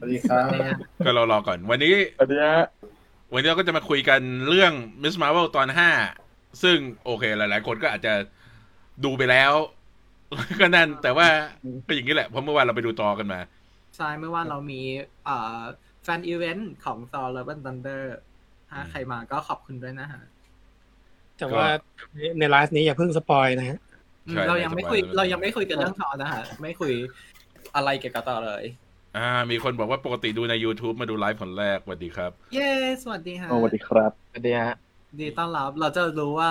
วัสดีครับ ก็รอรอก่อน วันนี้ สวัสดีฮะ วันนี้เราก็จะมาคุยกันเรื่อง Miss Marvel ตอนห้าซึ่งโอเคหลาย ๆ คนก็อาจจะดูไปแล้ว ก็นั่น แต่ว่าก็อย่างนี้แหละ เพราะเมื่อวานเราไปดูตอกันมา ใช่ไม่ว่าเรามีเอ่อแฟนอีเวนต์ของ Thor Love and Thunder ถ้าใครมาก็ขอบคุณด้วยนะฮะ แต่ว่าในไลฟ์นี้อย่าเพิ่งสปอยนะฮะ อืม ใช่ เรายังไม่คุย ไม่สบาย เรายังไม่คุยกันเรื่องทอนะฮะไม่คุยอะไรเกี่ยวกับต่อเลย อ่า มีคนบอกว่าปกติดูใน YouTube มาดูไลฟ์คนแรกสวัสดีครับ เย้สวัสดีฮะ โอ้สวัสดีครับ สวัสดีฮะ ดีต้อนรับ เราจะรู้ว่า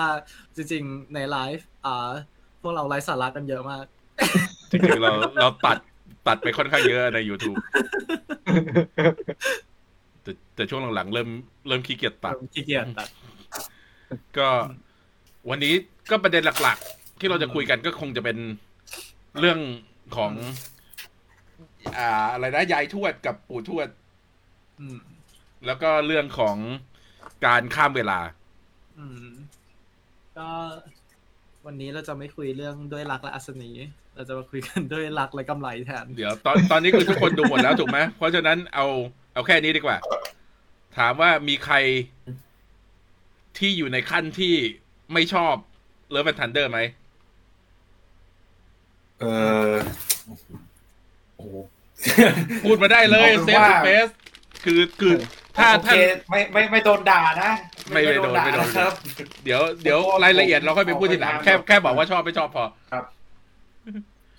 จริงๆ ในไลฟ์อ่าพวกเราไลฟ์สาระกันเยอะมาก จริงๆเรา เราตัดตัดไปค่อนข้างเยอะใน YouTube แต่แต่ช่วงหลังๆ เริ่มเริ่มขี้เกียจตัด ขี้เกียจตัด ก็วันนี้ก็ประเด็นหลักๆ ที่เราจะคุยกันก็คงจะเป็นเรื่องของ อ่า อะไรนะยายทวดกับปู่ทวด อืม แล้วก็เรื่องของการข้ามเวลา อืมก็วันนี้เราจะไม่คุยเรื่องด้วยรักและอัศนีเราจะมาคุยกันด้วยรักและกำไรแทน เดี๋ยวตอนตอนนี้คือทุกคนดูหมดแล้วถูกไหมเพราะฉะนั้นเอาเอาแค่นี้ดีกว่า ถามว่ามีใครที่อยู่ในขั้นที่ไม่ชอบเลิฟแอนทันเดอร์ไหม เออโอ้โห พูดมาได้ เลยเซฟ ว่า เฟสคือคือถ้า โอ ถ้า เคไม่ไม่ไม่โดนด่านะ ไม่ไม่โดนไม่โดน าครับ เดี๋ยวเดี๋ยวรายละเอียดเราค่อยไปพูดทีหลังแค่แค่บอกว่าชอบไม่ชอบพอ ครับ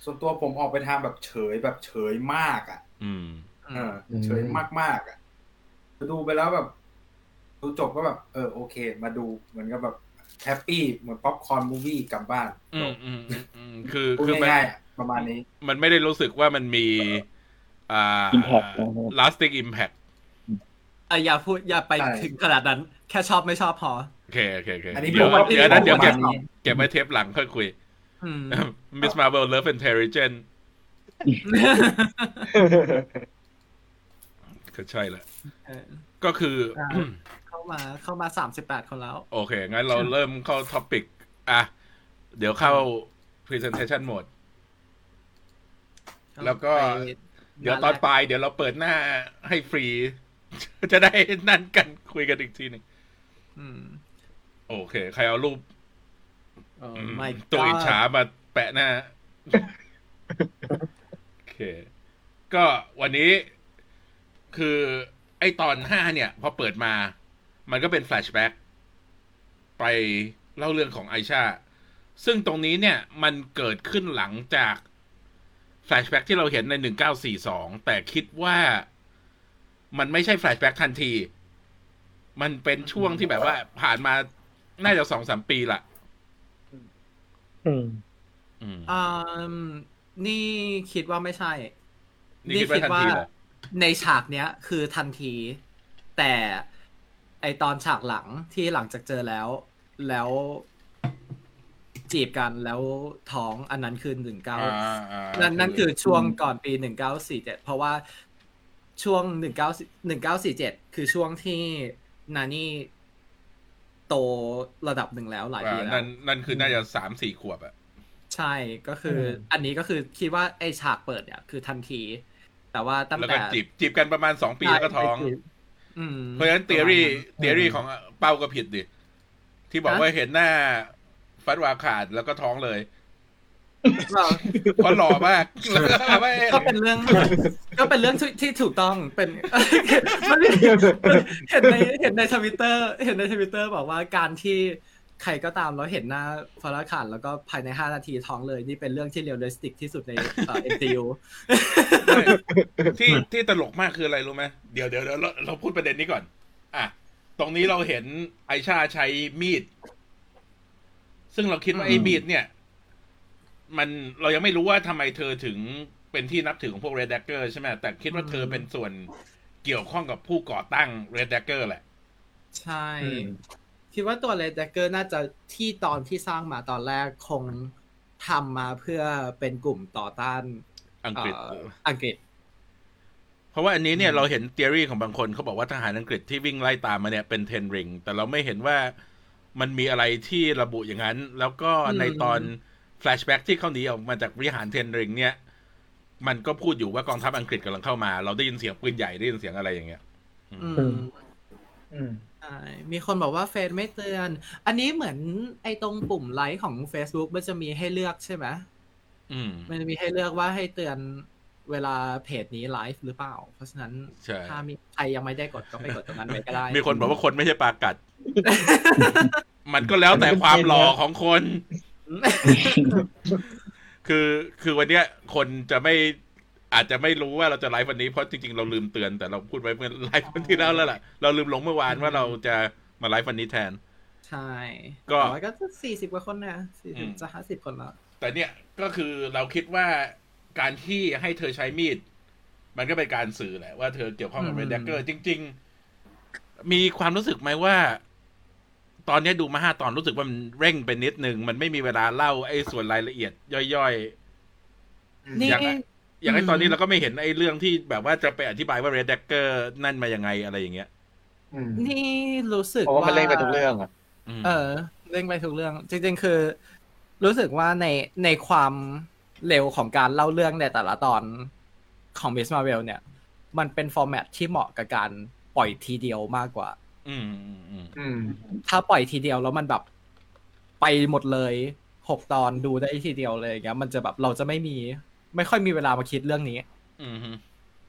ส่วนตัวผมออกไปทางแบบเฉยแบบเฉยมากอ่ะ อืม เออเฉยมากมากๆอ่ะดูไปแล้วแบบดูจบก็แบบ เออโอเค มาดูเหมือนกับแบบแฮปปี้เหมือนป๊อปคอร์นมูวี่กลับบ้าน อืมอืมอืมอืมคือ พูด คือมัน ง่ายๆอะประมาณนี้ มันไม่ได้รู้สึกว่ามันมี อ่า Impact lasting impact อ่ะอย่าพูดอย่าไป ใช่ ถึงขนาดนั้น แค่ชอบไม่ชอบพอ โอเคโอเคโอเค อันนี้ เดี๋ยว พูดว่า เดี๋ยวนั้นเดี๋ยว ป เก็บ ระมาณนี้ เก็บไว้เทปหลังค่อยคุ ย อืม Miss Marvel Love and Terrigen ก็ใช่แหละ เออ ก็คือ อ่า เข้ามาเข้ามาสามสิบแปดคนแล้ว โอเค งั้นเราเริ่มเข้าท็อปิกอ่ะ เดี๋ยวเข้า presentation mode แล้วก็ เดี๋ยวตอนปลายเดี๋ยวเราเปิดหน้าให้ฟรี จะได้นั่นกันคุยกันอีกทีหนึ่ง อืม โอเค ใครเอารูป โอ้ อืม my ตัวอิจ God ฉามาแปะหน้า โอเค ก็วันนี้คือไอตอนห้าเนี่ยพอเปิดมา มันก็เป็นแฟลชแบ็กไปเล่าเรื่องของไอชา ซึ่งตรงนี้เนี่ยมันเกิดขึ้นหลังจากแฟลชแบ็กที่เราเห็นในหนึ่งเก้าสี่สองแต่คิดว่ามันไม่ใช่แฟลชแบ็กทันที มันเป็นช่วงที่แบบว่าผ่านมาน่าจะสองสามปีละ อืม อืม อ่ามนี่คิดว่าไม่ใช่ นี่คิดว่าทันทีเหรอ ในฉากเนี้ยคือทันที แต่ไอตอนฉากหลังที่หลังจากเจอแล้ว แล้วจีบกันแล้วท้องอันนั้นคือหนึ่งเก้า นั่นนั่นคือช่วงก่อนปี 1947 เพราะว่าช่วง 19 1947 คือช่วงที่นานี่โตระดับหนึ่งแล้วหลายปี อ่า แล้ นั่ วน นั่นคือน่าจะสามสี่ขวบอะ ใช่ก็คือออันนี้ก็คือคิดว่าไอฉากเปิดเนี่ยคือทันที แต่ว่าตั้ง แล้ว แต่ ก็จีบจีบกันประมาณสองปีแล้วก็ท้อง อืม เพราะฉะนั้นเทอรี่เทอรี่ของเป้าก็ผิดดิ ที่บอกว่าเห็นหน้าฟัดวาขาดแล้วก็ท้องเลย เรา เพราะหล่อมาก แล้วก็ไม่ ก็เป็นเรื่อง ก็เป็นเรื่องที่ที่ถูกต้องเป็น มัน เห็นในเห็นในทวิตเตอร์ เห็นในทวิตเตอร์บอกว่าการที่ใครก็ตามแล้วเห็นหน้าฟาราขันแล้วก็ภายใน 5 นาทีท้องเลย นี่เป็นเรื่องที่เรียลลิสติกที่สุดในเอ็ นซียู ไม่ที่ที่ตลกมากคืออะไรรู้ไหมเดี๋ยวเดี๋ยวเดี๋ยวเราเราพูดประเด็นนี้ก่อน อ่ะ ตรงนี้เราเห็นไอชาใช้มีด ซึ่งเราคิดว่าไอ้มีดเนี่ย มันเรายังไม่รู้ว่าทำไมเธอถึงเป็นที่นับถือของพวก Red Dagger ใช่ไหมแต่คิดว่าเธอเป็นส่วนเกี่ยวข้องกับผู้ก่อตั้ง Red Dagger แหละ ใช่ คิดว่าตัวเลดเกอร์น่าจะที่ตอนที่สร้างมาตอนแรกคงทำมาเพื่อเป็นกลุ่มต่อต้าน อังกฤษ เอ่ออังกฤษ เพราะว่าอันนี้เนี่ยเราเห็นเทอรี่ของบางคนเขาบอกว่าทหารอังกฤษที่วิ่งไล่ตามมาเนี่ยเป็นเทนริงแต่เราไม่เห็นว่ามันมีอะไรที่ระบุอย่างนั้น แล้วก็ในตอน อืม แฟลชแบ็กที่เขาหนีออกมาจากวิหารเทนริงเนี่ย มันก็พูดอยู่ว่ากองทัพอังกฤษกำลังเข้ามา เราได้ยินเสียงปืนใหญ่ได้ยินเสียงอะไรอย่างเงี้ยอืม อืม อืม ใช่มีคนบอกว่าเฟซไม่เตือน อันนี้เหมือนไอ้ตรงปุ่มไลค์ของ Facebook มันจะมีให้เลือกใช่ไหม อืม มันจะมีให้เลือกว่าให้เตือนเวลาเพจนี้ไลฟ์หรือเปล่า เพราะฉะนั้น ใช่ ถ้ามีใครยังไม่ได้กดก็ไปกดตรงนั้นไปก็ได้ มีคนบอกว่าคนไม่ใช่ปลากัด มันก็แล้วแต่ความหล่อของคน อืม คือคือวันเนี้ยคนจะไม่อาจจะไม่รู้ว่าเราจะไลฟ์วันนี้เพราะจริงๆเราลืมเตือนแต่เราพูดไว้เมื่อไลฟ์วันที่แล้วแล้วล่ะเราลืมลงเมื่อวานว่าเราจะมาไลฟ์วันนี้แทน ใช่ ก็ แต่ว่าก็สี่สิบกว่าคนนะสี่ อื สิบ ม จะห้าสิบคนแล้ว แต่เนี่ยก็คือเราคิดว่าการที่ให้เธอใช้มีด มันก็เป็นการสื่อแหละว่าเธอเกี่ยวข้องกับเรดเดเกอร์จริง ๆ มีความรู้สึกไหมว่า ตอนเนี้ยดูมาห้าตอนรู้สึกว่ามันเร่งไปนิดนึง มันไม่มีเวลาเล่าไอ้ส่วนรายละเอียด ย่อย นี่ นี่ อยากอะ ๆ อย่างไอ้ตอนนี้ อืม เราก็ไม่เห็นไอ้เรื่องที่แบบว่าจะไปอธิบายว่าเรดเดเกอร์นั่นมายังไงอะไรอย่างเงี้ย นี่รู้สึก เพราะว่า ว่า มันเล่นไปทุกเรื่องอ่ะ ม เออเร่งไปทุกเรื่อง จริงๆ คือ รู้สึกว่าในในความเร็วของการเล่าเรื่องในแต่ละตอนของ Miss Marvel เนี่ย มันเป็นฟอร์แมตที่เหมาะกับการปล่อยทีเดียวมากกว่า อืมอืมอืม อืม ถ้าปล่อยทีเดียวแล้วมันแบบไปหมดเลยหกตอนดูได้ทีเดียวเลยอย่างเงี้ยมันจะแบบเราจะไม่มี ไม่ค่อยมีเวลามาคิดเรื่องนี้ อืมฮึ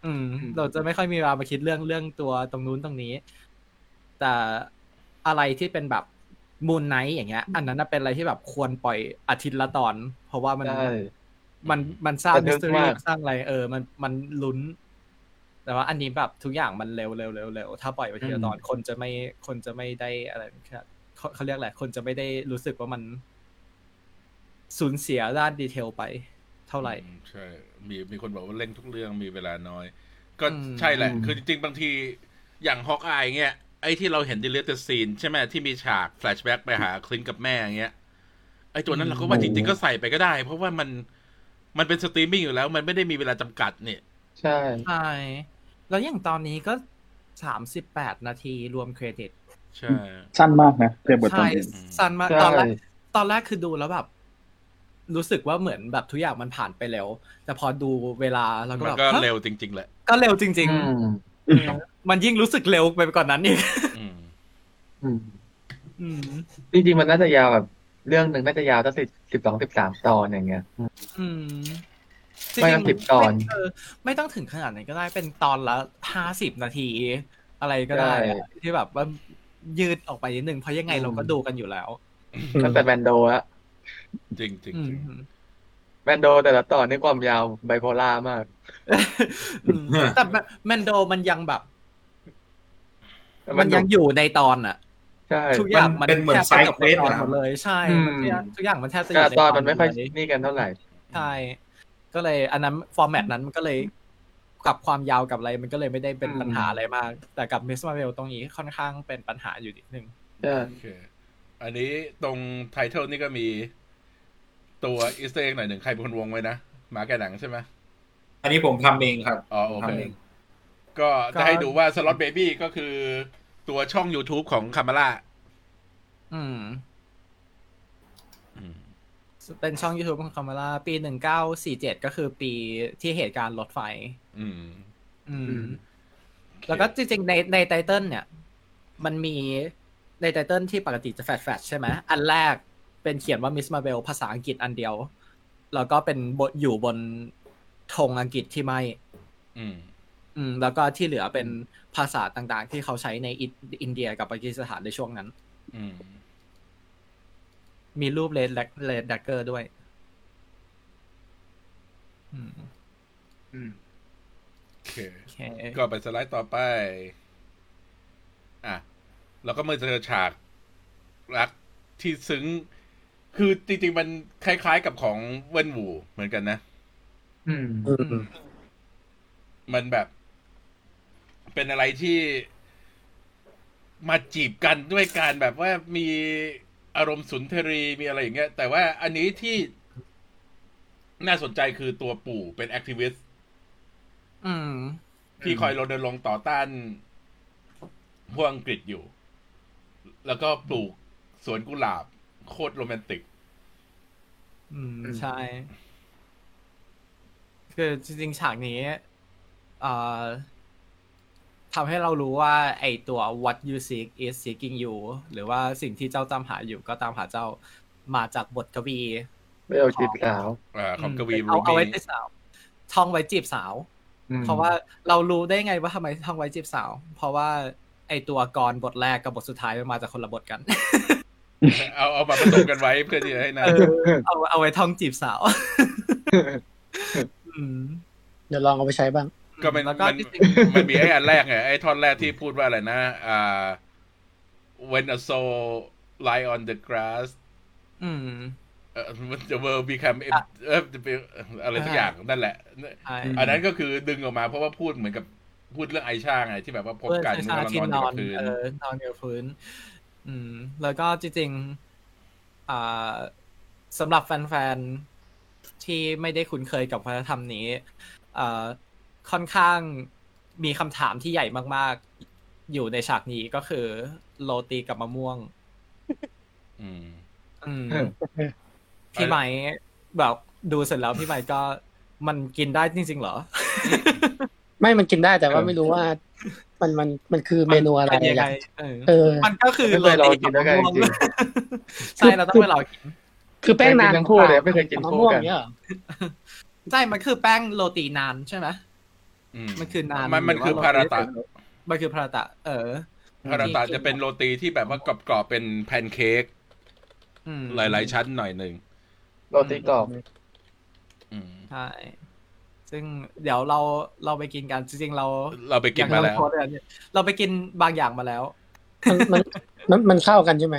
อืม อืม เราจะไม่ค่อยมีเวลามาคิดเรื่องเรื่องตัวตรงนู้นตรงนี้ แต่อะไรที่เป็นแบบมูนไนท์อย่างเงี้ย อันนั้นน่ะเป็นอะไรที่แบบควรปล่อยอาทิตย์ละตอน เพราะว่ามัน ใช่ มันมันสร้าง ระมิส t ตทึก r มา รี่ ก สร้างอะไรเออ มันมันลุ้น แต่ว่าอันนี้แบบทุกอย่างมันเร็วเร็วเร็วเร็วถ้าปล่อยไปทีละตอน คนจะไม่คนจะไม่ได้อะไรครับเขาเขาเรียกอะไรคนจะไม่ได้รู้สึกว่ามันสูญเสียด้านดีเทลไป เท่าไหร่ อืมใช่ มีมีคนบอกว่าเล่นทุกเรื่องมีเวลาน้อย ก็ อืม ใช่แหละ อืม คือจริงๆ บางทีอย่างฮอกอายเงี้ย ไอ้ที่เราเห็นดิเลตซีนใช่ไหมที่มีฉากแฟลชแบ็กไปหาคลินกับแม่เงี้ย ไอ้ตัวนั้นเราก็ว่าจริงๆ ก็ใส่ไปก็ได้ เพราะว่ามันมันเป็นสตรีมมิ่งอยู่แล้ว มันไม่ได้มีเวลาจำกัดเนี่ย ใช่ ใช่แล้วอย่างตอนนี้ก็สามสิบแปดนาทีรวมเครดิต ใช่ สั้นมากนะเทียบกับตอ ใช่ นอื่น สั้นมาก ใช่ ตอนแรกตอนแรกคือดูแล้วแบบ รู้สึกว่าเหมือนแบบทุกอย่างมันผ่านไปแล้ว แต่พอดูเวลาแล้วก็ มัน แบบ ก็ ฮะ เร็วจริง ๆ แหละ ก็เร็วจริง อืม ๆ มันยิ่งรู้สึกเร็วไปกว่อนนั้นอีก อืม อืม อืม จริงๆมันน่าจะยาวแบบเรื่องหนึ่งน่าจะยาวตั้งสิบสิบสองสิบสามตอนอย่างเงี้ย อืม ไม่ต้อง จริ สิ ง บ ๆ ตอน ไม่เไม่ต้องถึงขนาดนั้นก็ได้เป็นตอนละห้าสิบนาที อะไรก็ได้อะที่แบบว่ายืดออกไปนิดนึงเพราะยังไงเราก็ดูกันอยู่แล้ว ตั้งแต่แมนโดอะ จริงๆจริง อืม แมนโดแต่ละตอนนี่ความยาวไบโพล่ามาก อืมแต่แบบแมนโดมันยังแบบ มั มัน น ยังอยู่ในตอนอะ ใช่ ทุกอย่าง มัมันน เป็นเหมือน แทบจะจบ side quest ในตอน อะ หมดเลยใช่ อืม มันแทบทุกอย่างมันแทบจะอ แต่ ยู่ใน ตอนมันไม่ค่อย หดเลย นี่กันเท่าไหร่ ใช่ก็เลย อันนั้นฟอร์แมตนั้นมันก็เลยกับความยาวกับอะไร มันก็เลยไม่ได้เป็น อืม ปัญหาอะไรมาก แต่กับมิสมาเวลตรงนี้ค่อนข้างเป็นปัญหาอยู่นิดนึง ใช่ โอเค อันนี้ตรงไทเทลนี่ก็มีตัวอีสเตอร์เอ็กหน่อยหนึ่งใครเป็นคนวงไว้นะหมาแกะหนังใช่ไหม อันนี้ผมทำเองครับ อ๋อโอเค ทำเอง ก็ ก็ จะให้ดูว่าสล็อตเบบี้ก็คือตัวช่อง YouTube ของคามาร่า อืม เป็นช่อง YouTube ของคามาราปีหนึ่งเก้าสี่เจ็ดก็คือปีที่เหตุการณ์รถไฟ อืม อืม แล้วก็จริงๆในในไตเติลเนี่ย มันมีในไตเติลที่ปกติจะแฟดแฟดใช่ไหมอันแรกเป็นเขียนว่ามิสมาเบลภาษาอังกฤษอันเดียว แล้วก็เป็นบทอยู่บนธงอังกฤษที่ไหม่ อืม อืม แล้วก็ที่เหลือเป็นภาษาต่างๆ ที่เขาใช้ในอินอินเดียกับปากีสถานในช่วงนั้น อืม มีรูปเลดเลดดักเกอร์ด้วย อืม อืม โอเค โอเค ก็ไปสไลด์ต่อไป อ่ะ แล้วก็มาเจอฉากรักที่ซึ้ง คือจริงๆ มันคล้ายๆกับของเวินหวูเหมือนกันนะ อืม มันแบบ เป็นอะไรที่มาจีบกันด้วยการแบบว่ามีอารมณ์สุนทรีมีอะไรอย่างเงี้ย แต่ว่าอันนี้ที่น่าสนใจคือตัวปู่เป็นแอคทิวิสต์ อืม ที่คอยรณรงค์ต่อต้านพวกอังกฤษอยู่ แล้วก็ปลูกสวนกุหลาบ โคตรโรแมนติก อืม อืม ใช่ คือจริงๆฉากนี้เอ่อทำให้เรารู้ว่า ไอตัว what you seek is seeking you หรือว่าสิ่งที่เจ้าตามหาอยู่ก็ตามหาเจ้ามาจากบทกวี ไม่เอาจีบสาว อ่าของกวี เอา รู เอาไว้ บี้ จีบสาวท่องไว้จีบสาว อืม เพราะว่าเรารู้ได้ไงว่าทำไมท่องไว้จีบสาว เพราะว่าไอตัวกรบทแรกกับบทสุดท้ายมันมาจากคนละบทกัน เอาเอามาผสมกันไว้เพื่อที่จะให้นะ เออ เอาเอาไว้ท่องจีบสาวอืม เดี๋ยวลองเอาไปใช้บ้าง ก็มัน แล้วก็ มัน จริงๆ มันมีไอ้อันแรกไงไอ้ท่อนแรกที่พูดว่าอะไรนะอ่า when a soul lie on the grass อืม เอ่อ the world become em- เอออะไรสักอย่างนั่นแหละ ใช่ อันนั้นก็คือดึงออกมาเพราะว่าพูดเหมือนกับพูดเรื่องไอช่างไงที่แบบว่าพบกัน เออ แล้ว ใช่ใช่ก็ที่ น น อ อน น อยู่กัเอบพื้น อนอนอยู่กับพื้น อืม แล้วก็จริงๆอ่าสำหรับแฟนๆ ที่ไม่ได้คุ้นเคยกับวัฒนธรรมนี้อ่าค่อนข้างมีคำถามที่ใหญ่มากๆ อยู่ในฉากนี้ก็คือ โรตีกับมะม่วง อืม อืม เอ พี่ อ ไหมแบบดูเสร็จแล้วพี่ไหมก็มันกินได้จริงๆเหรอ ไม่มันกินได้แต่ว่าไม่รู้ว่า มันมันมันคือเมนูอะไร มัเป็นยัง อยาไงก เออ เออ มันก็คือ ไม่ โร เคยลอง ตี กิ กัน บ ด้วย มะ กันจ ม่วง ริง ใช่เราต้องไปลองกิน คือแป้งนาน ทั้งคู่เลยไม่เคยกิน มะ คู่ ม่วง กัน เนี้ยเหรอ ใช่ มันคือแป้งโรตีนานใช่ไหม อื มันคือนาน มันมัน ห คือ ว่ พาราตะ โตีมันคือพาราตะ เออ พาราตะ จริงๆ จะเป็นโรตีที่แบบว่ากรอบๆเป็นแพนเค้ก อืม หลายๆชั้นหน่อยหนึ่ง โรตีกรอบ อืม ใช่ ซึ่งเดี๋ยวเราเราไปกินกันจริงๆเรา เราไปกินมาแล้ว อย่งเรโพสต์อันเนี้ยเราไปกินบางอย่างมาแล้ว มันมันมันมันเข้ากันใช่ไหม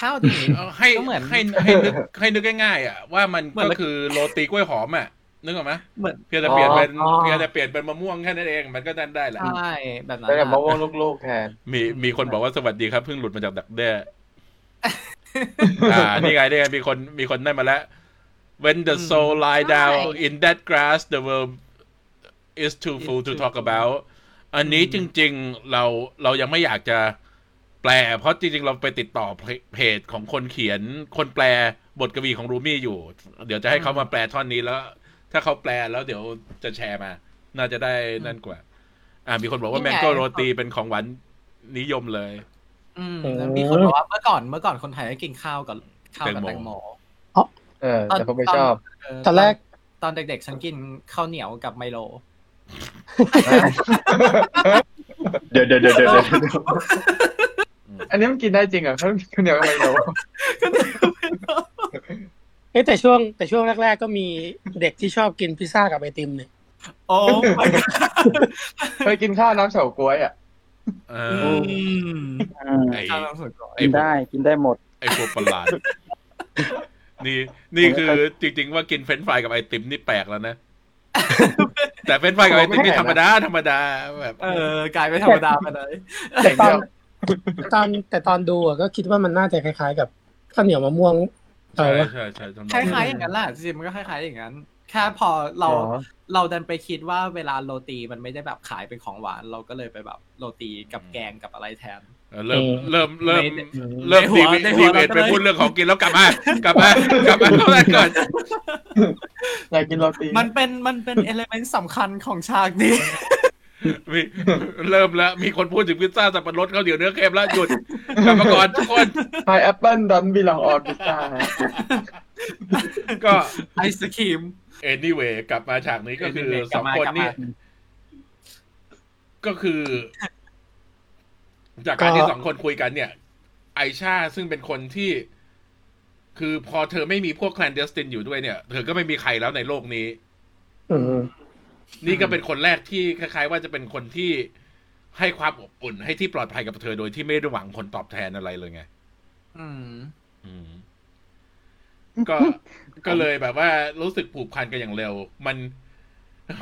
ข้าวดี เอาให้ ก็เหมือน ให้ให้นึก ให้นึกง่ายๆอ่ะว่ามัน เหมือน ก็ มัน คือโรตีกล้วยหอมอ่ะนึกออกไหม เหมือน เพียงแต่เปลี่ยนเป็น อ๋อ เพียงแต่เปลี่ยนเป็นมะม่วงแค่นั้นเองมันก็นั่นได้แหละ ใช่แบบนั้น แล้ว อะ แบบมะม่วงลูกๆแทน มีมีคนบอกว่าสวัสดีครับเพิ่งหลุดมาจากดักแด้ อ่านี่ไงนี่ไงมีคนมีคนได้มาแล้ว when the soul lie down in that grass the world is too full to talk about อันนี้จริง ๆ เราเรายังไม่อยากจะแปล เพราะจริง ๆ เราไปติดต่อเพจของคนเขียน คนแปลบทกวีของรูมี่อยู่ เดี๋ยวจะให้เขามาแปลท่อนนี้แล้ว ถ้าเขาแปลแล้วเดี๋ยวจะแชร์มา น่าจะได้นั่นกว่า อ่ามีคนบอกว่าแมงโก้โรตีเป็นของหวานนิยมเลย อืม เออ แล้วมีคนบอกว่าเมื่อก่อนเมื่อก่อนคนไทยก็กินข้าวกับข้าวกับ แต แต ง ง โม โม เออ แต่ผมไม่ชอบ เ ตอนแรก ตอนเด็ก ๆ ฉันกินข้าวเหนียวกับไม โล เดี๋ยวเดี๋ยวเดี๋ยวเดี๋ยวเดี๋ยว อันนี้มันกินได้จริงเหรอ่ะเขาเหนียวอะไรเหนียว เอ้ยแต่ช่วงแต่ช่วงแรกๆก็มีเด็กที่ชอบกินพิซซ่ากับไอติมเนี่ย โอ้ my god เคยกินข้าวน้ำเฉาก๊วยอ่ะ เอ อื อ ม อืม ไอ้ ข้าวน้ำสวยก่อน ไอ้ กิน พวก ได้กินได้หมด ไอ้พวกประ หลาด นี่นี่คือจริง ๆ ว่ากินเฟรนช์ฟรายกับไอติมนี่แปลกแล้ว นะ แต่เฟรนช์ฟรายกับไอติมนี่ธรรมดา ธรรมดาแบบ เออกลายเป็นธรรมดาไปเลย แต่ตอนแต่ตอนแต่ตอนดูอะก็คิดว่ามันน่าจะคล้ายๆ กับข้าวเหนียวมะม่วงอะ ใช่ ไรวะ ใช่ใช่ทำน ค องนั้น ล้ายๆอย่างนั้นแหละจริงๆมันก็คล้ายๆอย่างนั้น แค่พอเรา อ๋อ เราดันไปคิดว่าเวลาโรตีมันไม่ได้แบบขายเป็นของหวาน เราก็เลยไปแบบโรตีกับแกงกับอะไรแทน เออเริ่มเริ่มเริ่ม ใน เริ่ม ในหั ดี ว เว ในหั ดี ว เวท เราก็ ไป เลย พูดเรื่องของกินแล้วกลับมากลับมากลับมาเข้ามาก่อน อยากกินโรตี มันเป็นมันเป็นเอลเมนต์สำคัญของฉากนี้ มีเริ่มแล้ว มีคนพูดถึงพิซซ่าสับปะรดข้าวเหนียวเนื้อเค็มแล้วหยุดกลับมาก่อนทุกคน p ายแอปเปิลดอนบิลองออนพิซซ่า ก็ ไอศครีม anyway กลับมาฉากนี้ก็คือ Anyway ก ส ลั อบ ง มา คน กลับมา นี่ก็คือ จากการที่สองคนคุยกันเนี่ย ไอชาซึ่งเป็นคนที่ คือพอเธอไม่มีพวกแคลนเดสตินอยู่ด้วยเนี่ย เธอก็ไม่มีใครแล้วในโลกนี้ อืม นี่ก็เป็นคนแรกที่คล้าย ๆ ว่าจะเป็นคนที่ให้ความอบอุ่น ให้ที่ปลอดภัยกับเธอโดยที่ไม่ได้หวังผลตอบแทนอะไรเลยไง อืม อืมก็ ก็เลยแบบว่ารู้สึกผูกพันกันอย่างเร็ว มัน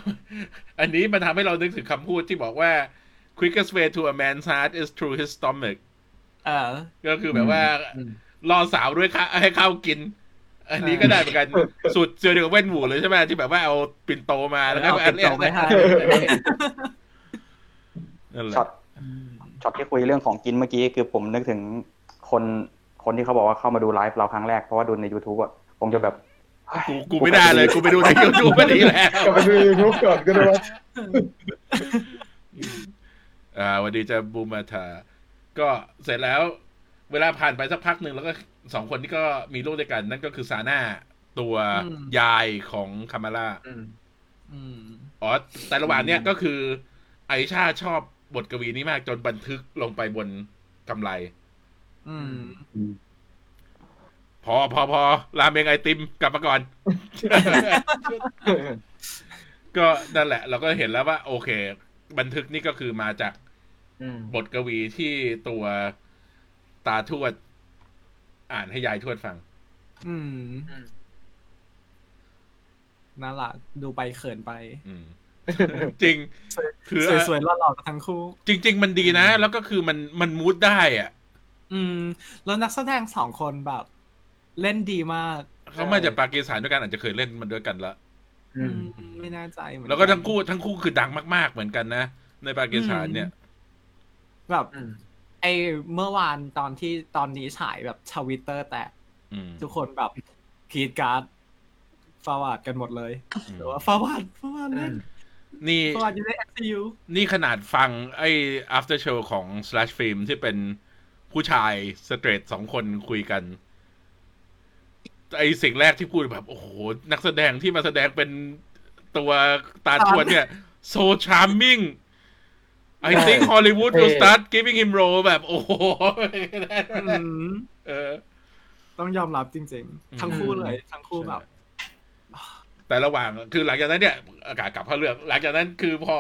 อันนี้มันทำให้เรานึกถึงคำพูดที่บอกว่า quickest way to a man's heart is through his stomach เออ ก็คือแบบว่า อืม ล่อสาวด้วยข้าให้ข้าวกิน อันนี้ก็ได้เหมือนกันสุดเจอเดียวกับเว่นหมูเลยใช่ไหมที่แบบว่าเอาปิ่นโตมาแล้วก็ เอาปิ่นโตไปให้ นั่นแหละ ช็อตช็อตที่คุยเรื่องของกินเมื่อกี้คือผมนึกถึงคนคนที่เขาบอกว่าเข้ามาดูไลฟ์เราครั้งแรกเพราะว่าดูใน YouTube อ่ะคงจะแบบ กูกูไม่ได้เลย กูไปดูในยูทูบมาดีแล้ว กลับไปดูยูทูบก่อนก็ได้ว่า อ่าวันนี้จะบูมมาทา ก็เสร็จแล้ว เวลาผ่านไปสักพักหนึ่งแล้วก็สองคนที่ก็มีลูกด้วยกัน นั่นก็คือซาน่าตัว อืม ยายของคามาร่า อืม อืม อ๋อแต่ระหว่างเนี้ยก็คือ ไอชาชอบบทกวีนี้มากจนบันทึกลงไปบนกำไร อืม พอพอพอราเมงไอติมกลับมาก่อน ก็นั่นแหละ เราก็เห็นแล้วว่า โอเค บันทึกนี่ก็คือมาจาก อืม บทกวีที่ตัวตาทวด อ่านให้ยายทวดฟัง อืม อืม นั่นแหละดูไปเขินไป อืม จริง คือ สวยๆหล่อๆกันทั้งคู่ จริง ๆ มันดีนะ แล้วก็คือมันมันมูดได้อ่ะ อืม แล้วนักแสดงสองคนแบบ เล่นดีมาก เขามาจากปากีสถานด้วยกันอาจจะเคยเล่นมันด้วยกันละ อืม อืมไม่แน่ใจเหมือนกัน แล้วก็ทั้งคู่ทั้งคู่คือดังมากๆเหมือนกันนะ ในปากีสถานเนี่ย แบบ อืม ไอเมื่อวานตอนที่ตอนนี้ฉายแบบชวิตเตอร์แตก อืม ทุกคนแบบกรีดกราร์ดฟาวาดกันหมดเลย อืม หรือว่าฟาวาดฟาวาดเล่น นี่ ฟาวาดอยู่ใน MCU นี่ขนาดฟังไอ้ after show ของ slash film ที่เป็นผู้ชายสเตรทสองคนคุยกัน ไอ้สิ่งแรกที่พูดแบบ โอ้โห นักแสดงที่มาแสดงเป็นตัวตาชวนเนี่ย so charming I think Hollywood will start giving him role แบบ โอ้โห อืม เออ ต้องยอมรับจริง อืม ๆ ทั้งคู่เลย ทั้งคู่แบบ แต่ระหว่างคือหลังจากนั้นเนี่ย อากาศกลับเข้าเรื่อง หลังจากนั้นคือพอ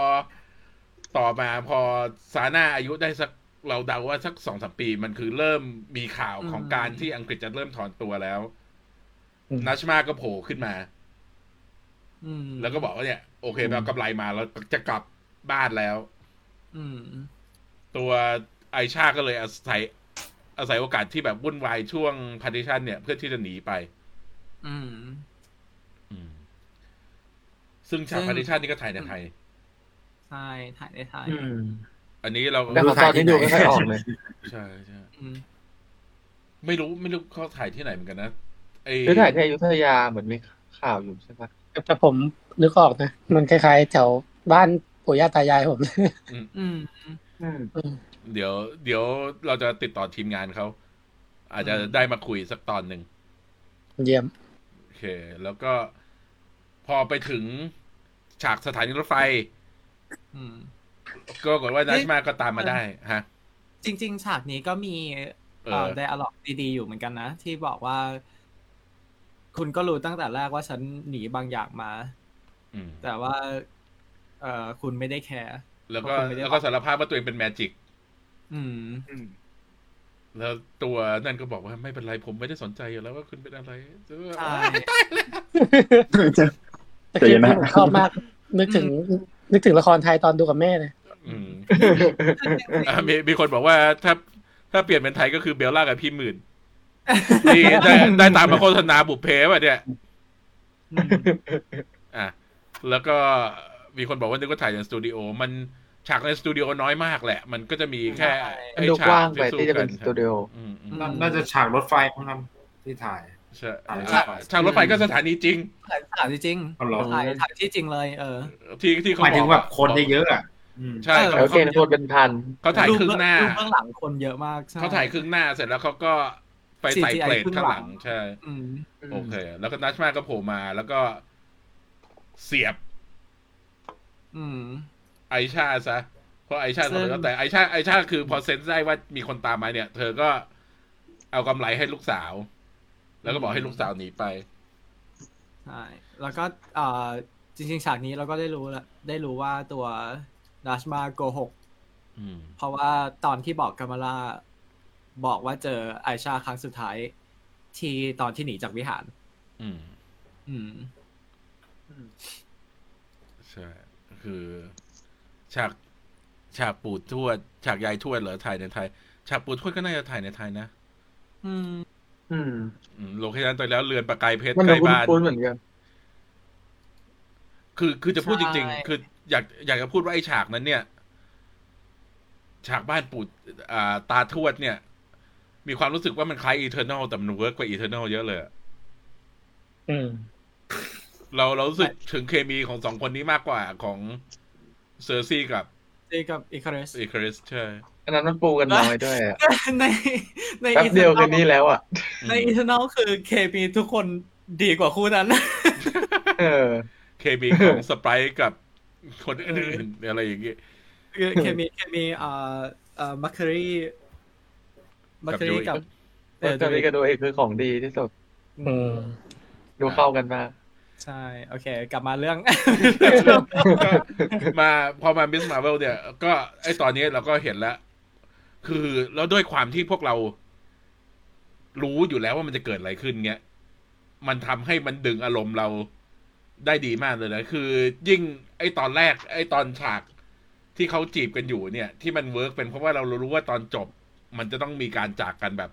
ต่อมาพอซาน่าอายุได้สักเราเดาว่าสักสองสามปีมันคือเริ่มมีข่าวของ อืม การที่อังกฤษจะเริ่มถอนตัวแล้ว อืม นัชมาก็โผล่ขึ้นมา อืม แล้วก็บอกว่าเนี่ย โอเคเรากำไรมาแล้วจะกลับบ้านแล้ว อืม ตัวไอชาก็เลยอาศัยอาศัยโอกาสที่แบบวุ่นวายช่วงพาร์ติชันเนี่ย เพื่อที่จะหนีไป อืม อืม ซึ่งฉาก ซึ่ง พาร์ติชันนี่ก็ถ่ายในไทย ใช่ถ่ายได้ถ่าย อืม อันนี้เรา แต่ของตอนนี้ดูไม่ค่อยออกเลย ใช่ใช่ อืม ไม่รู้ไม่รู้เขาถ่ายที่ไหนเหมือนกันนะไอ้ หรือถ่ายที่อยุธยาเหมือนมีข่าวอยู่ใช่ปะ แต่ผมนึกออกนะ มันคล้ายๆแถวบ้านปู่ย่าตายายผม อืม อืม เดี๋ยว เดี๋ยวเราจะติดต่อทีมงานเขาอาจจะ อืม ได้มาคุยสักตอนหนึ่ง เยี่ยม โอเค แล้วก็พอไปถึงฉากสถานีรถไฟ อืม ก็ปรากฏว่านัชมาก็ตามมาได้ฮะ จริง ๆ ฉากนี้ก็มี เอ เอ่ อ อไดอะล็อกดีๆ อยู่เหมือนกันนะ ที่บอกว่า คุณก็รู้ตั้งแต่แรกว่าฉันหนีบางอย่างมา อืม แต่ว่า เอ่อคุณไม่ได้แคร์ แล้วก็ ขอบคุณไม่ได้ แล้วก็สารภาพว่าตัวเองเป็นแมจิก อืม แล้วตัวนั่นก็บอกว่าไม่เป็นไรผมไม่ได้สนใจอยู่แล้วว่าคุณเป็นอะไร ใช่ ตายแล้ว ตะกี้ที่ผมชอบมาก นึกถึง นึกถึงละครไทยตอนดูกับแม่เลย อืมอ่ะมีมีคนบอกว่าถ้าถ้าเปลี่ยนเป็นไทยก็คือเบลล่ากับพี่ห มื่น นี่ได้ได้ตามมาโฆษณาบุพเพป่ะเนี่ย อืม อ่ะ แล้วก็มีคนบอกว่านึกว่าถ่ายในสตูดิโอ มันฉากในสตูดิโอน้อยมากแหละ มันก็จะมีแค่ไอ้ ดู ฉาก ว้างไป สู้ ที่จะเป็น กั สตูดิโอ อืมอืม น่าจะฉากรถไฟนะครับที่ถ่าย ใช่ อ่า ฉากฉากรถไฟก็สถานีจริง ถ่ายถ่ายจริง เอาเหรอ ๆถ่ายถ่ายที่จริงเลย เออ ที่ที่เขา หมายถึงแบบคนเยอะๆอ่ะ ใช่ โอ เขา เคนะคนเป็นพัน เขาถ่าย รูป ครึ่งหน้า รูปเบื้องหลังคนเยอะมากใช่ เขาถ่ายครึ่งหน้าเสร็จแล้วเขาก็ไปใส่ CGI เปลทข้างหลัง ครึ่งหลัง ใช่ อืม โอเค แล้วก็นัชมาก็โผล่มาแล้วก็เสียบ อืม ไอชาซะเพราะไอชา ซึ่งทำไมก็แต่ไอชาไอชาคือพอเซนส์ได้ว่ามีคนตามมาเนี่ย เธอก็เอากำไรให้ลูกสาว แล้วก็บอกให้ลูกสาวหนีไป ใช่แล้วก็เอ่อจริง ๆ ฉากนี้เราก็ได้รู้ละได้รู้ว่าตัวดัชมาโกหก อืม เพราะว่าตอนที่บอกกามาลาบอกว่าเจอไอชาครั้งสุดท้าย ที่ตอนที่หนีจากวิหาร อืม อืม ใช่ คือฉากฉากปู่ทวด ฉากยายทวดเหรอถ่ายในไทย ฉากปู่ทวดก็น่าจะถ่ายในไทยนะ อืม อืม อืมโลเคชั่นตอนแล้วเรือนประกายเพชร มัน ใก ดู ล้บ้าน คุ้นๆเหมือนกัน คือคือจะพูดจริง ใช่ ๆ คืออยากอยากจะพูดว่าไอ้ฉากนั้นเนี่ย ฉากบ้านปู่อ่าตาทวดเนี่ย มีความรู้สึกว่ามันคล้ายอีเทอร์นอลแต่มันเวิร์กกว่าอีเทอร์นอลเยอะเลยอะ อืม เราเรารู้สึกถึงเคมีของสองคนนี้มากกว่าของเซอร์ซี่กับ เจกับอีคาริส อีคาริสใช่ อันนั้นมันปูกันน้อยด้วยอะ ในใน แป๊บเดียวคืนนี้แล้วอ่ะ ในอีเทอร์นอลคือเคมีทุกคนดีกว่าคู่นั้น เออ เคมีของสไปร์กับคนอื่นๆอะไรอย่างเงี้ย คือเคมีเคมีเอ่อเอ่อมัคคารีมัคคารี กั กับบ เออ ตอนนี้ก็ดูเอกคือของดีที่สุด อืม ดูเข้ากันมาก ใช่ โอเค กลับมาเรื่อง ก็ มาพอมามิสมาเวลเนี่ย ก็ไอตอนนี้เราก็เห็นแล้ว คือแล้วด้วยความที่พวกเรา รู้อยู่แล้วว่ามันจะเกิดอะไรขึ้นเงี้ย มันทำให้มันดึงอารมณ์เราได้ดีมากเลยนะ คือยิ่งไอตอนแรก ไอตอนฉากที่เขาจีบกันอยู่เนี่ย ที่มันเวิร์กเป็นเพราะว่าเรารู้ว่าตอนจบ มันจะต้องมีการจากกันแบบ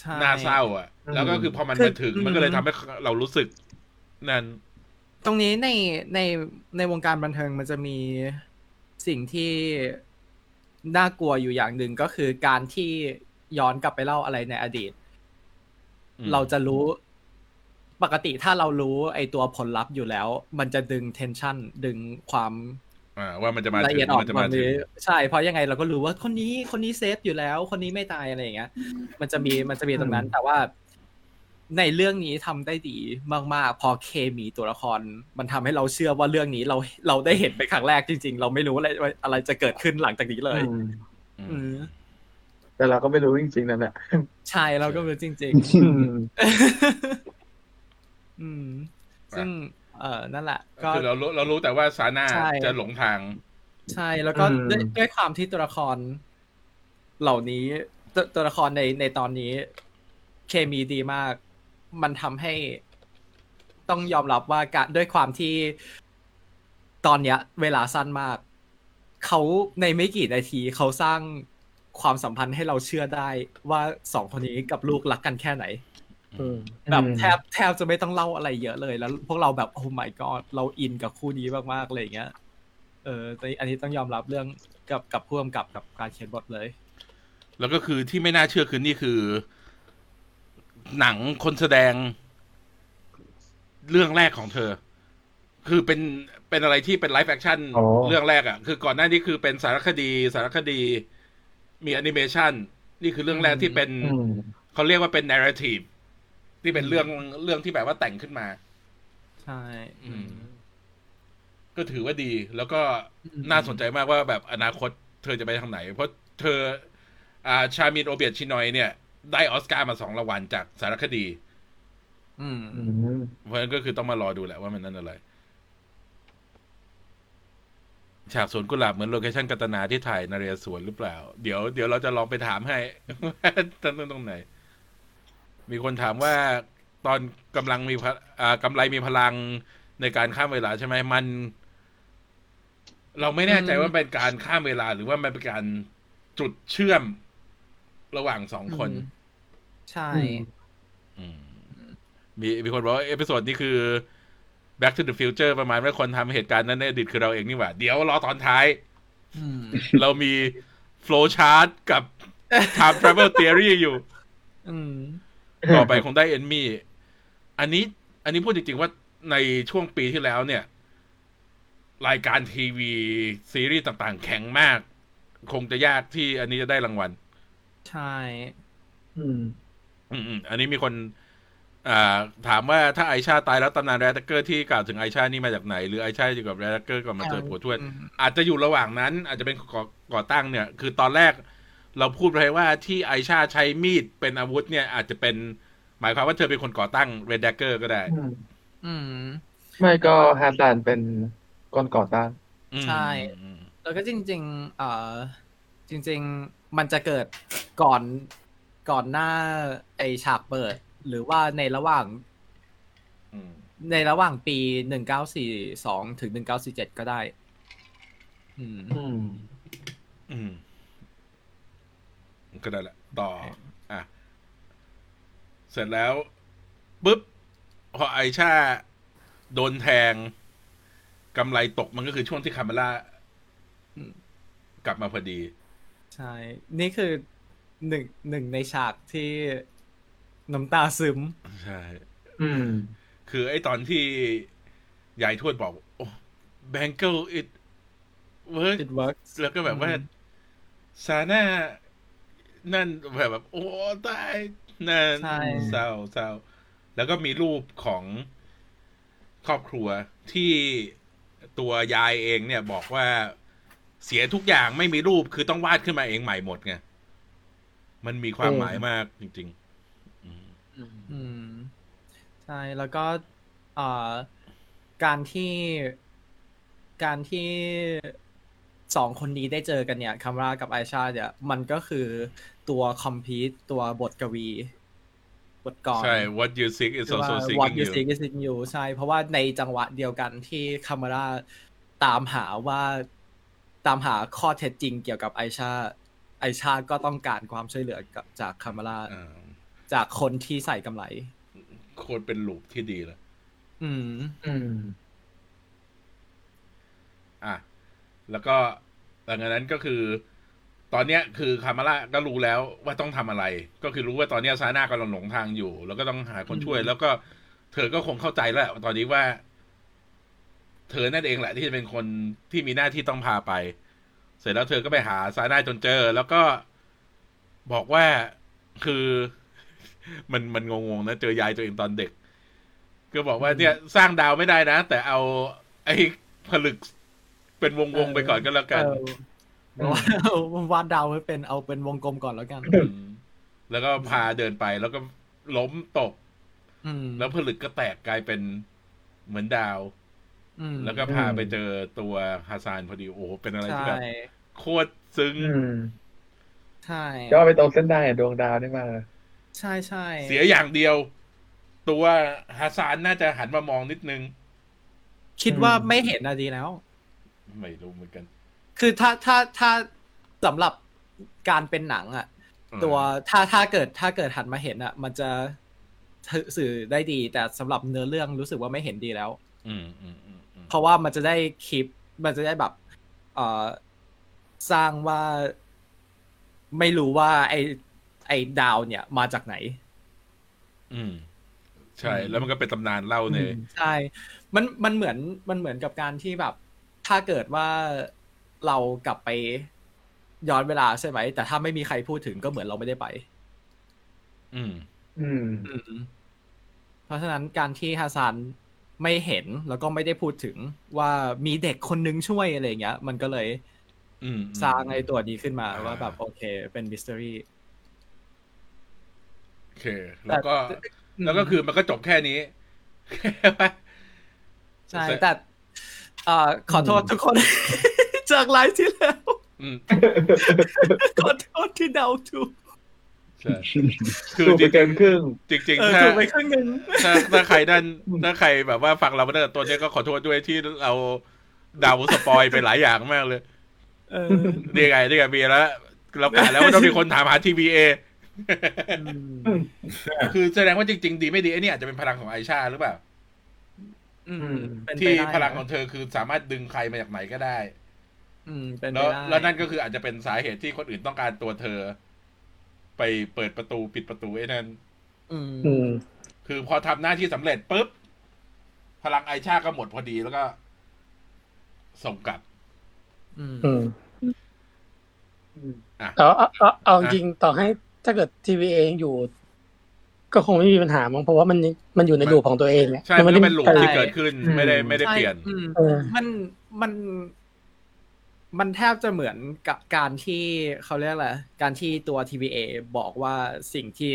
ใช่ น่าเศร้าอ่ะ แล้วก็คือพอมันมาถึง คือ มันก็เลยทำให้เรารู้สึก นั่น ตรงนี้ในในในวงการบันเทิงมันจะมีสิ่งที่น่ากลัวอยู่อย่างหนึ่งก็คือการที่ย้อนกลับไปเล่าอะไรในอดีต อืม เราจะรู้ปกติถ้าเรารู้ไอตัวผลลัพธ์อยู่แล้ว มันจะดึงเทนชันดึงความ อ่า ว่ามันจะมา ละ ถึ เอียด ง อ่อน มันจะ ก มา ว่า ถึง นี้ใช่เพราะยังไงเราก็รู้ว่าคนนี้คนนี้เซฟอยู่แล้ว คนนี้ไม่ตายอะไรอย่างเงี้ย มันจะมีมันจะมีตรงนั้น แต่ว่าในเรื่องนี้ทำได้ดีมาก ๆ พอเคมีตัวละคร มันทำให้เราเชื่อว่าเรื่องนี้เราเราได้เห็นไปนครั้งแรกจริง ๆ เราไม่รู้อะไรว่าอะไรจะเกิดขึ้นหลังจากนี้เลย อืม อืม แต่เราก็ไม่รู้จริงๆนั่นแหละ ใช่เราก็ไม่รู้จริง ๆ อืม อืม ซึ่ง เออนั่นแหละ ก็ คือเรารู้เรารู้แต่ว่าซาน่า ใช่ จะหลงทาง ใช่แล้วก็ อืม ด้วยด้วยความที่ตัวละครเหล่านี้ตัวตัวละครในในตอนนี้เคมีดีมาก มันทำให้ต้องยอมรับว่าการด้วยความที่ตอนเนี้ย เวลาสั้นมาก เขาในไม่กี่นาทีเขาสร้างความสัมพันธ์ให้เราเชื่อได้ว่าสองคนนี้กับลูกรักกันแค่ไหน อืม แบบแทบแทบจะไม่ต้องเล่าอะไรเยอะเลยแล้ว พวกเราแบบโอ้ my god เราอินกับคู่นี้มากๆเลยอย่างเงี้ย เออแต่อันนี้ต้องยอมรับเรื่องกับกับพ่วงกับกับการเขียนบทเลย แล้วก็คือที่ไม่น่าเชื่อคือนี่คือ หนังคนแสดง เรื่องแรกของเธอ คือเป็นเป็นอะไรที่เป็นไลฟ์แอคชั่น อ๋อ เรื่องแรกอะ่ะ คือก่อนหน้านี้คือเป็นสารคดี สารคดี มีแอนิเมชันนี่คือเรื่องแรกที่เป็น อืม เขาเรียกว่าเป็นนาร์ทีฟที่เป็นเรื่องเรื่องที่แบบว่าแต่งขึ้นมา ใช่ อืม ก็ถือว่าดี แล้วก็น่าสนใจมากว่าแบบอนาคตเธอจะไปทางไหน เพราะเธอ อ่าชามินโอเบียชินอยเนี่ย ได้ออสการ์มาสองรางวัลจากสารคดี อืม อืม เพราะฉะนั้นก็คือต้องมารอดูแหละว่ามันนั่นอะไร ฉากสวนกุหลาบเหมือนโลเคชั่นกัตนาที่ถ่ายนเรศวรหรือเปล่า เดี๋ยวเดี๋ยวเราจะลองไปถามให้ ตรงตรงไหน มีคนถามว่าตอนกำลังมีพะอ่ากำไรมีพลังในการข้ามเวลาใช่ไหมมัน เราไม่แน่ใจว่าเป็นการข้ามเวลา หรือว่ามันเป็นการจุดเชื่อมระหว่างสองคน ใช่ อืมมีมีคนบอกว่าเอพิโซดนี้คือ Back to the Future ประมาณว่าคนทำเหตุการณ์นั้นในอดีตคือเราเองนี่หว่า เดี๋ยวรอตอนท้าย อืม เรามี flow chart กับ time travel theory อยู่ อืม ต่อไปคงได้ enemy อันนี้ อันนี้พูดจริง ๆ ว่าในช่วงปีที่แล้วเนี่ย รายการทีวีซีรีส์ต่างๆ แข็งมาก คงจะยากที่อันนี้จะได้รางวัล ใช่ อืม อืมอืมอันนี้มีคน อ่า ถามว่าถ้าไอชาตายแล้วตำนานแรดเกอร์ที่กล่าวถึงไอชานี่มาจากไหน หรือไอชาอยู่กับแรดเกอร์ก่อนมาเจอผัวทวด อืม อาจจะอยู่ระหว่างนั้น อาจจะเป็นก่อก่อตั้งเนี่ย คือตอนแรก เราพูดไปว่าที่ไอชาใช้มีดเป็นอาวุธเนี่ย อาจจะเป็น หมายความว่าเธอเป็นคนก่อตั้งเรดเกอร์ก็ได้ อืม ไม่ก็ฮาซานเป็นคนก่อตั้ง อืม ใช่ อืม แล้วก็จริง ๆ เอ่อ จริง ๆ มันจะเกิดก่อนก่อนหน้าไอฉากเปิด หรือว่าในระหว่าง อืม ในระหว่างปี 1942 ถึง 1947 ก็ได้ อืม อืม อืมก็ได้แหละ ต่อ อ่ะ เสร็จแล้วปุ๊บ พอไอชาโดนแทงกำไรตกมันก็คือช่วงที่คาเมล่า อืม กลับมาพอดี ใช่ นี่คือหนึ่งหนึ่งในฉากที่น้ำตาซึม ใช่ อืม คือไอ้ตอนที่ยายทวดบอกโอ้แบงเกิลอิดเวิร์ it works แล้วก็แบบว่า อืม ซาน่านั่นแบบแบบ โอ้ตายนั่น ใช่ เศร้าเศร้าแล้วก็มีรูปของครอบครัวที่ตัวยายเองเนี่ยบอกว่าเสียทุกอย่างไม่มีรูปคือต้องวาดขึ้นมาเองใหม่หมดไงมันมีความ อืม หมายมากจริง ๆ อืม อืมใช่แล้วก็เอ่อการที่การที่สองคนนี้ได้เจอกันเนี่ยคารากับไอชาเนี่ย มันก็คือตัวคอมพีตตัวบทกวี บทกลอน ใช่ what you seek is คือว่า also What seeking you you seek is in you ใช่ เพราะว่าในจังหวะเดียวกันที่คาราตามหาว่าตามหาข้อเท็จจริงเกี่ยวกับไอชาไอชาก็ต้องการความช่วยเหลือกับจากคารา อ่า จากคนที่ใส่กำไร โคตรเป็นลูปที่ดีเลย อืม อืม อ่ะ แล้วก็หลังจากนั้นก็คือ ตอนเนี้ยคือคามาร่าก็รู้แล้วว่าต้องทำอะไร ก็คือรู้ว่าตอนเนี้ยซาน่ากำลังหลงทางอยู่ แล้วก็ต้องหาคนช่วย แล้วก็เธอก็คงเข้าใจแล้วแหละว่าตอนนี้ว่า เธอนั่นเองแหละ ที่จะเป็นคนที่มีหน้าที่ต้องพาไป เสร็จแล้วเธอก็ไปหาซาน่าจนเจอ แล้วก็บอกว่าคือ มันมันงงๆนะเจอยายตัวเองตอนเด็ก ก็บอกว่าเนี่ยสร้างดาวไม่ได้นะ แต่เอา ไอ้ผลึกเป็นวงๆไปก่อนก็แล้วกัน เออเพราะว่าเอาวาดดาวให้เป็นเอาเป็นวงกลมก่อนแล้วกัน แล้วก็พาเดินไปแล้วก็ล้มตก อืม แล้วผลึกก็แตกกลายเป็นเหมือนดาว อืม แล้วก็พาไปเจอตัวฮาซานพอดีโอ้โหเป็นอะไรที่ ใช่ แบบโคตรซึ้ง อืม ใช่ ย้อนไปตรงเส้นได้อะดวงดาวนี่มา ใช่ใช่ เสียอย่างเดียว ตัวฮาซานน่าจะหันมามองนิดนึง คิดว่าไม่เห็นอะดีแล้ว ไม่รู้เหมือนกัน คือถ้าถ้าถ้าสำหรับการเป็นหนังอ่ะ ตัวถ้าถ้าเกิดถ้าเกิดหันมาเห็นอ่ะ มันจะสื่อได้ดี แต่สำหรับเนื้อเรื่องรู้สึกว่าไม่เห็นดีแล้ว อืมอืมอืมอืม เพราะว่ามันจะได้คลิป มันจะได้แบบเอ่อสร้างว่าไม่รู้ว่าไอไอดาวเนี่ยมาจากไหน อืมใช่ แล้วมันก็เป็นตำนานเล่าใน ใช่ มันมันเหมือนมันเหมือนกับการที่แบบ ถ้าเกิดว่าเรากลับไปย้อนเวลาใช่ไหม แต่ถ้าไม่มีใครพูดถึงก็เหมือนเราไม่ได้ไป อืม อืม อืมเพราะฉะนั้นการที่ฮาซันไม่เห็นแล้วก็ไม่ได้พูดถึงว่ามีเด็กคนนึงช่วยอะไรอย่างเงี้ย มันก็เลย อืม สร้างไอ้ตัวนี้ขึ้นมา อ่า ว่าแบบโอเคเป็นมิส t ต r รี โอเค แล้วก็ แล้วก็คือมันก็จบแค่นี้ ใช่แต่เอ่อขอโทษทุกคน จากไลฟ์ที่แล้ว อืม ขอโทษที่เดาถู ก ใช่คือ สู้ จ ไป ริง เกินครึ่ง จริงจริง เออ ๆถ้า ถูกไปครึ่งหนึ่ง ถ้าถ้าใครนั่นถ้าใครแบบว่าฟังเรามาตั้งแต่ต้นเนี่ยก็ขอโทษด้วยที่เราเดาสปอยไปหลายอย่างมากเลย เออ นี่ไงนี่ไงมีแล้วเรากะ แล้วว่าต้องมีคนถามหาทีวีเอคือแสดงว่าจริง ๆ ดีไม่ดีไอ้นี่อาจจะเป็นพลังของไอชาหรือเปล่า อืมเป็นไป ที่ ได้ พลังของเธอคือสามารถดึงใครมาจากไหนก็ได้ อืมเป็นไป แล้ว ได้ แล้วนั่นก็คืออาจจะเป็นสาเหตุที่คนอื่นต้องการตัวเธอ ไปเปิดประตูปิดประตูไอ้นั่น อืม อืม คือพอทำหน้าที่สำเร็จปุ๊บ พลังไอชาก็หมดพอดีแล้วก็ ส่งกลับ อืม อืม อ่ะ แต่ว่าเอาเอาเอาจริงต่อให้ถ้าเกิดทีวีเองอยู่ ก็คงไม่มีปัญหามั้งเพราะว่ามันมันอยู่ในลูปของตัวเองเนี่ย ใช่มันก็เป็นหลุม ด้ ที่เกิดขึ้น อืม ไม่ได้ไม่ได้เปลี่ยน ใช่อืม เออ มันมันมันแทบจะเหมือนกับการที่เขาเรียกอะไรการที่ตัว TVA บอกว่าสิ่งที่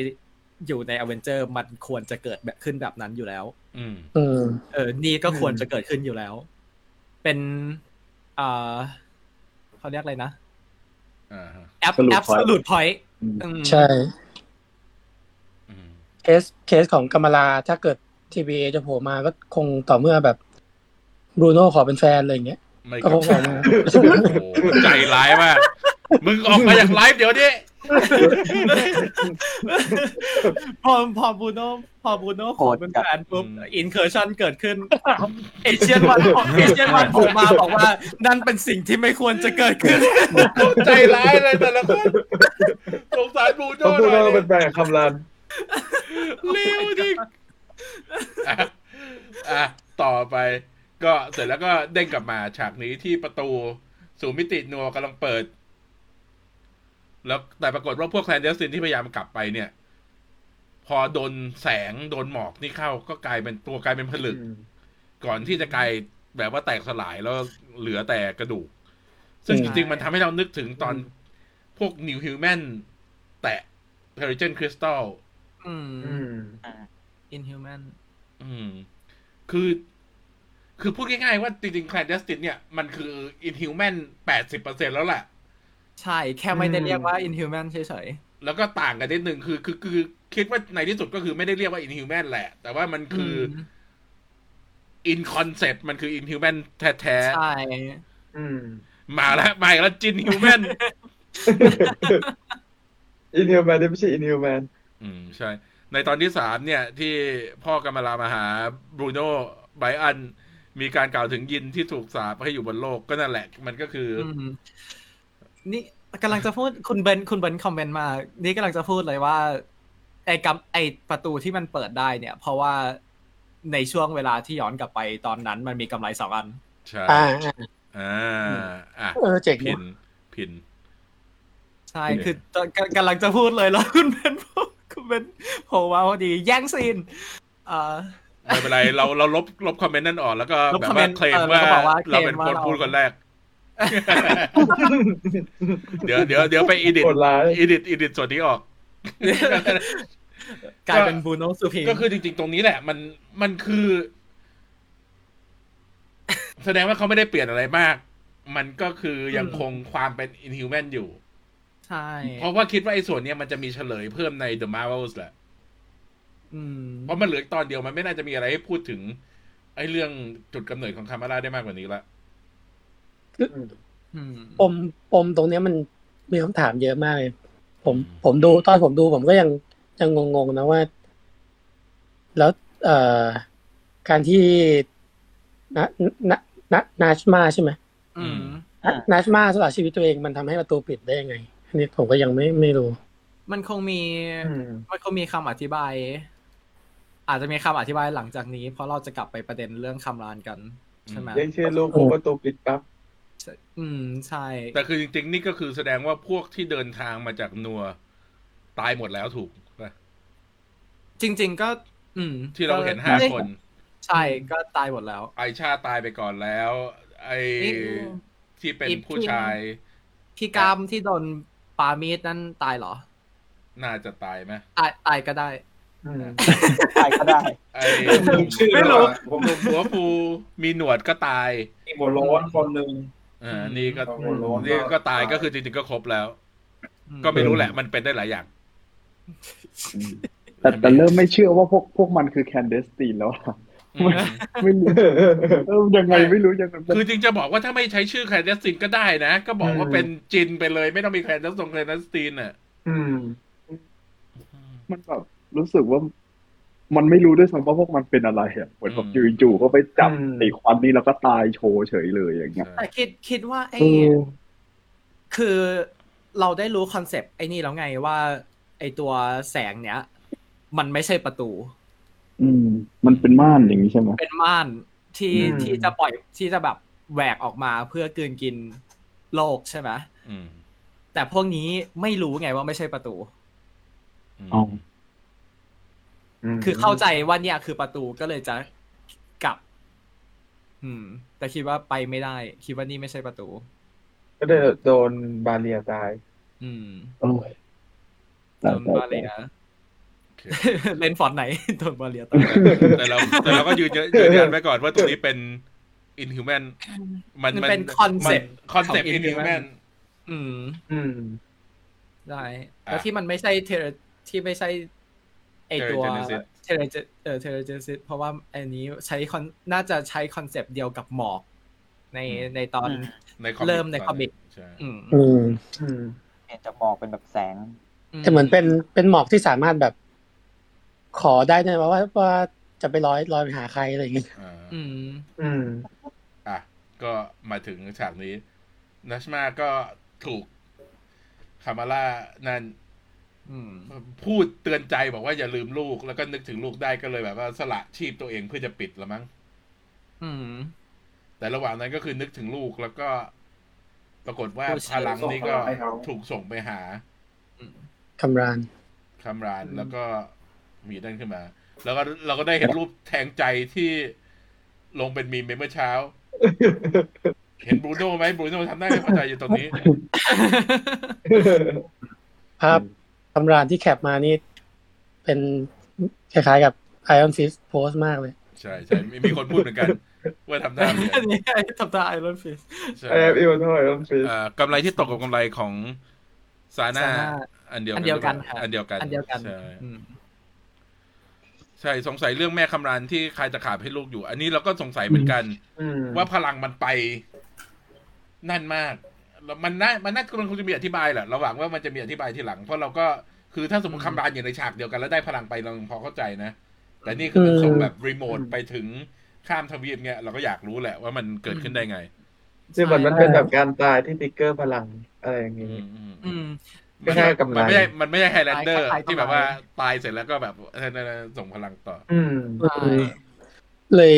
อยู่ในอเวนเจอร์มันควรจะเกิดแบบขึ้นแบบนั้นอยู่แล้ว อืม อืม เออ นี่ก็ควรจะเกิดขึ้นอยู่แล้ว เป็นอ่าเขาเรียกอะไรนะ อ่าฮะ แอป Absolute แอปสลุดพอยต์ อืม ใช่ อืม เคสเคสของกรรมลาถ้าเกิดทีวีเอจะโผล่มาก็คงต่อเมื่อแบบบรูโน่ขอเป็นแฟนอะไรอย่างเงี้ย ไม่ ก็ กับ คงออกมา โอ้โหใจร้ายมาก มึงออกมาจากไลฟ์เดี๋ยวนี้ พอพอบูโน่พอบูโน่ข โห อ ด เป็น จัด แฟนปุ๊บ อืม อินเคอร์ชันเกิดขึ้นเอเชียนวันเอเชียนวันผมมาบอกว่านั่นเป็นสิ่งที่ไม่ควรจะเกิดขึ้น ใจร้ายเลยแต่ละคนสงสารบูโน่ เขาพูด หน่ ว่า อย เป็นแฟนคำรัน เลวจริงอ่ะ อ่ะต่อไปก็เสร็จแล้วก็เด้งกลับมาฉากนี้ที่ประตูสู่มิตินัวกำลังเปิด แล้วแต่ปรากฏว่าพวกแคลนเดสตินที่พยายามกลับไปเนี่ย พอโดนแสงโดนหมอกนี่เข้า ก็กลายเป็นตัวกลายเป็นผลึก อืม ก่อนที่จะกลายแบบว่าแตกสลายแล้วเหลือแต่กระดูก ซึ่งจริงๆ มันทำให้เรานึกถึงตอนพวกนิวฮิวแมนแตะเพอริเจนคริสตัล อื อื ม ม Inhuman อืม คือ คือพูดง่ายๆว่าจริงๆ clandestine เนี่ย มันคือ inhuman แปดสิบเปอร์เซ็นแล้วแหละ ใช่ แค่ไม่ได้เรียกว่า Inhuman เฉย แล้วก็ต่างกันนิดนึงคือคือคือคิดว่าในที่สุดก็คือไม่ได้เรียกว่า inhuman แหละ แต่ว่ามัน ๆ คือ ม อ in concept มันคือ inhuman แท้ ใช่ อืม ๆ มาแล้ว มาอีกแล้วจิน human อินฮิวแมนไม่ใช่อินฮิวแมน อืม ใช่ ในตอนที่สามเนี่ย ที่พ่อกำมะลามาหาบรูโน่ไบอัน มีการกล่าวถึงยินที่ถูกสาปให้อยู่บนโลกก็นั่นแหละ มันก็คืออ อืมนี่กำลังจะพูดคุณเบนคุณเบนคอมเมนต์มา นี่กำลังจะพูดเลยว่า ไอ้กำไอ้ประตูที่มันเปิดได้เนี่ย เพราะว่าในช่วงเวลาที่ย้อนกลับไปตอนนั้นมันมีกำไรสองอัน ใช่ อ่าอ่า อ่า อ่ะ เออเจ๋ง พิน ว่ะ พิน ใช่ เนี่ย คือตอนก ำกำลังจะพูดเลยแล้ว คุณเบนพูดคุณเบนโผล่มาพอดี แย่งซีนเอ่อ ไม่เป็นไร เราเราลบลบคอมเมนต์นั่นออกแล้วก็ ลบ แบบ คอมเม ว่าน ต์ เคลม เออ ว่า แล้วก็บอกว่า เราเป็น เคลมว่า คน เรา พูดคนแรก เดี๋ยวเดี๋ยวเดี๋ยวไปอีดิท โหดร้าย อีดิทอีดิทส่วนนี้ออก กลายเป็นบูโนสุพี ก็คือจริงๆ ตรงนี้แหละ มันมันคือ แสดงว่าเขาไม่ได้เปลี่ยนอะไรมาก มันก็คือยังคงความเป็นอินฮิวแมนอยู่ ใช่ เพราะว่าคิดว่าไอ้ส่วนเนี้ยมันจะมีเฉลยเพิ่มใน The Marvels แหละ อืม เพราะมันเหลืออีกตอนเดียวมันไม่น่าจะมีอะไรให้พูดถึง ไอ้เรื่องจุดกำเนิดของคามาราได้มากกว่านี้ละ อืม ปมปมตรงเนี้ยมันมีคำถามเยอะมากเลย ผมผมดูตอนผมดูผมก็ยังยังงงๆนะว่า แล้วเอ่อการที่นะนะนะนาชมาใช่ไหม อืม อ่ะนัชมาสละชีวิตตัวเองมันทำให้ประตูปิดได้ยังไง อันนี้ผมก็ยังไม่ไม่รู้ มันคงมี อืม มันก็มีคำอธิบาย อาจจะมีคำอธิบายหลังจากนี้ เพราะเราจะกลับไปประเด็นเรื่องคำรานกัน ใช่ไหม เรียกชื่อลูกผมประตูปิดปั๊บ อืมใช่ แต่คือจริงๆ นี่ก็คือแสดงว่าพวกที่เดินทางมาจากนัว ตายหมดแล้วถูกป่ะ จริง ๆ ก็ อืม ที่เราเห็นห้าคน ใช่ก็ตายหมดแล้ว ไอชาตายไปก่อนแล้ว ไอ นี่ ที่เป็นผู้ชาย พี่กามที่โดนปามีดนั่นตายเหรอ น่าจะตายไหม ตายตายก็ได้ อืม ใช่ก็ได้ ไอ ผมชื่อ ไม่รู้ แล้วอะผม หัวฟูมีหนวดก็ตาย มีหมวโล้นคนหนึ่ง อ่านี่ก็ หัวโล้น นี่ก็ตายก็คือจริงๆ ก็ครบแล้ว อื ก็ไม่รู้แหละ มันเป็นได้หลายอย่าง แต่แต่เริ่มไม่เชื่อว่าพวกพวกมันคือแคนเดสตีนแล้วอะไม่รู้เออยังไงไม่รู้ยังไง คือจริงจะบอกว่าถ้าไม่ใช้ชื่อแคลนเดสตินก็ได้นะ ก็บอกว่าเป็นจินไปเลย ไม่ต้องมีแคลนเดสตรงแคลนเดสตินอ่ะ อืม มันแบบรู้สึกว่า มันไม่รู้ด้วยซ้ำว่าพวกมันเป็นอะไรอ่ะเหมือนแบบจู่ๆก็ไปจับ อืม ไอ้ควันนี้แล้วก็ตายโชว์เฉยเลยอย่างเงี้ย แต่คิดคิดว่าไอ้ เออ คือเราได้รู้คอนเซปต์ไอ้นี่แล้วไงว่า ไอ้ตัวแสงเนี้ย มันไม่ใช่ประตู อืม มันเป็นม่านอย่างนี้ใช่ไหม เป็นม่านที่ อืม ที่จะปล่อยที่จะแบบแหวกออกมาเพื่อกลืนกินโลกใช่ไหม อืม แต่พวกนี้ไม่รู้ไงว่าไม่ใช่ประตู ม อ๋อ ม คือเข้าใจว่าเนี่ยคือประตูก็เลยจะกลับ อืม แต่คิดว่าไปไม่ได้ คิดว่านี่ไม่ใช่ประตู ก็ได้โดนบาเรียตาย อืม โอ้ย โดนบาเลีย โอเค เล่นฟอนต์ไหน โดนบาเลียตาย แต่เราแต่เราก็ยืนยันยืนยันไว้ก่อนว่าตรงนี้เป็น inhuman มัน มัน มัน เป็นคอนเซปต์ คอนเซปต์ ของ inhuman inhuman อืม อืม ได้แล้วที่มันไม่ใช่เทเลที่ไม่ใช่ไอตัว Telegenesis เทเลเออเทเลเจนซิสเพราะว่าอันนี้ใช้คอนน่าจะใช้คอนเซปต์เดียวกับหมอก ใน อืม ในตอน ในคอมิก เริ่มในคอมิก ใช่ อืม อืม อืม เปลี่ยนจากหมอกเป็นแบบแสง แต่เหมือนเป็นเป็นหมอกที่สามารถแบบ ขอได้ด้วยว่าว่าว่าจะไปลอยลอยไปหาใครอะไรอย่างเงี้ย อ่า อืม อืม อ่ะ ก็มาถึงฉากนี้นัชมาก็ถูกคามาร่านั่น อืม พูดเตือนใจบอกว่าอย่าลืมลูกแล้วก็นึกถึงลูกได้ก็เลยแบบว่าสละชีพตัวเองเพื่อจะปิดละมั้ง อืม แต่ระหว่างนั้นก็คือนึกถึงลูกแล้วก็ ปรากฏว่า ผู้ พ ชาย ลังนี้ก็ ส่งพลังให้เขา ถูกส่งไปหา คำราน คำรานแล้วก็มีนั่นขึ้นมา แล้วก็เราก็ได้เห็นรูปแทงใจที่ลงเป็นมีมไปเมื่อเช้า เห็นบรูโน่ไหมบรูโน่ทำได้ไม่พอใจอยู่ตรง นี้ ภาพคำรานที่แคปมานี่ เป็นคล้ายๆกับ Iron Fist โพสมากเลย ใช่ใช่มีมีคนพูดเหมือนกัน ว่าทำได้เหมือน อั กัน น นี้ไงทำตาไอรอนฟิส ใช่ เอฟอีโอโทษครับพี่ เอ่อกำไรที่ตกกับกำไรของซาน่า Sana อันเดียว อันเดียวกัน หรือ ค่ะ เปล่าอันเดียวกัน อันเดียวกัน ใช่ อืม ใช่สงสัยเรื่องแม่คำรานที่คายตะขาบให้ลูกอยู่ อันนี้เราก็สงสัยเหมือนกัน อืม ว่าพลังมันไป นั่นมากแล้วมันน่ามันน่ามันคงจะมีอธิบายแหละเราหวังว่ามันจะมีอธิบายทีหลัง เพราะเราก็คือถ้าสมมติคำรานอยู่ในฉากเดียวกันแล้วได้พลังไปเราพอเข้าใจนะ แต่นี่คือมันส่งแบบรีโมทไปถึงข้ามทวีปเนี่ยเราก็อยากรู้แหละว่ามันเกิดขึ้นได้ไง คือเหมือนมันเป็นแบบการตายที่ติ๊กเกอร์พลังอะไรอย่าง อื นี้ มอืม อืม ไม่ใช่กับ มันไม่ใช่ ไร มันไม่ใช่ไฮแลนเดอร์ ตายก็ตาย ที่แบบว่าตายเสร็จแล้วก็แบบส่งพลังต่อ อืม ใช่ เลย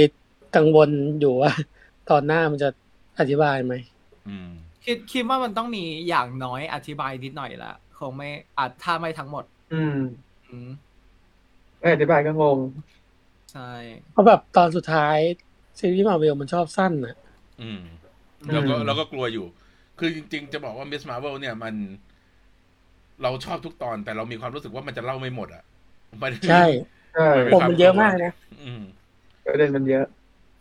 กังวลอยู่ว่า ตอนหน้ามันจะอธิบายไหม อืม คิดคิดว่ามันต้องมีอย่างน้อยอธิบายนิดหน่อยละคงไม่อาจถ้าไม่ทั้งหมด อืม อืม ไม่อธิบายก็งง ใช่ เพราะแบบตอนสุดท้าย ซีรีส์มาเวลมันชอบสั้นอะ อืม อืม เราก็เราก็กลัวอยู่ คือจริง ๆ จะบอกว่า Miss Marvel เนี่ยมัน เราชอบทุกตอน แต่เรามีความรู้สึกว่ามันจะเล่าไม่หมดอ่ะ มัน ใช่ ใช่ ผมมันเยอะมากนะ อืม ประเด็นมันเยอะ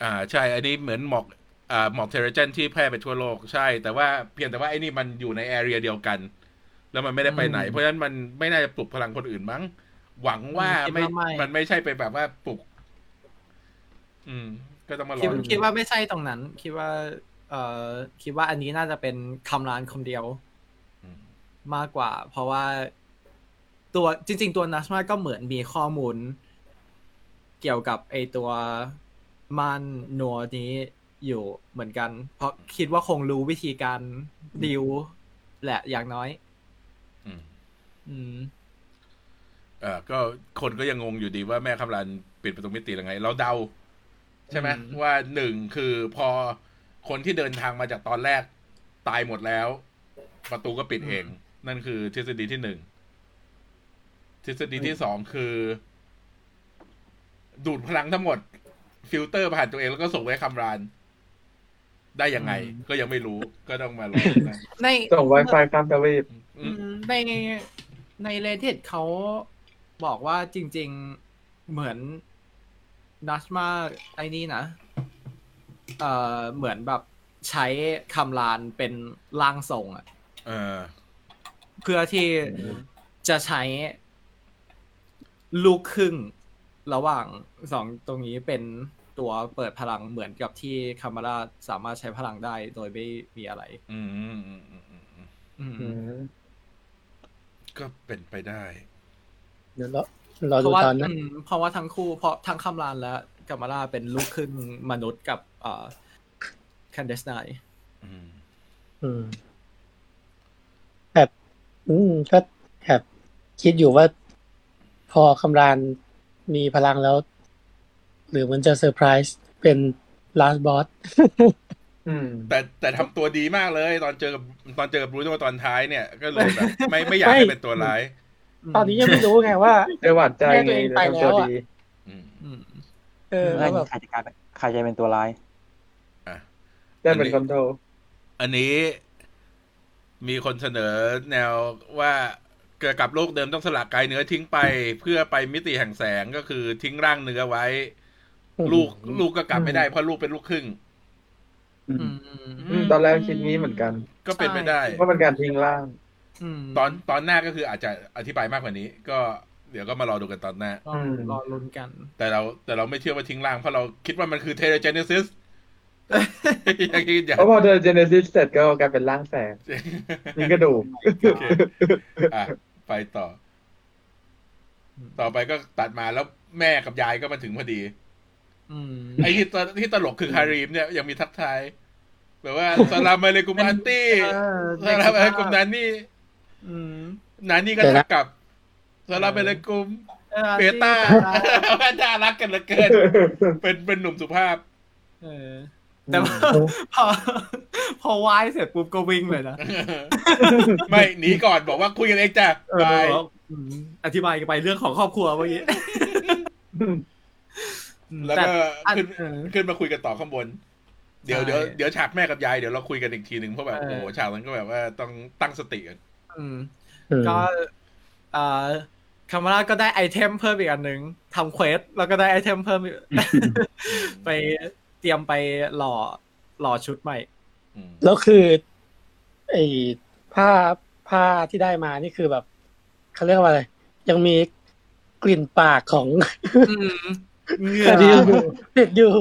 อ่า ใช่ อันนี้เหมือนหมอก อ่า หมอกเทเรเจนที่แพร่ไปทั่วโลก ใช่ แต่ว่าเพียงแต่ว่าไอ้นี่มันอยู่ในแอเรียเดียวกัน แล้วมันไม่ได้ไปไหน อืม เพราะฉะนั้นมันไม่น่าจะปลุกพลังคนอื่นมั้ง หวังว่า คิด ไม่ ว่าไม่ มันไม่ใช่ไปแบบว่าปลุก อืม ก็ต้องมารอ คิด ดู คิดว่าไม่ใช่ตรงนั้น คิดว่า เอ่อ คิดว่าอันนี้น่าจะเป็นคำร้านคำเดียว อืม มากกว่า เพราะว่าตัวจริง ๆ ตัวนัชมาก็เหมือนมีข้อมูล เกี่ยวกับไอตัวมันนัวนี้อยู่เหมือนกัน เพราะคิดว่าคงรู้วิธีการดิวแหละอย่างน้อย อืม อืม เออก็คนก็ยังงงอยู่ดีว่าแม่คำรันปิดประตูมิติยังไง เราเดา ใช่ไหม อืม ว่าหนึ่งคือพอคนที่เดินทางมาจากตอนแรกตายหมดแล้ว ประตูก็ปิดเอง นั่นคือทฤษฎีที่หนึ่งทฤษฎีที่สองคือ ดูดพลังทั้งหมด ฟิลเตอร์ผ่านตัวเองแล้วก็ส่งไปให้คำราน ได้ยังไง ก็ยังไม่รู้ก็ต้องมารอนะ ใน ส่ง Wi-Fi ข้ามทวีป อื อื ม มในในเลเทดเขาบอกว่าจริง ๆเหมือนนัชมาไอ้นี่นะ เอ่อเหมือนแบบใช้คำรานเป็นร่างทรงอะ เออ เพื่อที่จะใช้ลูกครึ่งระหว่างสองตรงนี้เป็นตัวเปิดพลังเหมือนกับที่คามาราสามารถใช้พลังได้โดยไม่มีอะไร อืมอืมอืมอืมอืมอืม อืม อืม ก็เป็นไปได้ เดี๋ยวรอรอ เพ ดู ราะว่า ตอนหนั้า อืมเพราะว่าทั้งคู่เพราะทั้งคำรานและกามาราเป็นลูกครึ่งมนุษย์กับเอ่อคันเดสไน อืม อืมแบบอืมก็แบบคิดอยู่ว่า พอคำรานมีพลังแล้ว หรือมันจะเซอร์ไพรส์เป็นลาสบอส อืม แต่แต่ทำตัวดีมากเลย ตอนเจอกับตอนเจอกับบรูโน่ตอนท้ายเนี่ยก็เลยแบบไม่ไม่อยากให้เป็นตัวร้าย ตอนนี้ยังไม่รู้ไงว่า เจอหวานใจไง แม่ตัวเอง เดี๋ยไปวทำตัแล้ววอะ ดี อืม อืม เออ เพื่ แล้ อ วแบบ ใครจะกลายเป็นใครจะเป็นตัวร้าย อ่ะ ได้เป็นคอนโทรล อันนี้มีคนเสนอแนวว่าเกิดกับโลกเดิมต้องสละกายเนื้อทิ้งไป เพื่อไปมิติแห่งแสงก็คือทิ้งร่างเนื้อไว้ ลูกลูกก็กลับไม่ได้เพราะลูกเป็นลูกครึ่ง อืม อืม ตอนแรกคิดงี้เหมือนกัน ก็เป็นไปได้ ว่าเป็นการทิ้งร่าง ม ตอนตอนหน้าก็คืออาจจะอธิบายมากกว่านี้ ก็เดี๋ยวก็มารอดูกันตอนหน้า รอรอลุ้นกัน แต่เราแต่เราไม่เชื่อว่าทิ้งร่างเพราะเราคิดว่ามันคือเทเล เจเนซิส ยังคิดอย่าง เพ ราะพอเธอเจเนซิสเสร็จก็กลายเป็นร่างแสงมีกระดูก โอเคอ่ะไปต่อ ต่อไปก็ตัดมาแล้วแม่กับยายก็มาถึงพอดี อืม ไอ้ที่ตที่ตลกคือฮารีมเนี่ยยังมีทักทาย แบบว่าสลามอะเลกุ มอันตี้ เออ สลามอะเลกุมนานี่ อืม นานี่ก็ทักกลับ สำหรับเป็นเลยก ลุ่ม ออ เบต้า จริงเบต้า น่ารักกันเหลือเกิน เป็นเป็นหนุ่มสุภาพ เออแต่ว่าพอ พอไหวเสร็จปุ๊บก็วิ่งเลยนะ ไม่หนีก่อนบอกว่าคุยกันเองจ้ะ เออบ าย แล้วอืมอธิบายกันไปเรื่องของครอบครัวเมื่อกี้ แล้ว แต่ ก็ อัน ขึ้น เออ ขึ้นมาคุยกันต่อข้างบน เดี๋ยว ใช่ เดี๋ยวเดี๋ยวฉากแม่กับยายเดี๋ยวเราคุยกันอีกทีหนึ่งเพราะแบบ เออ โอ้โหฉากนั้นก็แบบว่าต้องตั้งสติกัน อืม อืม ก็เอ่อคามาร่าก็ได้ไอเทมเพิ่มอีกอันหนึ่งทำเควสแล้วก็ได้ไอเทมเพิ่มอีกไปเตรียมไปหล่อหล่อชุดใหม่ อืม แล้วคือไอ้ผ้าผ้าที่ได้มานี่คือแบบเขาเรียกว่าอะไร ยังมีกลิ่นปาก ของ อืมเหงื่ ค อ ดีอยู่ติดอยู่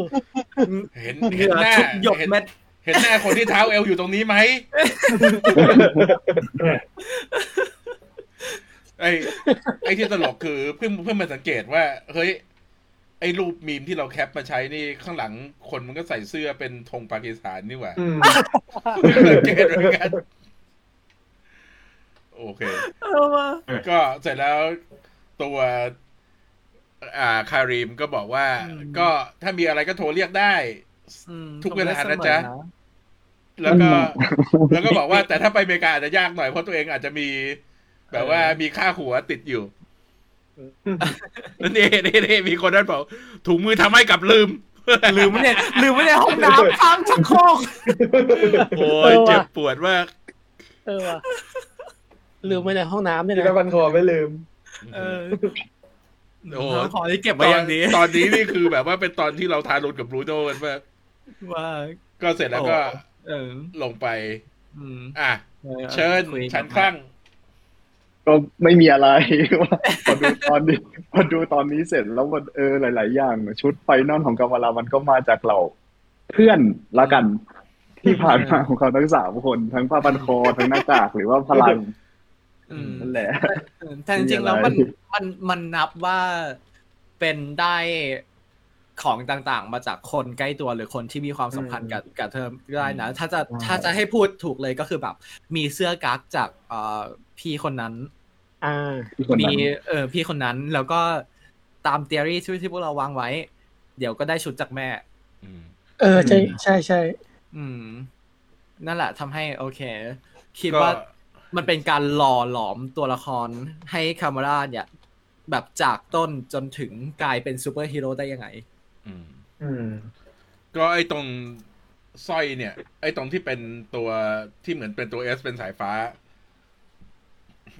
เห็น เห เห็น งื่อ หน้า ชุบหยก เห็น เม็ด เห็นหน้าคนที่เท้าเอวอยู่ตรงนี้ไหมไอ้ ไอ้ที่ตลกคือเพิ่งเพิ่งมาสังเกตว่า เฮ้ย ไอ้รูปมีมที่เราแคปมาใช้นี่ข้างหลังคนมันก็ใส่เสื้อเป็นธงปากีสถานนี่หว่า อืม สังเกตเหมือนกันโอเค เออว่ะ ก็เสร็จแล้วตัว อ่าคารีมก็บอกว่า ก็ถ้ามีอะไรก็โทรเรียกได้ อืม ทุกเวลา ทำได้สมอ นะจ๊ะ แล้ว ก็ แล้วก็บอกว่า แต่ถ้าไปอเมริกาอาจจะยากหน่อยเพราะตัวเองอาจจะมี แบบว่ามีค่าหัวติดอยู่นั่นเองนี่นี่มีคนนั้นบอกถุงมือทำให้กลับลืม ลืมไม่ได้ลืมไม่ได้ห้องน้ำพังชักโครก โอ้ยเจ็บปวดมาก เออว่ะลืมไว้ในห้องน้ำเนี่ย ที่ไป นะ บันคอไม่ลืม เออ โอ้โห ขอที่เก็บ ต ไว้ อ อน ย่างดี ตอนนี้นี่คือแบบว่าเป็นตอนที่เราทารุณกับบรูโน่กันมาก ว่า ก็เสร็จแล้วก็ เออ ลงไป อืม อ่ะ ออ เชิญ คุยกัน ฉันคลั่ง ก็ไม่มีอะไร ว่าพอดูตอนนี้ พอดูตอนนี้เสร็จแล้วมันเออหลาย ๆ อย่าง ชุดไฟนอลของกาวาลามันก็มาจากเราเพื่อนละกัน ที่ผ่านมาของเขาทั้งสามคนทั้งผ้าบันคอทั้งหน้ากากหรือว่าพลัง อืม นั่นแหละ เออแต่จริงๆแล้วมัน มีอะไร มันมันนับว่าเป็นได้ของต่างๆ มาจากคนใกล้ตัวหรือคนที่มีความสัมพันธ์กับกับเธอได้นะ ถ้าจะถ้าจะให้พูดถูกเลยก็คือแบบ มีเสื้อกั๊กจากเอ่อพี่คนนั้น อ่า ที่คน มี นั้น เออพี่คนนั้นแล้วก็ตามเทอรี่ที่ที่พวกเราวางไว้ เดี๋ยวก็ได้ชุดจากแม่ เออใช่ใช่ใช่ อืม นั่นแหละทำให้โอเค คิด ก็ ว่า มันเป็นการหล่อหลอมตัวละครให้คามาราเนี่ย แบบจากต้นจนถึงกลายเป็นซูเปอร์ฮีโร่ได้ยังไง อืม อืม ก็ไอ้ตรงสร้อยเนี่ย ไอ้ตรงที่เป็นตัวที่เหมือนเป็นตัวเอสเป็นสายฟ้า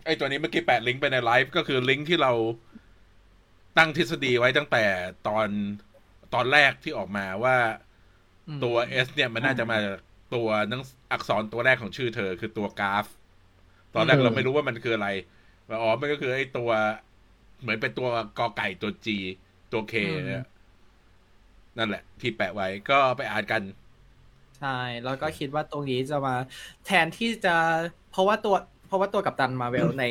ไอ้ตัวนี้เมื่อกี้แปะลิงก์ไปในไลฟ์ก็คือลิงก์ที่เราตั้งทฤษฎีไว้ตั้งแต่ตอนตอนแรกที่ออกมาว่า อืม ตัวเอสเนี่ยมันน่าจะมาจากตัวหนังอักษรตัวแรกของชื่อเธอ คือตัวกราฟ ตอนแรก อืม เราไม่รู้ว่ามันคืออะไรว่าอ๋อมันก็คือไอ้ตัวเหมือนเป็นตัวกอไก่ตัวจีตัวเคเนี่ย นั่นแหละ ที่แปะไว้ก็ไปอ่านกัน ใช่แล้วก็คิดว่าตรงนี้จะมาแทนที่จะเพราะว่าตัว เพราะว่าตัวกัปตันมาเวลใน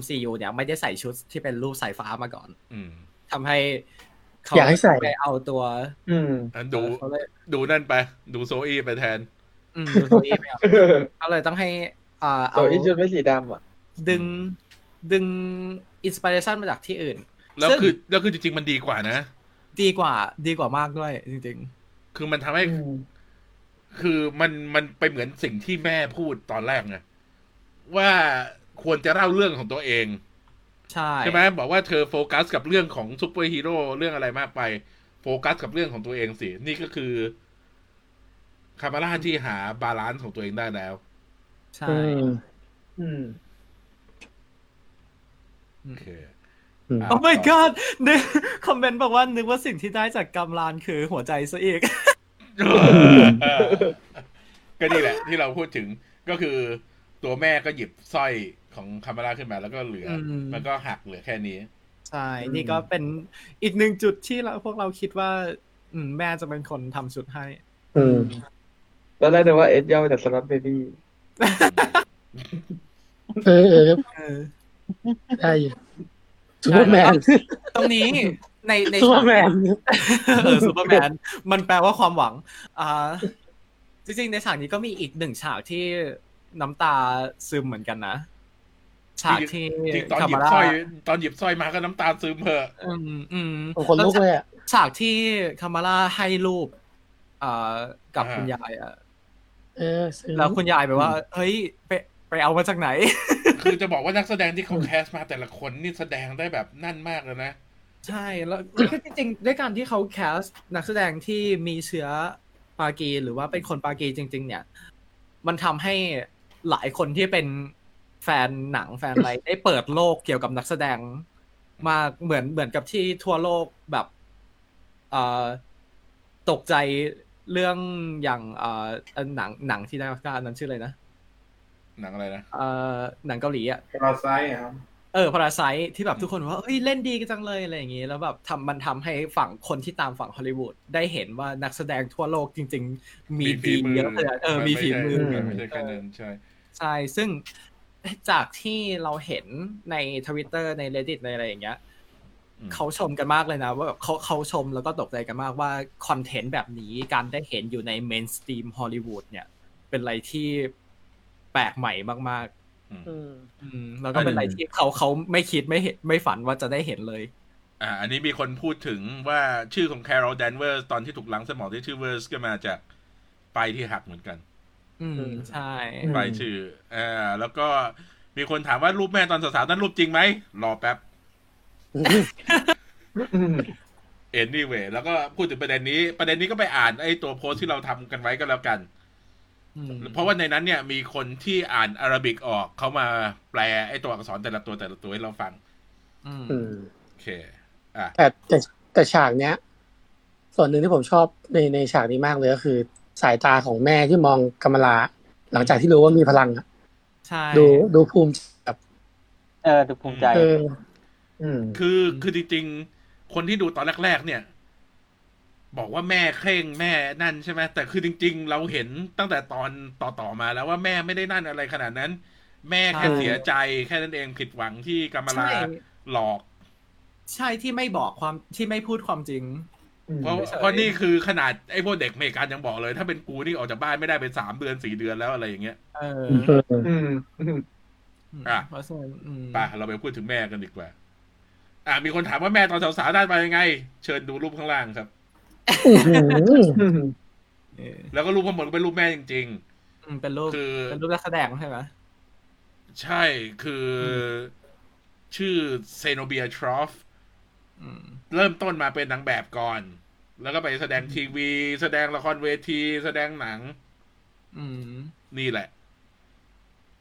MCU เนี่ย ไม่ได้ใส่ชุดที่เป็นรูปสายฟ้ามาก่อน อืม ทำให้เขา อยากให้ใส่ ไปเอาตัว อืม อันดู เขาเลย ดูนั่นไป ดูโซอี้ไปแทน อืมดูตัวนี้ไม่เอาเขาเลยต้องให้อ่า ตั เอา วอีชุดไม่สีดำอ่ะ ดึงดึงอินสปิเรชันมาจากที่อื่น แล้ว ซึ่ง คือแล้วคือจริง ๆ มันดีกว่านะ ดีกว่าดีกว่ามากด้วยจริง ๆ คือมันทำให้คือมันมันไปเหมือนสิ่งที่แม่พูดตอนแรกไงว่าควรจะเล่าเรื่องของตัวเอง ใช่ ใช่ไหมบอกว่าเธอโฟกัสกับเรื่องของซูเปอร์ฮีโร่เรื่องอะไรมากไป โฟกัสกับเรื่องของตัวเองสิ นี่ก็คือคามาร่าที่หาบาลานซ์ของตัวเองได้แล้ว ใช่ อืม อืม โอเค อืม ะ โอ้ my ต่ god นึกคอมเมนต์บอกว่านึกว่าสิ่งที่ได้จากกำลานคือหัวใจซะอีก เออก็นี่แหละ ที่เราพูดถึงก็คือตัวแม่ก็หยิบสร้อยของคามาร่าขึ้นมาแล้วก็เหลืออ ม มันก็หักเหลือแค่นี้ ใช่ นี่ก็เป็นอีกหนึ่งจุดที่เราพวกเราคิดว่า อืมแม่จะเป็นคนทำชุดให้ อืม ตอนแรกนึกว่าเอสย่อมาจากสล็อตเบบี้ เออเออ เออ ได้อยู่ซูเปอร์แมน ตรงนี้ในใน ซูเปอร์แมน เอ อซูเปอร์แมนมันแปลว่าความหวัง อ่า จริงๆ ในฉากนี้ก็มีอีกหนึ่งฉากที่น้ำตาซึมเหมือนกันนะ ฉากที่ จริงๆตอนหยิบ คามาร่า สร้อย ตอนหยิบสร้อยมาก็น้ำตาซึมเหอะ อืมอืม ผมคนลุกเลยอ่ะ ฉากที่คามาร่าให้รูปอ่ากับคุณยายอ่ะ เออซึ้ง แล้วคุณยายแบบว่า เฮ้ย ไปไปเอามาจากไหน คือจะบอกว่านักแสดงที่เขาแคสมาแต่ละคนนี่แสดงได้แบบนั่นมากเลยนะ ใช่แล้วคือจริงๆ ด้วยการที่เขาแคสต์นักแสดงที่มีเชื้อปากีหรือว่าเป็นคนปากีจริง ๆ เนี่ย มันทำให้หลายคนที่เป็นแฟนหนังแฟนอะไร ได้เปิดโลกเกี่ยวกับนักแสดงมากเหมือนเหมือนกับที่ทั่วโลกแบบเอ่อตกใจเรื่องอย่างเอ่อหนังหนังที่ได้ออสการ์อันนั้นชื่ออะไรนะ หนังอะไรนะ เอ่อหนังเกาหลีอะ เราไซส์ครับ เออพาราไซที่แบบทุกคนว่าเอ้ยเล่นดีกันจังเลยอะไรอย่างนี้ แล้วแบบทำมันทำให้ฝั่งคนที่ตามฝั่งฮอลลีวูดได้เห็นว่านักแสดงทั่วโลกจริง ๆ มีดีเยอะเลยเออมีฝีมือ ไม่ใช่แค่นั้นใช่ ใช่ ซึ่งจากที่เราเห็นในทวิตเตอร์ใน reddit ในอะไรอย่างเงี้ย อืม เขาชมกันมากเลยนะ ว่าแบบเขาเขาชมแล้วก็ตกใจกันมากว่า คอนเทนต์แบบนี้การได้เห็นอยู่ในเมนสตรีมฮอลลีวูดเนี่ย เป็นอะไรที่แปลกใหม่มาก ๆ อืม อืมแล้วก็เป็นอะไรที่เขาเขาไม่คิดไม่เห็นไม่ฝันว่าจะได้เห็นเลย อ่า อันนี้มีคนพูดถึงว่าชื่อของ Carol Danvers ตอนที่ถูกล้างสมองที่ชื่อ Vers ก็มาจากไปที่หักเหมือนกัน อืม อืม ใช่ ไปชื่ออ่าแล้วก็มีคนถามว่ารูปแม่ตอนสาวๆนั้นรูปจริงไหม รอแป๊บ อืม anyway แล้วก็พูดถึงประเด็นนี้ ประเด็นนี้ก็ไปอ่านไอ้ตัวโพสต์ที่เราทำกันไว้ก็แล้วกัน อืม เพราะว่าในนั้นเนี่ยมีคนที่อ่านอาหรับิกออกเขามาแปลไอ้ตัวอักษรแต่ละตัวแต่ละตัวให้เราฟัง อืม อืม โอเค อ่ะ แต่แต่แต่ฉากเนี้ย ส่วนหนึ่งที่ผมชอบในในฉากนี้มากเลยก็คือ สายตาของแม่ที่มองกำมะลา หลังจากที่รู้ว่ามีพลังอะ ใช่ ดูดูภูมิใจแบบ เออดูภูมิใจ เออ อืม คือคือจริงๆ คนที่ดูตอนแรกๆ เนี่ย บอกว่าแม่เคร่งแม่นั่นใช่ไหมแต่คือจริง ๆ เราเห็นตั้งแต่ตอนต่อๆมาแล้วว่าแม่ไม่ได้นั่นอะไรขนาดนั้น แม่แค่ ใช่ เสียใจแค่นั้นเองผิดหวังที่กรรมลา ใช่ หลอก ใช่ที่ไม่บอกความที่ไม่พูดความจริง เพราะ ไม่ใช่ เพราะนี่คือขนาดไอ้พวกเด็กอเมริกันยังบอกเลย ถ้าเป็นกูนี่ออกจากบ้านไม่ได้เป็นสามเดือนสี่เดือนแล้วอะไรอย่างเงี้ย เออ เออ อืมอืม ม อ่ะ เพราะฉะนั้นอืม ไปเราไปพูดถึงแม่กันดีกว่า อ่ามีคนถามว่าแม่ตอนสาวๆได้มายังไง เชิญดูรูปข้างล่างครับ เออ แล้วก็รูปข้างบนก็เป็นรูปแม่จริง อืมเป็นรูป ๆ คือ เป็นรูปนักแสดงใช่ไหม ใช่คืออชื่อเซโนเบียทรอฟ อืม เริ่มต้นมาเป็นนางแบบก่อน แล้วก็ไปแสดงทีวี แสดงละครเวที แสดงหนัง อืม นี่แหละ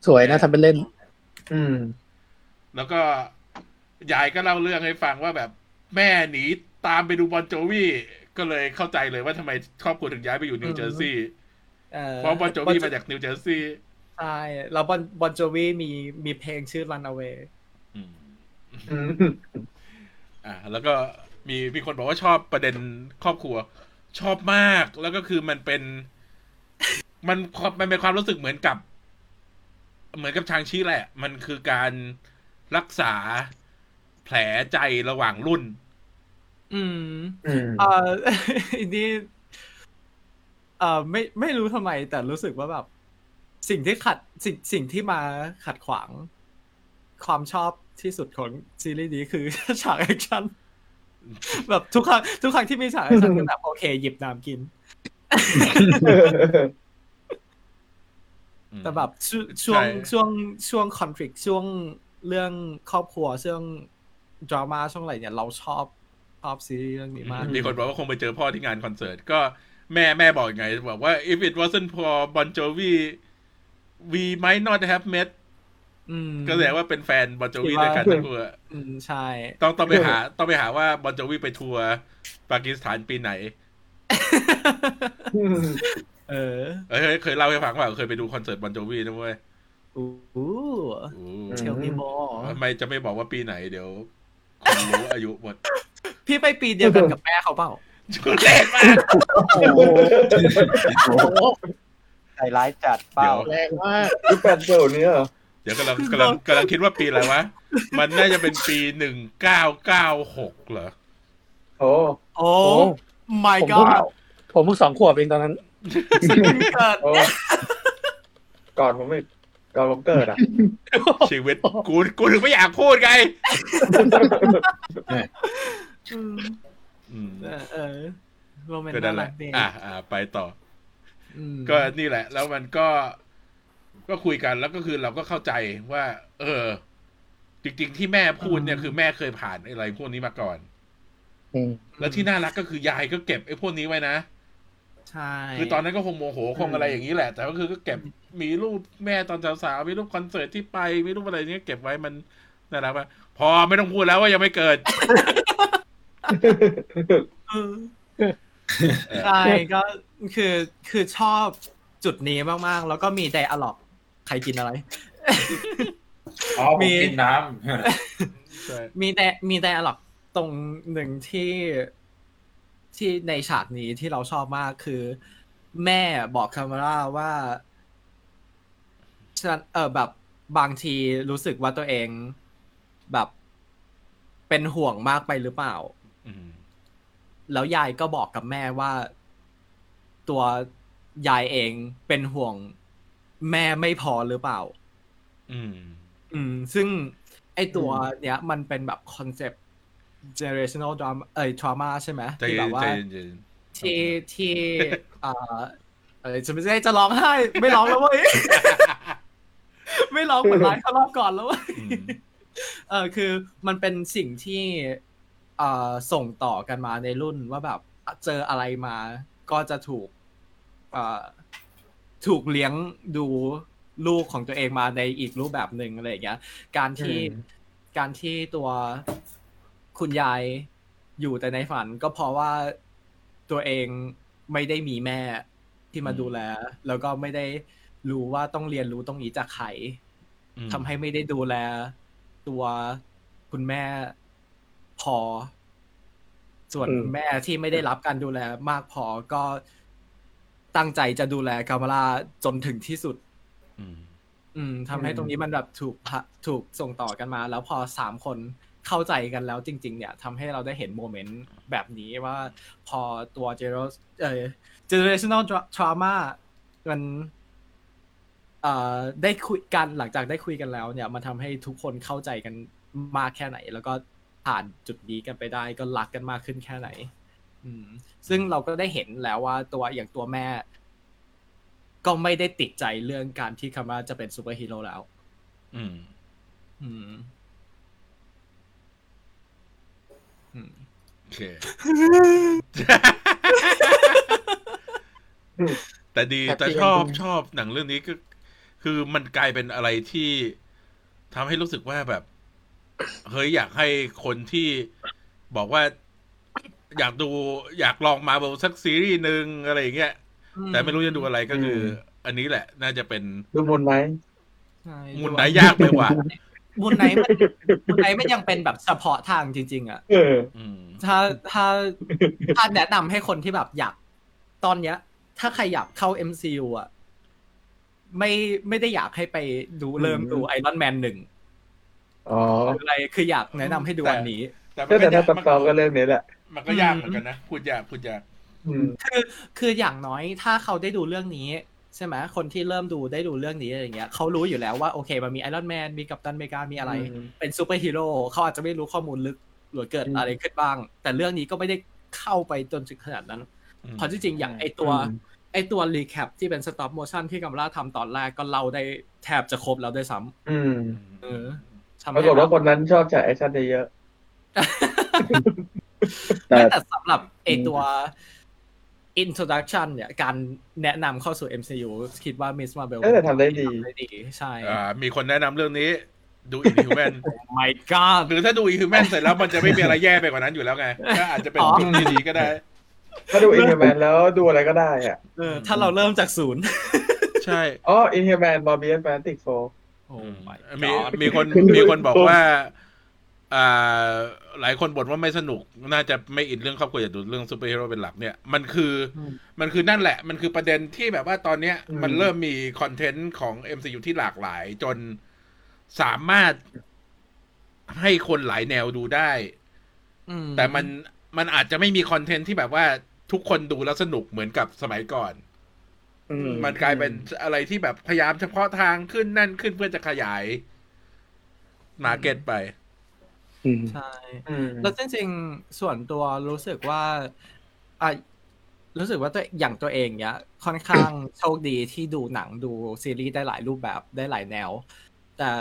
สวยนะทำเป็นเล่น อืม แล้วก็ยายก็เล่าเรื่องให้ฟังว่าแบบแม่หนีตามไปดูบอลโจวี่ ก็เลยเข้าใจเลยว่าทำไมครอบครัวถึงย้ายไปอยู่นิวเจอร์ซีย์ เออ เพราะบอลโจวี่มาจากนิวเจอร์ซีย์ ใช่แล้วบอลบอลโจวีมีมีเพลงชื่อ Runaway อืม อืม อ่ะแล้วก็มีมีคนบอกว่าชอบประเด็นครอบครัว ชอบมากแล้วก็คือมันเป็น มันความมันเป็นความรู้สึกเหมือนกับ เหมือนกับชางชีแหละ มันคือการรักษาแผลใจระหว่างรุ่น อืม อืม เออ อันนี้เออไม่ไม่รู้ทำไม แต่รู้สึกว่าแบบ สิ่งที่ขัดสิ่งสิ่งที่มาขัดขวาง ความชอบที่สุดของซีรีส์นี้คือ ฉากแอคชั่นแบบทุกครั้งทุกครั้งที่มีฉากแอคชั่นก็แบบโอเค หยิบน้ำกิน แต่แบบชช่วง ใช่ ช่วงช่วงคอน FLICT ช่วงเรื่องครอบครัวช่วงดราม่าช่วงอะไรเนี่ย เราชอบชอบซีรีส์เรื่องนี้มาก มีคนบอกว่าคงไปเจอพ่อที่งานคอนเสิร์ต ก็แม่แม่บอกยังไง บอกว่า if it wasn't for Bon Jovi we might not have met อืม ก็แสดงว่าเป็นแฟน Bon Jovi คิดว่า ด้วยกันทั้งคู่อะ อืมใช่ ต้องต้องไปหาต้องไปหาว่าบอลโจวีไปทัวร์ปากีสถานปีไหน เออ เอ้ยเคยเล่าให้ฟังว่าเคยไปดูคอนเสิร์ตบอลโจวีนะเว้ย อู้ อู้ เชลมีบอ ทำไมจะไม่บอกว่าปีไหนเดี๋ยวคนรู้อายุหมด พี่ไปปีเดียวกันกับแม่เขาเปล่า ชุดเล่นมาก ใส่ร้ายจัดเป เดี๋ย ล่า ว แรงมาก ยุคแปดเซลเนี่ยเหรอ เดี๋ยวกำลังกำลังกำลังคิดว่าปีอะไรวะ มันน่าจะเป็นปีหนึ่งเก้าเก้าหกเหรอ โอ้ โอ้ โอ้ my ผมเพิ่ง god ผมเพิ่งสองขวบเองตอนนั้น เกิด โอ้ ก่อนผมอีก ก็ล้มเกิดอ่ะ ชีวิตกูกูถึงไม่อยากพูดไงอืม เออเออโรแมน ก็ น่า นั่นแห รั ละ กดี อ่ะอ่ะไปต่อ อืม ก็นี่แหละ แล้วมันก็ก็คุยกันแล้วก็คือเราก็เข้าใจว่า เออ จริง ๆ ที่แม่พูดเนี่ย อืม คือแม่เคยผ่านอะไรพวกนี้มาก่อน อืม แล้วที่น่ารักก็คือยายก็เก็บไอ้พวกนี้ไว้นะ ใช่ คือตอนนั้นก็คงโมโหคงอะไรอย่างนี้แหละ แต่ก็คือก็เก็บมีรูปแม่ตอนสาวๆมีรูปคอนเสิร์ตที่ไปมีรูปอะไรเนี้ยเก็บไว้มันน่ารักมากพอไม่ต้องพูดแล้วว่ายังไม่เกิด เออใช่ก็คือคือชอบจุดนี้มาก ๆ แล้วก็มีไดอะล็อกใครกินอะไร อ๋อผ มี มกินน้ ใช่ มีไดมีไดอะล็อกตรงหนึ่งที่ที่ในฉากนี้ที่เราชอบมากคือ แม่บอกคามาร่าว่าฉันเออแบบบางทีรู้สึกว่าตัวเองแบบเป็นห่วงมากไปหรือเปล่า อืม แล้วยายก็บอกกับแม่ว่าตัวยายเองเป็นห่วงแม่ไม่พอหรือเปล่า อืม อืม ซึ่งไอตัวเนี้ยมันเป็นแบบคอนเซปต์ generational drama เอ้ย trauma ใช่ไหม ใจ ที่แบเย็บ น ว่า ใจเย็นใจเย็น ที่ที่เอ่อเอ้ยจะไม่ใช่จะร้องไห้ ไม่ร้องแล้วเว้ย ไม่ร้องเหมือนร้ายเขารอบก่อนแล้วเว้ย อืม เออคือมันเป็นสิ่งที่เอ่อส่งต่อกันมาในรุ่นว่าแบบเจออะไรมาก็จะถูกเอ่อถูกเลี้ยงดูลูกของตัวเองมาในอีกรูปแบบหนึ่งอะไรอย่างเงี้ย การที่ อืม การที่ตัวคุณยายอยู่แต่ในฝัน ก็เพราะว่าตัวเองไม่ได้มีแม่ที่มาดูแล แล้วก็ไม่ได้รู้ว่าต้องเรียนรู้ตรงนี้จากใคร อืม ทำให้ไม่ได้ดูแลตัวคุณแม่พอ ส่วน อืม คุณแม่ที่ไม่ได้รับการดูแลมากพอก็ตั้งใจจะดูแลกามาลาจนถึงที่สุด อืม อืมทำให้ตรงนี้มันแบบถูกพะถูกส่งต่อกันมา แล้วพอสามคนเข้าใจกันแล้วจริง ๆ เนี่ยทำให้เราได้เห็นโมเมนต์แบบนี้ว่าพอตัว gener- เอ่อ generational tra- trauma มันเอ่อได้คุยกันหลังจากได้คุยกันแล้ว เนี่ย มันทำให้ทุกคนเข้าใจกันมากแค่ไหน แล้วก็ผ่านจุดนี้กันไปได้ ก็รักกันมากขึ้นแค่ไหน อืม ซึ่งเราก็ได้เห็นแล้วว่าตัวอย่างตัวแม่ ก็ไม่ได้ติดใจเรื่องการที่คามาจะเป็นซูเปอร์ฮีโร่แล้ว อืม อืม อืม โอ เค แต่ดี Happy แต่ชอบ ending ชอบหนังเรื่องนี้ก็ คือมันกลายเป็นอะไรที่ทำให้รู้สึกว่าแบบ เฮ้ยอยากให้คนที่บอกว่า อยากดูอยากลองมาเบลสักซีรีส์หนึ่งอะไรอย่างเงี้ยแต่ไม่รู้จะดูอะไรก็คือออันนี้แหละ น่าจะเป็น ดูมูลไหม ใช่ มุนไหนยากไปกว่า มูลไหนมันมูลไหนมันยังเป็นแบบเฉพาะทางจริง ๆ อ่ะ เออ อืม ถ้าถ้าถ้าแนะนำให้คนที่แบบอยาก ตอนเนี้ย ถ้าใครอยากเข้า MCU อ่ะ ไม่ไม่ได้อยากให้ไปดูเริ่มดูไอรอนแมนหนึ่ง อ๋อ อะไรคืออยากแนะนำให้ดู แต่ อันนี้ มั ก็แต่ ย ถ้าซับซ้อนก็ มัน เรื่องนี้แหละ มันก็ยากเหมือนกันนะพูดยากพูดยาก อืม คือคืออย่างน้อยถ้าเขาได้ดูเรื่องนี้ ใช่ไหมคนที่เริ่มดูได้ดูเรื่องนี้อะไรเงี้ยเขารู้อยู่แล้วว่าโอเคมันมีไอรอนแมนมีกัปตันอเมริกามีอะไร อืม เป็นซูเปอร์ฮีโร่เขาอาจจะไม่รู้ข้อมูลลึกหรือเกิดอะไรขึ้นบ้าง แต่เรื่องนี้ก็ไม่ได้เข้าไปจนถึงขนาดนั้นเพราะจริงๆอย่างไอตัวไอตัวรีแคปที่เป็นสต็อปโมชั่นที่กัมลาทำตอนแรกก็เล่าได้แทบจะครบแล้วด้วยซ้ อืม ำเออทำ ปรา ให้ กฏว่า เ คนนั้นชอบฉายแอคชั่นเยอะ แต่ ไม่แต่สำหรับไอตัว introduction เนี่ย การแนะนำเข้าสู่ MCU คิดว่า Miss Marvel เอ้ยแต่ทำได้ดี ทำได้ดี ใช่ อ่ามีคนแนะนำเรื่องนี้ดูอินฮิว แมน My God หรือถ้าดูอินฮิวแมนเสร็จแล้วมันจะไม่มีอะไรแย่ไปกว่านั้นอยู่แล้วไง ก็อาจจะเป็น อ๋อ จุดที่ดีก็ได้ ๆ ถ้าดูอินเทอร์แมนแล้วดูอะไรก็ได้อ่ะ เออถ้าเราเริ่มจากศูนย์ ใช่ อ๋ออินเทอร์แมนบอ b บี้แฟนติกโฟ โอ้ my มี God มีคนมีคนบอกว่า อ่า หลายคนบ่นว่าไม่สนุก น่าจะไม่อินเรื่องครอบครัวอย่าดูเรื่องซูเปอร์ฮีโร่เป็นหลักเนี่ย มันคืออมันคือนั่นแหละ มันคือประเด็นที่แบบว่าตอนเนี้ย อืม มันเริ่มมีคอนเทนต์ของ MCU ที่หลากหลาย จนสามารถให้คนหลายแนวดูได้ อื แต่มันมันอาจจะไม่มีคอนเทนต์ที่แบบว่าทุกคนดูแล้วสนุกเหมือนกับสมัยก่อน อืม มันกลายเป็นอะไรที่แบบพยายามเฉพาะทางขึ้นนั่นขึ้นเพื่อจะขยายมาเก็ตไป อืม ใช่ อืม แล้วจริงๆ ส่วนตัวรู้สึกว่าอ่ะรู้สึกว่าตัวอย่างตัวเองเนี้ย ค่อนข้าง โชคดีที่ดูหนังดูซีรีส์ได้หลายรูปแบบได้หลายแนว แต่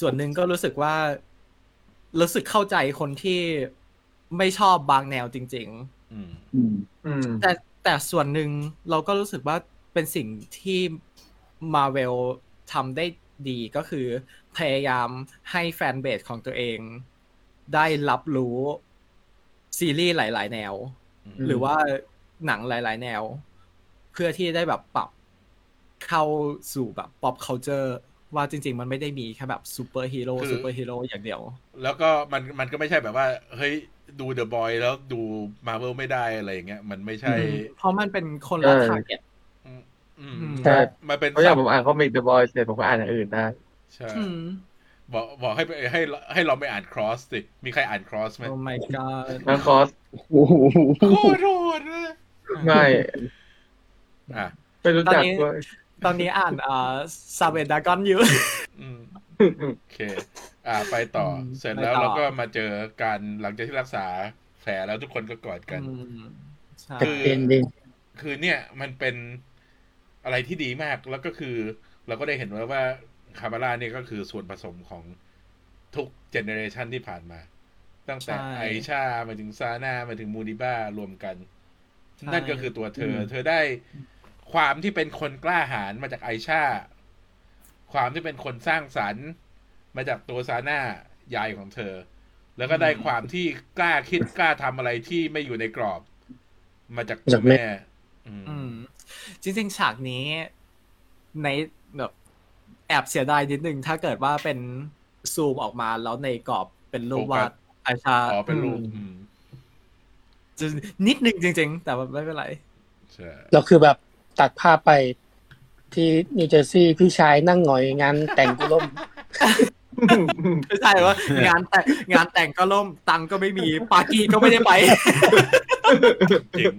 ส่วนหนึ่งก็รู้สึกว่า รู้สึกเข้าใจคนที่ไม่ชอบบางแนวจริง ๆ อืม อืม อืม แต่แต่ส่วนหนึ่งเราก็รู้สึกว่าเป็นสิ่งที่มาเวลทำได้ดีก็คือพยายามให้แฟนเบสของตัวเอง ได้รับรู้ซีรีส์หลาย ๆ แนว อืม หรือว่าหนังหลาย ๆ แนว เพื่อที่ได้แบบปรับเข้าสู่แบบ pop culture ว่าจริง ๆ มันไม่ได้มีแค่แบบซูเปอร์ฮีโร่ คือ ซูเปอร์ฮีโร่อย่างเดียว แล้วก็มันมันก็ไม่ใช่แบบว่า เฮ้ย ดูเดอะบอยแล้วดูมาเวลไม่ได้อะไรอย่างเงี้ย มันไม่ใช่ เพราะมันเป็นคนละ เออ ทาร์เก็ต อืม ใช่ มันเป็น เพราะอย่างผมอ่านคอมิกเดอะบอยเสร็จผมก็อ่านอย่างอื่นได้ ใช่บอกบอกให้ไปให้เราให้เราไม่อ่านครอสสิมีใครอ่านครอสไหม Oh my god แล้วคอส โอ้โห โคตรโหดเลย ไม่ อ่ะ ไม่รู้จัตอกนนี้ ด้วย ตอนนี้อ่านเอ่อซาเวดากอนอยู่ อืม โอเค อ่า ไปต่ออ ม เสร็จแล้ว ไปต่อ เราก็มาเจอการหลังจากที่รักษาแผลแล้วทุกคนก็กอดกัน อืมใช่ แต่เอนดิง คือเนี่ยมันเป็นอะไรที่ดีมากแล้วก็คือ เราก็ได้เห็นแล้วว่าคาร์บาร่าเนี่ยก็คือส่วนผสมของทุกเจเนอเรชันที่ผ่านมา ตั้งแต่ ใช่ ไอชามาถึงซาน่ามาถึงมูนิบ้ารวมกัน ใช่ นั่นก็คือตัวเธอ เธอได้ความที่เป็นคนกล้าหาญมาจากไอชา ความที่เป็นคนสร้างสรรค์ มาจากตัวซาน่ายายของเธอ แล้วก็ได้ความที่กล้าคิดกล้าทำอะไรที่ไม่อยู่ในกรอบ มาจากตัว จากแม่ แม่ อืม อืม จริงๆฉากนี้ในแบบแอบเสียดายนิดนึง ถ้าเกิดว่าเป็นซูมออกมาแล้วในกรอบเป็นรูปวาดอาชา อ๋อเป็นรูปอืม จะนิดนึงจริง ๆ แต่ว่าไม่เป็นไร ใช่ เราคือแบบตัดภาพไปที่นิวเจอร์ซีย์พี่ชายนั่งหงอยงานแต่งกุล่ม ไม่ใช่ว่า งานแต่งงานแต่งก็ล่มตังค์ก็ไม่มีปากีก็ไม่ได้ไป จริง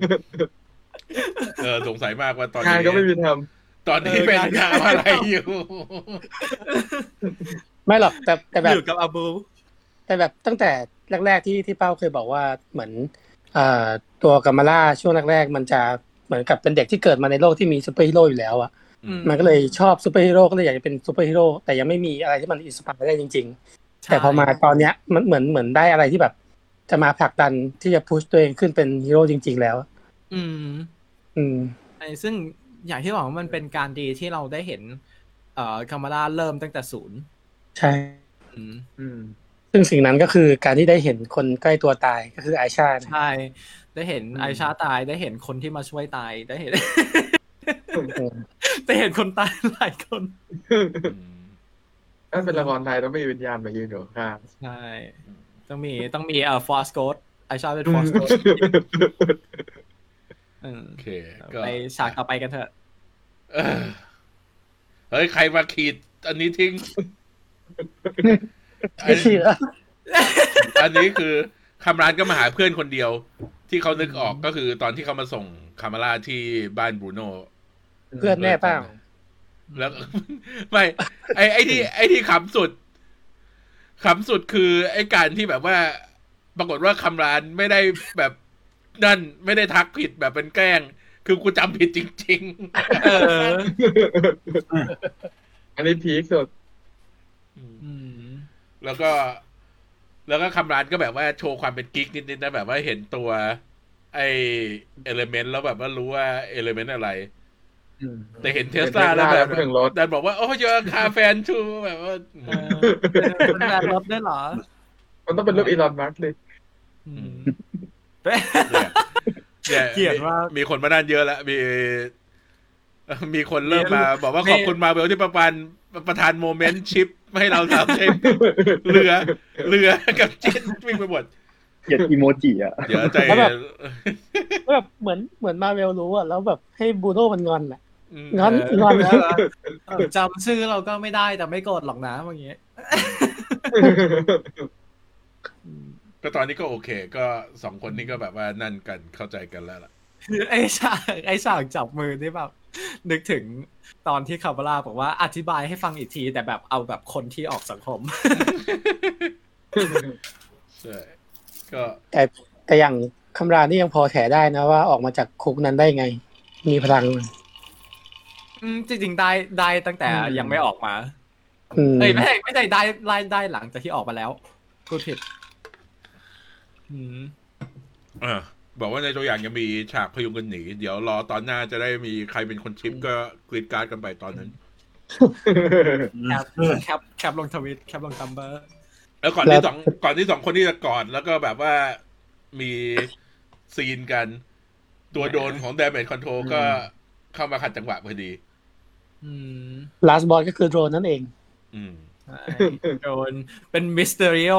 เออสงสัยมากว่าตอน งาน นี้ ก็ไม่มีท ตอนนี้เป็น เอองาง าน นอะไรอยู่ ไม่หรอกแต่แต่แบบ อยู่กับอาบู แต่แบบตั้งแต่แรก ๆ ที่ที่เป้าเคยบอกว่าเหมือนเอ่อตัวกัมมาล่าช่วงแรก ๆ มันจะเหมือนกับเป็นเด็กที่เกิดมาในโลกที่มีซูเปอร์ฮีโร่อยู่แล้วอะ อืม มันก็เลยชอบซูเปอร์ฮีโร่ก็เลยอยากจะเป็นซูเปอร์ฮีโร่แต่ยังไม่มีอะไรที่มันอินสปายได้จริง ๆ แต่พอมาตอนเนี้ยมันเหมือนเหมือนได้อะไรที่แบบ จะมาผลักดันที่จะพุชตัวเองขึ้นเป็นฮีโร่จริง ๆ แล้ว อืม อืม ไอ้ซึ่งอย่างที่บอกว่ามันเป็นการดีที่เราได้เห็น เอ่อคามาราเริ่มตั้งแต่ศูนย์ ใช่ อืม ำอืม ซึ่งสิ่งนั้นก็คือการที่ได้เห็นคนใกล้ตัวตายก็คือไอชาเนี่ย ใช่ ได้เห็น อืม ไอชาตาย ได้เห็นคนที่มาช่วยตาย ได้เห็น อืม ได้เห็นคนตายหลายคน ถ้าเป็นละครไทยต้องมีวิญญาณมายืนอยู่ข้าง ใช่ ต้องมีต้องมีเอ่อฟอสโกดไอชาเป็นฟอสโกด โอเค ก็ ไปฉากต่อไปกันเถอะ เออเฮ้ย ใครมาขีด อันนี้ทิ้ง ไม่ใช่เหรอ อันนี้คือคำรานก็มาหาเพื่อนคนเดียว ที่เขานึกออกก็คือตอนที่เขามาส่งคามาร่าที่บ้านบรูโน่ เพื่อนแม่เป้า แล้ว ไม่ ไอ้ไอ้ที่ไอ้ที่ขำสุดขำสุดคือ ไอ้การที่แบบว่า ปรากฏว่าคำรานไม่ได้แบบนั่นไม่ได้ทักผิดแบบเป็นแกล้ง คือกูจำผิดจริง เออ อันนี้พีคสุด ๆ อืม แล้วก็ แล้วก็คำรานก็แบบว่าโชว์ความเป็นกิ๊กนิดๆนะแบบว่าเห็นตัว ไอเอลเมนต์แล้วแบบว่ารู้ว่าเอลเมนต์อะไร แต่เห็นเทสลาแล้วแบบ เห็น Tesla แล้วพูดถึงรถ ดันบอกว่า โอ้ยคาแฟนชูแบบว่า เออเป็นแฟนรถด้วยเหรอ มันต้องเป็นรูปอีลอนมัสก์เลย อืม เนี่ยเนี่ย เกลียดมาก มีคนมานั่นเยอะแล้วมีเอ่อมีคนเริ่ม มา บอกว่า มี ขอบคุณมาเวลที่ประพันธ์ประธานโมเมนต์ชิปให้เราทำใช่เรือ เรือกับเจ็ตวิ่งไปหมด เกลียดอีโมจิอ่ะ เดี๋ยวใจ แล้วแบบ แบบเหมือนเหมือนมาเวลรู้อะแล้วแบบให้บูโน่มันงอนอะ อืม งอนงอน แล้วเหรอเออจำชื่อเราก็ไม่ได้แต่ไม่โกรธหรอกนะอย่างเงี้ย ก็ตอนนี้ก็โอเค ก็สองคนนี้ก็แบบว่านั่นกันเข้าใจกันแล้วล่ะ คือไอ้ฉากไอ้ฉากจับมือนี่แบบนึกถึงตอนที่คาบาร่าบอกว่าอธิบายให้ฟังอีกที แต่แบบเอาแบบคนที่ออกสังคม ใช่ก็ แต่แต่อย่างคำรามนี่ยังพอแถได้นะว่าออกมาจากคุกนั้นได้ไง มีพลัง อื มจริงๆได้ได้ตั้งแต่ อืม ยังไม่ออกมา อืม เอ้ยไม่ใช่ไม่ใช่ได้ได้ได้หลังจากที่ออกมาแล้วพูดผิดอืม เออบอกว่าในตัวอย่างยังมีฉากพยุงกันหนี เดี๋ยวรอตอนหน้าจะได้มีใครเป็นคนชิปก็กรีดการ์ดกันไปตอนนั้น แคปแคปแคปลงทวิตแคปลงตัมเบอร์ แล้วก่อนที่สองก่อนที่สองคนที่จะกอดแล้วก็แบบว่ามีซีนกัน ตัวโด นของ damage control ก็เข้ามาขัดจังหวะพอดี อืม ลาสบอสก็คือโดรนนั่นเอง อืม ใช่โดนเป็นมิสเตอริโอ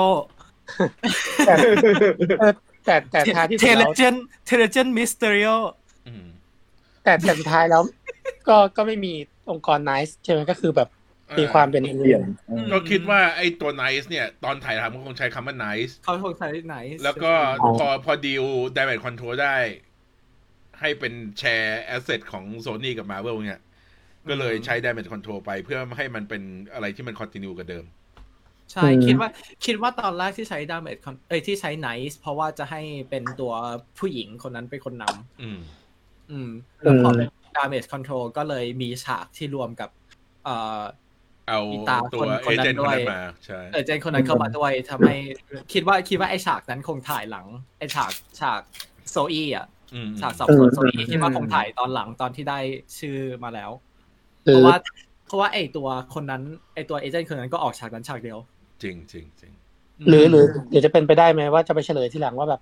แต่แต่ท้ายที่ เท สุด เล แล้ว เจนเทเลเจนมิสเตอริโอ อืม แต่แต่สุดท้ายแล้ว ก็ก็ไม่มีองค์กรไนซ์ใช่ไหมก็คือแบบตีความเป็น เปลี่ยน ก็คิดว่าไอ้ตัว nice เนี่ย ตอนถ่ายทำก็คงใช้คำว่า nice เขาคงใช้ไหน แล้วก็พอพอดีล damage control ได้ ให้เป็นแชร์แอสเซทของ Sony กับ Marvel เนี่ย ก็เลยใช้ damage control ไปเพื่อให้มันเป็นอะไรที่มัน continue กับเดิม ใช่ คิดว่าคิดว่าตอนแรกที่ใช้ damage con- เอ้ยที่ใช้ nice เพราะว่าจะให้เป็นตัวผู้หญิงคนนั้นเป็นคนน อืม ำอืมแล้วพอเป็น damage control ก็เลยมีฉากที่รวมกับ เอ่อ เอา อีตา ตั ค วน เอ คนนั้น เจนต์ ด้ ค วย นนั้นมา ใช่ เออเจนคนนั้นเข้ามาด้วยทำให้คิดว่าคิดว่าไอฉากนั้นคงถ่ายหลัง ไอฉากฉากโซอี้อ่ะ อืม ฉากสอบสวนโซอี้คิดว่าคงถ่ายตอนหลังตอนที่ได้ชื่อมาแล้ว หรือเพราะว่าเพราะว่าไอตัวคนนั้นไอตัวเอเจนต์คนนั้นก็ออกฉากนั้นฉากเดียว จริงจริงจริง หรือหรือหรือจะเป็นไปได้ไหมว่าจะไปเฉลยทีหลังว่าแบบ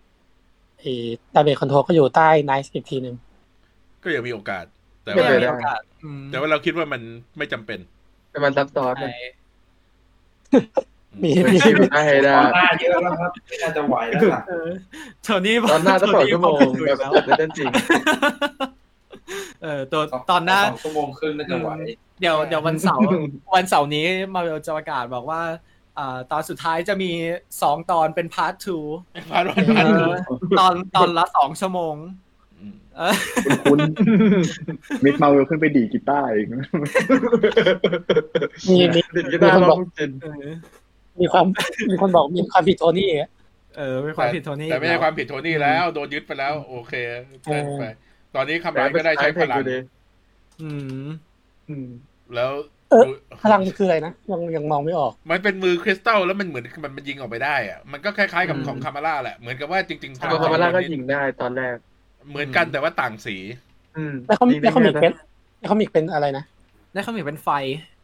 ไอ้ดาเมจคอนโทรก็อยู่ใต้ไนซ์อีกทีหนึ่ง ก็ยังมีโอกาส แต่ ไม่ ว่า เป็ ไม่ นมีไรโอกาสอืม แต่ว่าเราคิดว่ามันไม่จำเป็น แต่มันซับซ้อนมัน ใช่ มี มันชิวได้ ต ได้ อนหน้าเยอะแล้วครับไม่น่าจะไหวแล้วล่ะ เออโทนี่บอก ตอนหน้าจะสองชั่วโมง เป็น แบบ แล้ว จบได้จริง เออตัวตอนหน้า สองชั่วโมงครึ่งน่าจะไหว เดี๋ยวเดี๋ยววันเสาร์วันเสาร์นี้มาเวลจะประกาศบอกว่าอ่าตอนสุดท้ายจะมีสองตอนเป็นพาร์ททู พาร์ท วันพาร์ททู ตอนตอนละสองชั่วโมง อืม เออ คุณมิกมาเวลขึ้นไปดีดกีตาร์ อีก มีมี ดินก็ได้ลองจิน เออ มีความมีคนบอกมีความผิดโทนี่อะ เออเป็นความผิดโทนี่ แต่ไม่ใช่ อีก ควา แล้ว มผิดโทนี่แล้ว โดนยึดไปแล้ว โอเค เออ ไป ตอนนี้คำร้ายก็ได้ใช้พลัง อืม อืม แล้ว เออ พลังมันคืออะไรนะยังยังมองไม่ออก มันเป็นมือคริสตัลแล้วมันเหมือนมันมันยิงออกไปได้อะมันก็คล้าย ๆ กับของคามาร่าแหละ เหมือนกับว่าจริงๆ ตัวคาร์มาร่าก็ยิงได้ตอนแรก เหมือนกันแต่ว่าต่างสี อืม แล้วเขา ยิง แล้วเขามี ได้ เป็นแล้วเขามีเป็นอะไรนะ ได้คำหมิ่นเป็นไฟ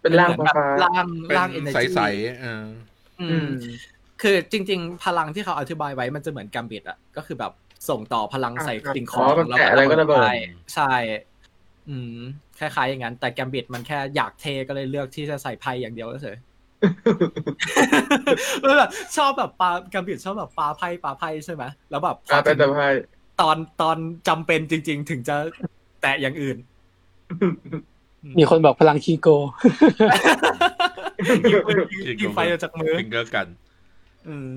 เป็นร่าง แบบ ฟ้า ร่าง เป็น ร่างเอเนอ ใ ร์จี สๆเออ ๆอืม คือจริง ๆ พลังที่เขาอธิบายไว้มันจะเหมือนกัมบิดอะก็คือแบบส่งต่อพลังใส่สิ่งของ อ๋อมันแปะอะไรก็ระเบิด ใช่ใช่ อืมคล้ายๆอย่างนั้น แต่กัมบิดมันแค่อยากเทก็เลยเลือกที่จะใส่ไพ่อย่างเดียวเฉย ๆ แล้วแบบชอบแบบปากัมบิดชอบแบบปาไพ่ปาไพ่ใช่ไหมแล้วแบบพอ อ่าเป็นแต่ไพ่ ตอนตอนจำเป็นจริง ๆ ถึงจะแตะอย่างอื่น มี คนบอกพลังคีโก ยิงปืนยิงยิงไฟออกจากมือ ฟิงเกอร์กัน อืม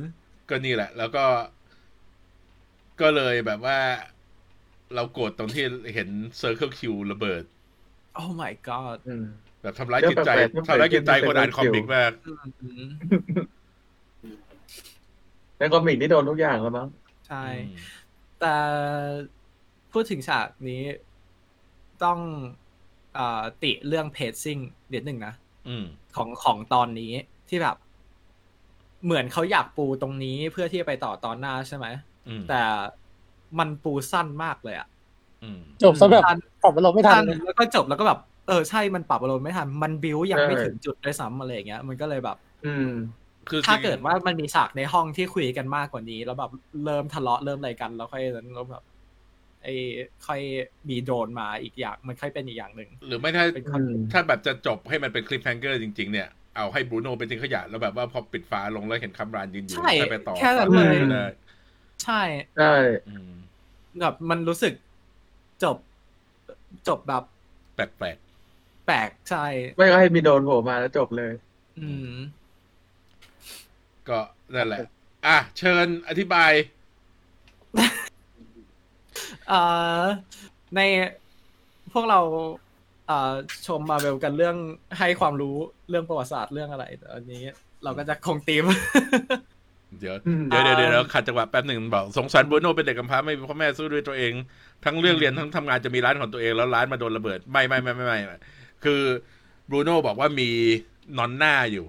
ก็นี่แหละ แล้วก็ ก็เลยแบบว่า เราโกรธตรงที่เห็นเซอร์เคิลคิวระเบิด oh my god อืม แบบทำร้ายจิตใจ เรื่องแปลกๆ ทำร้ายจิตใจ เรื่ ค อง นอ่านคอแปลกๆมิก เกี่ยว มาก อืม แล้วก็มิกนี่โดนทุกอย่างแล้วมั้ง ใช่ แต่พูดถึงฉากนี้ต้องเออติเรื่องเพจซิ่งเดียดหนึ่งนะ อืม ของของตอนนี้ที่แบบ เหมือนเขาอยากปูตรงนี้เพื่อที่จะไปต่อตอนหน้าใช่ไหม อืม แต่มันปูสั้นมากเลยอะ อืม จบซะแบบ สั้น ปรับอารมณ์ไม่ทั สั้ น น เลย แล้วก็จบแล้วก็แบบ เออใช่มันปรับอารมณ์ไม่ทัน มันบิวยัง ใช่ ไม่ถึงจุดด้วยซ้ำอะไรอย่างเงี้ย มันก็เลยแบบ อืม คือ ถ้าเกิดว่ามันมีฉากในห้องที่คุยกันมากกว่านี้ แล้วแบบเริ่มทะเลาะเริ่มอะไรกัน แล้วค่อยนั้นแล้วแบบไอ้ค่อยมีโดรนมาอีกอย่าง มันค่อยเป็นอีกอย่างหนึ่ง หรือไม่ถ้า เป็นค อื อน ม ถ้าแบบจะจบให้มันเป็นคลิปแฮงเกอร์จริง ๆ เนี่ย เอาให้บรูโน่เป็นทิ้งขยะ แล้วแบบว่าพอปิดฟ้าลงแล้วเห็นคำรานยืนอยู่ ใช่ ให้ไปต่อ แค่แบบเลต่อย ไม่ได้ ใช่ ใช่ อืม แบบมันรู้สึกจบ จบแบบ แปลก แปลกใช่ ไม่ก็ให้มีโดนโผล่มาแล้วจบเลย อืม ๆ ก็นั่นแหละ อ่ะ เชิญอธิบาย เอ่อในพวกเราเอ่อชมมาเวลกันเรื่องให้ความรู้เรื่องประวัติศาสตร์เรื่องอะไรแต่อันนี้เราก็จะคงตีม เดี๋ยว อืม เดี๋ยวเดี๋ยวเดี๋ยว อ่า เดี๋ยวขัดจังหวะแป๊บหนึ่งบอกสงสารบูโน่เป็นเด็กกำพร้าไม่มีพ่อแม่สู้ด้วยตัวเอง ทั้งเรื่องเรียนทั้งทำงานจะมีร้านของตัวเองแล้วร้านมาโดนระเบิดไม่ไม่ไม่ไม่ไม่ไม่คือบรูโน่บอกว่ามีนอนหน้าอยู่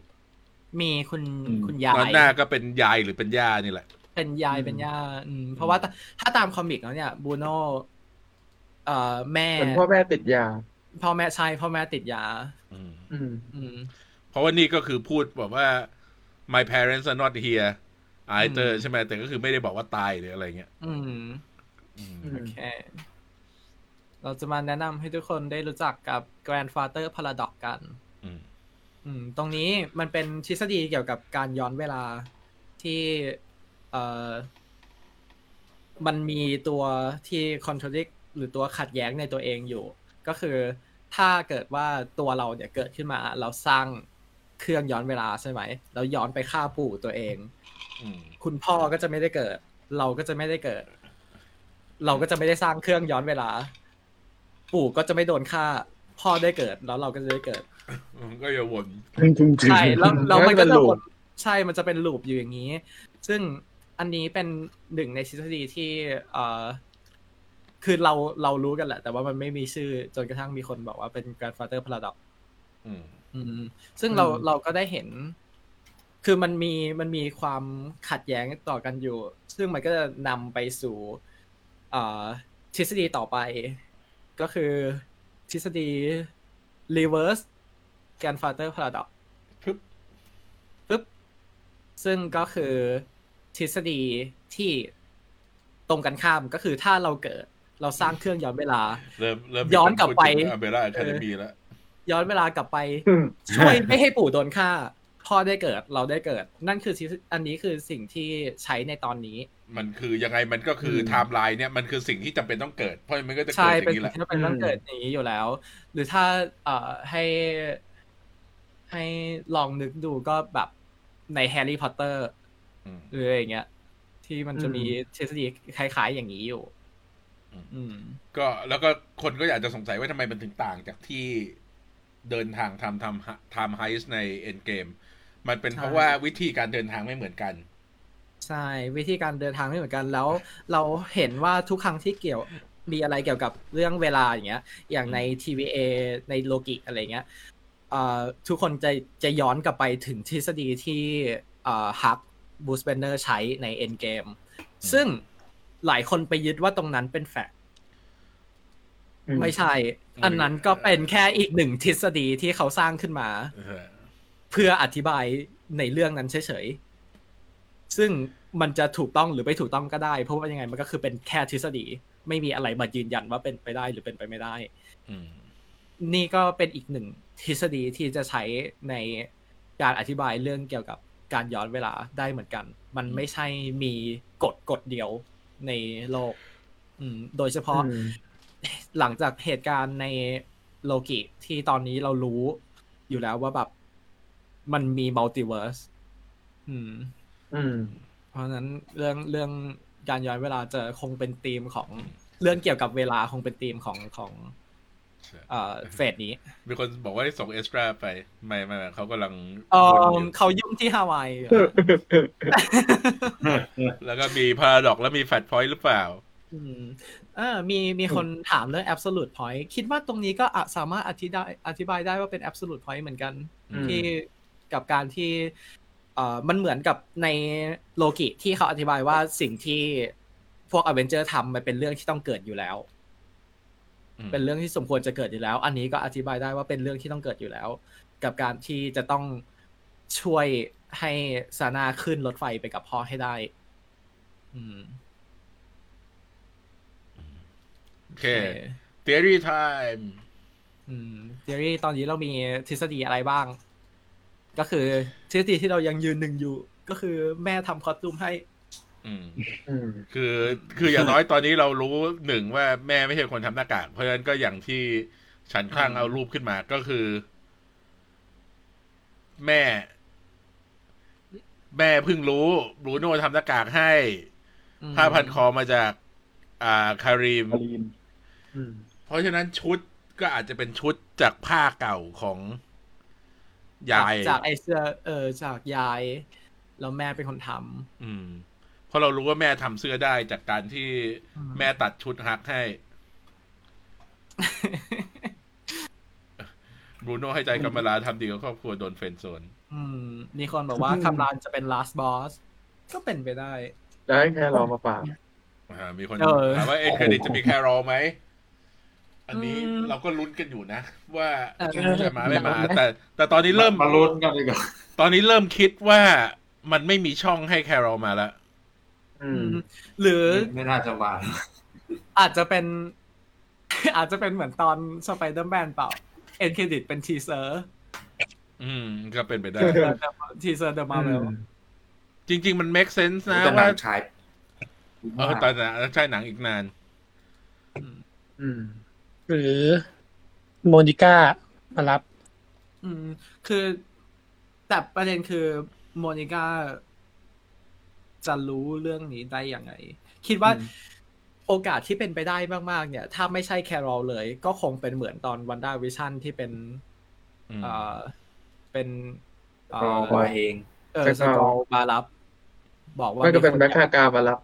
มีคุณ อืม คุณยาน อน ย หน้าก็เป็นยายหรือเป็นย่านี่แหละ เป็นยายเป็นย่าอืมเพราะว่าถ้าถ้าตามคอมิกแล้วเนี่ยบูโน่เอ่อแม่ เป็นพ่อแม่ติดยา พ่อแม่ใช่พ่อแม่ติดยา อืม อืม อืม เพราะว่านี่ก็คือพูดแบบว่า my parents are not here ไอเตอ อื ร์ ม ใช่ไหมแต่ก็คือไม่ได้บอกว่าตายหรืออะไรเงี้ย อืม อืม อืม โอเค เราจะมาแนะนำให้ทุกคนได้รู้จักกับ Grandfather Paradox กัน อืม อืม ตรงนี้มันเป็นทฤษฎีเกี่ยวกับการย้อนเวลาที่เอ่อมันมีตัวที่ contradict หรือตัวขัดแย้งในตัวเองอยู่ ก็คือถ้าเกิดว่าตัวเราเนี่ยเกิดขึ้นมา เราสร้างเครื่องย้อนเวลาใช่ไหม แล้วย้อนไปฆ่าปู่ตัวเอง อืม คุณพ่อก็จะไม่ได้เกิด เราก็จะไม่ได้เกิด เราก็จะไม่ได้สร้างเครื่องย้อนเวลา ปู่ก็จะไม่โดนฆ่า พ่อได้เกิดแล้วเราก็จะได้เกิด มันก็อย่าวน จริงจริงจริง ใช่ แล้วแล้วมันก็ มันเป็ จะวน loop นใช่มันจะเป็นลูปอยู่อย่างนี้ ซึ่งอันนี้เป็นหนึ่งในทฤษฎีที่เอ่อคือเราเรารู้กันแหละ แต่ว่ามันไม่มีชื่อจนกระทั่งมีคนบอกว่าเป็น grandfather paradox อืม อืมซึ่งเรา อืม เราก็ได้เห็น คือมันมีมันมีความขัดแย้งต่อกันอยู่ ซึ่งมันก็จะนำไปสู่เอ่อทฤษฎีต่อไป ก็คือทฤษฎี reverse grandfather paradox ครับ ปึ๊บซึ่งก็คือทฤษฎีที่ตรงกันข้ามก็คือถ้าเราเกิดเราสร้างเครื่องย้อนเวลา เริ่มเริ่ม ย้อนกลับไป อเบร่าคาเดมีแล้ว ย้อนเวลากลับไป ช่วยไม่ให้ปู่โดนฆ่า พ่อได้เกิดเราได้เกิด นั่นคือทฤษอันนี้คือสิ่งที่ใช้ในตอนนี้ มันคือยังไงมันก็คือไทม์ไลน์เนี่ยมันคือสิ่งที่จำเป็นต้องเกิด เพราะมันก็จะเกิ ใช่ ดอ เป็น ย่างนี้แหละ สิ่งที่เป็นเรื่องเกิดอย่างนี้อยู่แล้ว หรือถ้าเอ่อให้ให้ลองนึกดูก็แบบในแฮร์รี่พอตเตอร์ อืม หรืออะไรอย่างเงี้ยที่มันจะมีทฤษฎีคล้ายๆอย่างนี้อยู่ อืม ก็แล้วก็คนก็อยากจะสงสัยว่าทำไมมันถึงต่างจากที่เดินทางทำทำทำไฮส์ในเอ็นเกมมันเป็น ใช่ เพราะว่าวิธีการเดินทางไม่เหมือนกัน ใช่วิธีการเดินทางไม่เหมือนกันแล้ว เราเห็นว่าทุกครั้งที่เกี่ยวมีอะไรเกี่ยวกับเรื่องเวลาอย่างเงี้ย อย่างใน TVA ในโลกิอะไรเงี้ยเอ่อทุกคนจะจะย้อนกลับไปถึงทฤษฎีที่เอ่อฮักบูสเบนเนอร์ใช้ใน Endgame ซึ่งหลายคนไปยึดว่าตรงนั้นเป็นแฟกต์ อืม ไม่ใช่ อืม อันนั้นก็เป็นแค่อีกหนึ่งทฤษฎีที่เขาสร้างขึ้นมา เออ เพื่ออธิบายในเรื่องนั้นเฉยๆ ซึ่งมันจะถูกต้องหรือไม่ถูกต้องก็ได้ เพราะว่ายังไงมันก็คือเป็นแค่ทฤษฎี ไม่มีอะไรมายืนยันว่าเป็นไปได้หรือเป็นไปไม่ได้ อืม นี่ก็เป็นอีกหนึ่งทฤษฎีที่จะใช้ในการอธิบายเรื่องเกี่ยวกับการย้อนเวลาได้เหมือนกัน มันไม่ใช่มีกฎกฎเดียวในโลก อืมโดยเฉพาะ หลังจากเหตุการณ์ในโลกิที่ตอนนี้เรารู้อยู่แล้วว่าแบบมันมีมัลติเวิร์สอืม อืม เพราะฉะนั้นเรื่องเรื่องการย้อนเวลาจะคงเป็นธีมของเรื่องเกี่ยวกับเวลาคงเป็นธีมของของ ใช่ เอ่อเฟสนี้ มีคนบอกว่าให้ส่งเอสตราไปไม่ไม่ไม่เขากำลัง เอ วน ม ยู่ เขายุ่งที่ฮาวายเหรอ แล้วก็มีพาราดอกแล้วมีแฟตพอยต์หรือเปล่า อืมเออมีมีคนถามเรื่อง absolute point คิดว่าตรงนี้ก็อะสามารถอธิได้อธิบายได้ว่าเป็น absolute point เหมือนกัน อืม ที่กับการที่เอ่อมันเหมือนกับในโลกิที่เขาอธิบายว่าสิ่งที่พวกอเวนเจอร์ทำมันเป็นเรื่องที่ต้องเกิดอยู่แล้ว อืม เป็นเรื่องที่สมควรจะเกิดอยู่แล้ว อันนี้ก็อธิบายได้ว่าเป็นเรื่องที่ต้องเกิดอยู่แล้ว กับการที่จะต้องช่วยให้ซานาขึ้นรถไฟไปกับพ่อให้ได้ อืม โอเคเทอรี่ไทม์ อืมเดรี่ตอนนี้เรามีทฤษฎีอะไรบ้าง ก็คือทฤษฎีที่เรายังยืนหนึ่งอยู่ ก็คือแม่ทำคอสตูมให้ อืม อืม คือคืออย่างน้อยตอนนี้เรารู้หนึ่งว่าแม่ไม่ใช่คนทำหน้ากาก เพราะฉะนั้นก็อย่างที่ฉันคลั่งเอารูปขึ้นมาก็คือ แม่ แม่เพิ่งรู้บรูโน่ทำหน้ากากให้ อืม ผ้าพันคอมาจาก อ่าคารีม คารีน อืม เพราะฉะนั้นชุดก็อาจจะเป็นชุดจากผ้าเก่าของยาย จากจากไอเสื้อเออจากยาย แล้วแม่เป็นคนทำ อืมเพราะเรารู้ว่าแม่ทำเสื้อได้จากการที่แม่ตัดชุดฮักให้บรูโน่ให้ใจกัมมาลาทำดีกับครอบครัวโดนเฟรนด์โซน อืมมีคนบอกว่าคำรานจะเป็น last boss ก็เป็นไปได้ ได้แค่รอมาปราก อ่ามีคน เออ ถามว่าเอ็นเครดิตจะมีแครอลไหม อันนี้ อืม เราก็ลุ้นกันอยู่นะ ว่า เออ จะมาไม่มา แต่ แต่ตอนนี้เริ่ม มาลุ้นกันดีกว่า ตอนนี้เริ่มคิดว่ามันไม่มีช่องให้แครอลมาแล้ว อืม หรือ ไม่น่าจะมา อาจจะเป็น อาจจะเป็นเหมือนตอน Spider-Man เปล่า เอ็นเครดิตเป็นทีเซอร์ อืม ก็เป็นไปได้ ทีเซอร์เดอะมาเวล จริง ๆ มัน make sense นะ แต่หนั ว่า งฉาย เออตอนนั้นใช่หนังอีกนาน อืม หรือโมนิก้ามารับ อืม คือแต่ประเด็นคือโมนิก้าจะรู้เรื่องนี้ได้ยังไง คิดว่าโอกาสที่เป็นไปได้มาก ๆ เนี่ย ถ้าไม่ใช่แครอลเลย ก็คงเป็นเหมือนตอนวันด้าวิชั่นที่เป็น อืม เอ่อเป็นเอ่ รอ อ มาเอง เออส Black กอ Star ลมารับ บอกว่า ไม่ก็เป็น มีค แบ็คทากามารับ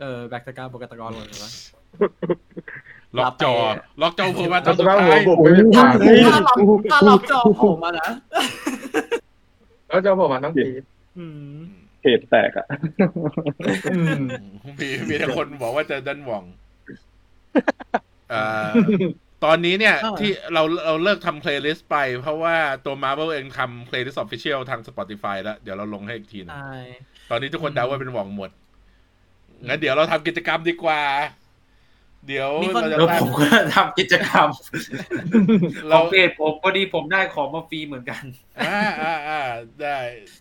เออแบ็คตะการปกตะกรหมดเลยวะ ล็อกจอ รับไป ล็อกจอเพราะว่าตอนสุด รับ ท้า หัวย ผมไปเป็น โอ้ ผ่า โห น ถ้าเราถ้าเราจองผมอะนะ แล้วเจ้าบอกมาต้องตีด อืม เพจแตกอ่ะ มี มีแต่คนบอกว่าจะดันหว่องเอ่อตอนนี้ เนี่ย เออ ที่เราเราเลิกทำเพลย์ลิสต์ไป เพราะว่าตัว Marvel เองทำเพลย์ลิสต์ Official ทาง Spotify แล้ว เดี๋ยวเราลงให้อีกทีหนึง ใช่ ตอนนี้ทุกคนเดาว่าเป็นหว่องหมด งั้นเดี๋ยวเราทำกิจกรรมดีกว่า เดี๋ยว มีคน เราจะ แล้ว ตั้ง ผมก็ทำกิจกรรมข เรา องเพจผมพอดีผมได้ของมาฟรีเหมือนกัน อ่าอ่าอ่าได้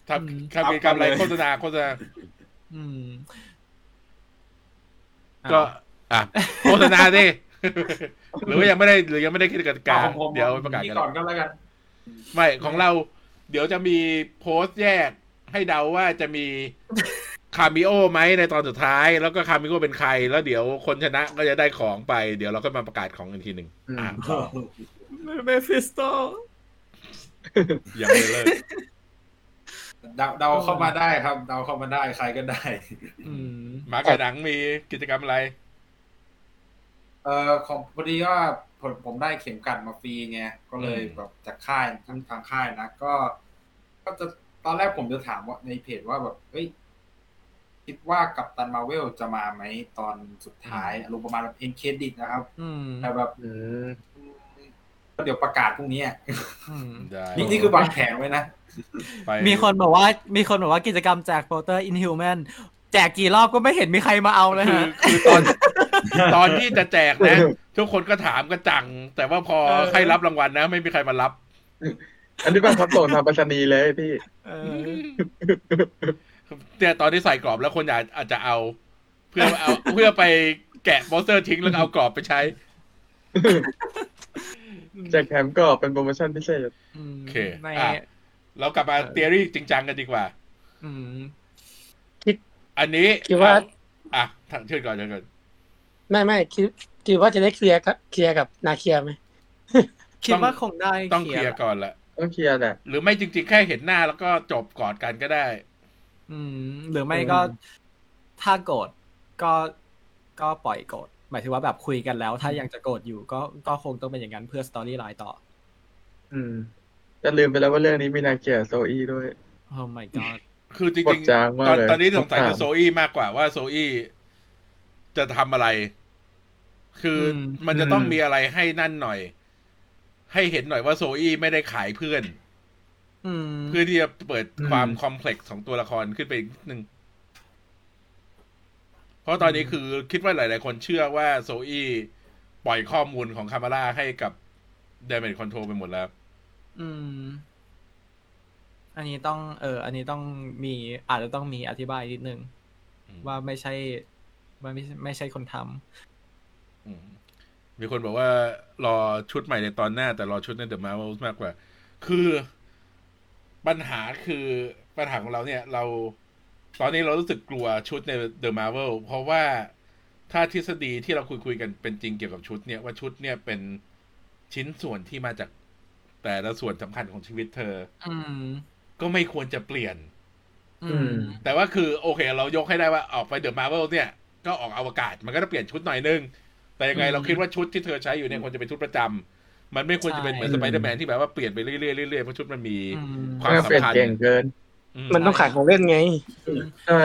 ท อืม ำทำกิจกรรมอะไร เอาไปเลย โฆษณาโฆษณา อืม ก็อ่ะโฆษณาดิ หรือว่ายังไม่ได้หรือยังไม่ได้คิดกติกา อของผม เดี๋ยวไปประกาศกัน ก่อนก็แล้วกัน ไม่ของเรา เดี๋ยวจะมีโพสต์แยกให้เดาว่าจะมีคาเมิโอไหมในตอนสุดท้าย แล้วก็คาเมิโอเป็นใคร แล้วเดี๋ยวคนชนะก็จะได้ของไป เดี๋ยวเราก็มาประกาศของอีกทีหนึ่งอ่ะ เมฟิสโต ยังไม่เลิก เดาเดาเข้ามาได้ครับ เดาเข้ามาได้ใครก็ได้ อืม หมากับหนังมีกิจกรรมอะไร เออของพอดีว่าผมผมได้เข็มกลัดมาฟรีไงก็เลย อืม แบบจากค่ายทางทางค่ายนะก็ ก็จะตอนแรกผมจะถามว่าในเพจว่าแบบเอ้ยคิดว่ากัปตันมาร์เวลจะมาไหมตอนสุดท้ายอารมณ์ประมาณแบบเอ็นเครดิตนะครับ อืม แต่แบบ อืม ก็เดี๋ยวประกาศพรุ่งนี้อะ อืม ได้ นี่นี่คือบางแผนไว้นะ ไป มีคนบอกว่า มีคนบอกว่ากิจกรรมแจกโปสเตอร์ Inhuman แจกกี่รอบก็ไม่เห็นมีใครมาเอาเลย คือ ฮะ คือตอน ตอนที่จะแจกนะ ทุกคนก็ถามก็จัง แต่ว่าพอ เออ ให้รับรางวัลนะ ไม่มีใครมารับ อันนี้บางคนส่งทางไปรษณีย์เลยพี่ เออ เนี่ยตอนที่ใส่กรอบแล้วคนอยากอาจจะเอา เพื่อเอา เพื่อไปแกะโปสเตอร์ทิ้งแล้วก็เอากรอบไปใช้ แจกแถมก็เป็นโปรโมชั่นพิเศษ โอ โอ เค เคใน อ่ะเรากลับมาเทอรี่จริงจังกันดีกว่า อืม อันนี้ คิดว่า อ่ะทางเชิญก่อนเชิญก่อน ไม่ไม่คิดคิดว่าจะได้เคลียร์กับเคลียร์กับนาเคียไหม คิดว่าคงได้ ต้องเคลียร์ก่อนละ ต้องเคลียร์แหละ หรือไม่จริง ๆ แค่เห็นหน้าแล้วก็จบกอดกันก็ได้ อืม หรือไม่ก็ถ้าโกรธก็ก็ปล่อยโกรธหมายถึงว่าแบบคุยกันแล้ว ถ้ายังจะโกรธอยู่ก็ก็คงต้องเป็นอย่างนั้นเพื่อสตอรี่ไลน์ต่อ อืมจะลืมไปแล้วว่าเรื่องนี้มีนาเกียร์โซอี้ด้วย โอ้ my god คือจ ก ริ ด ง จาง ๆ มาก ตอน เลย ตอนนี้สงสัย กดจาง คือโซอี้มากกว่าว่าโซอี้จะทำอะไร คืออ ม มันจะต้องมีอะไรให้นั่นหน่อย ให้เห็นหน่อยว่าโซอี้ไม่ได้ขายเพื่อน อืม เพื่อที่จะเปิด อืม ความคอมเพล็กซ์ของตัวละครขึ้นไปอีกนิดนึง เพราะตอนนี้คือคิดว่าหลาย ๆ คนเชื่อว่าโซอี้ปล่อยข้อมูลของคามาร่าให้กับเดเมจคอนโทรไปหมดแล้ว อืม อันนี้ต้อง เออ อันนี้ต้องมีอาจจะต้องมีอธิบายนิดนึง อืม ว่าไม่ใช่ว่าไม่ใช่ไม่ใช่คนทำ อืมมีคนบอกว่ารอชุดใหม่ในตอนหน้า แต่รอชุดในเดอะมาร์วมากกว่า คือปัญหาคือปัญหาของเราเนี่ย เรา ตอนนี้เรารู้สึกกลัวชุดในเดอะมาร์วเพราะว่า ถ้าทฤษฎีที่เราคุยคุยๆกันเป็นจริงเกี่ยวกับชุดเนี่ยว่าชุดเนี่ยเป็นชิ้นส่วนที่มาจากแต่ละส่วนสำคัญของชีวิตเธอ อืม ก็ไม่ควรจะเปลี่ยน อืม แต่ว่าคือโอเค เรายกให้ได้ว่าออกไปเดอะมาร์เวลเนี่ย ก็ออกอวกาศมันก็ต้องเปลี่ยนชุดหน่อยนึง แต่ยังไง อืม เราคิดว่าชุดที่เธอใช้อยู่เนี่ยควรจะเป็นชุดประจำมันไม่ควรจะเป็นเหมือน ใช่ สไปเดอร์แมนที่แบบว่าเปลี่ยนไปเรื่อยๆเรื่อยๆเพราะชุดมันมี อืม ความ เปลี่ยน สำคัญ เก่งเกิน อื มันต้องขายของเล่นไง ใช่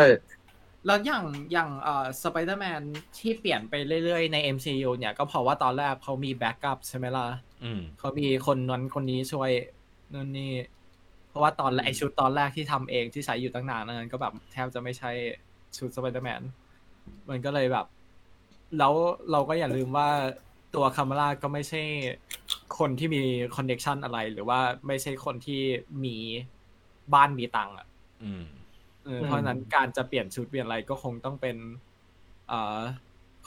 แล้วอย่างอย่างเอ่อสไปเดอร์แมนที่เปลี่ยนไปเรื่อยๆใน MCU เนี่ยก็เพราะว่าตอนแรกเขามีแบ็กอัพใช่ไหมล่ะ อืม เขามีคนนั้นคนนี้ช่วยนู่นนี่ เพราะว่าตอนแรกไอชุดตอนแรกที่ทำเองที่ใช้อยู่ตั้งนานนั้นก็แบบแทบจะไม่ใช่ชุดสไปเดอร์แมนมันก็เลยแบบ แล้วเราก็อย่าลืมว่าตัวคามาร่าก็ไม่ใช่คนที่มีคอนเน็ชันอะไร หรือว่าไม่ใช่คนที่มีบ้านมีตังค์อะ อืม เออเพราะฉะนั้นการจะเปลี่ยนชุดเปลี่ยนอะไรก็คงต้องเป็น เอ่อ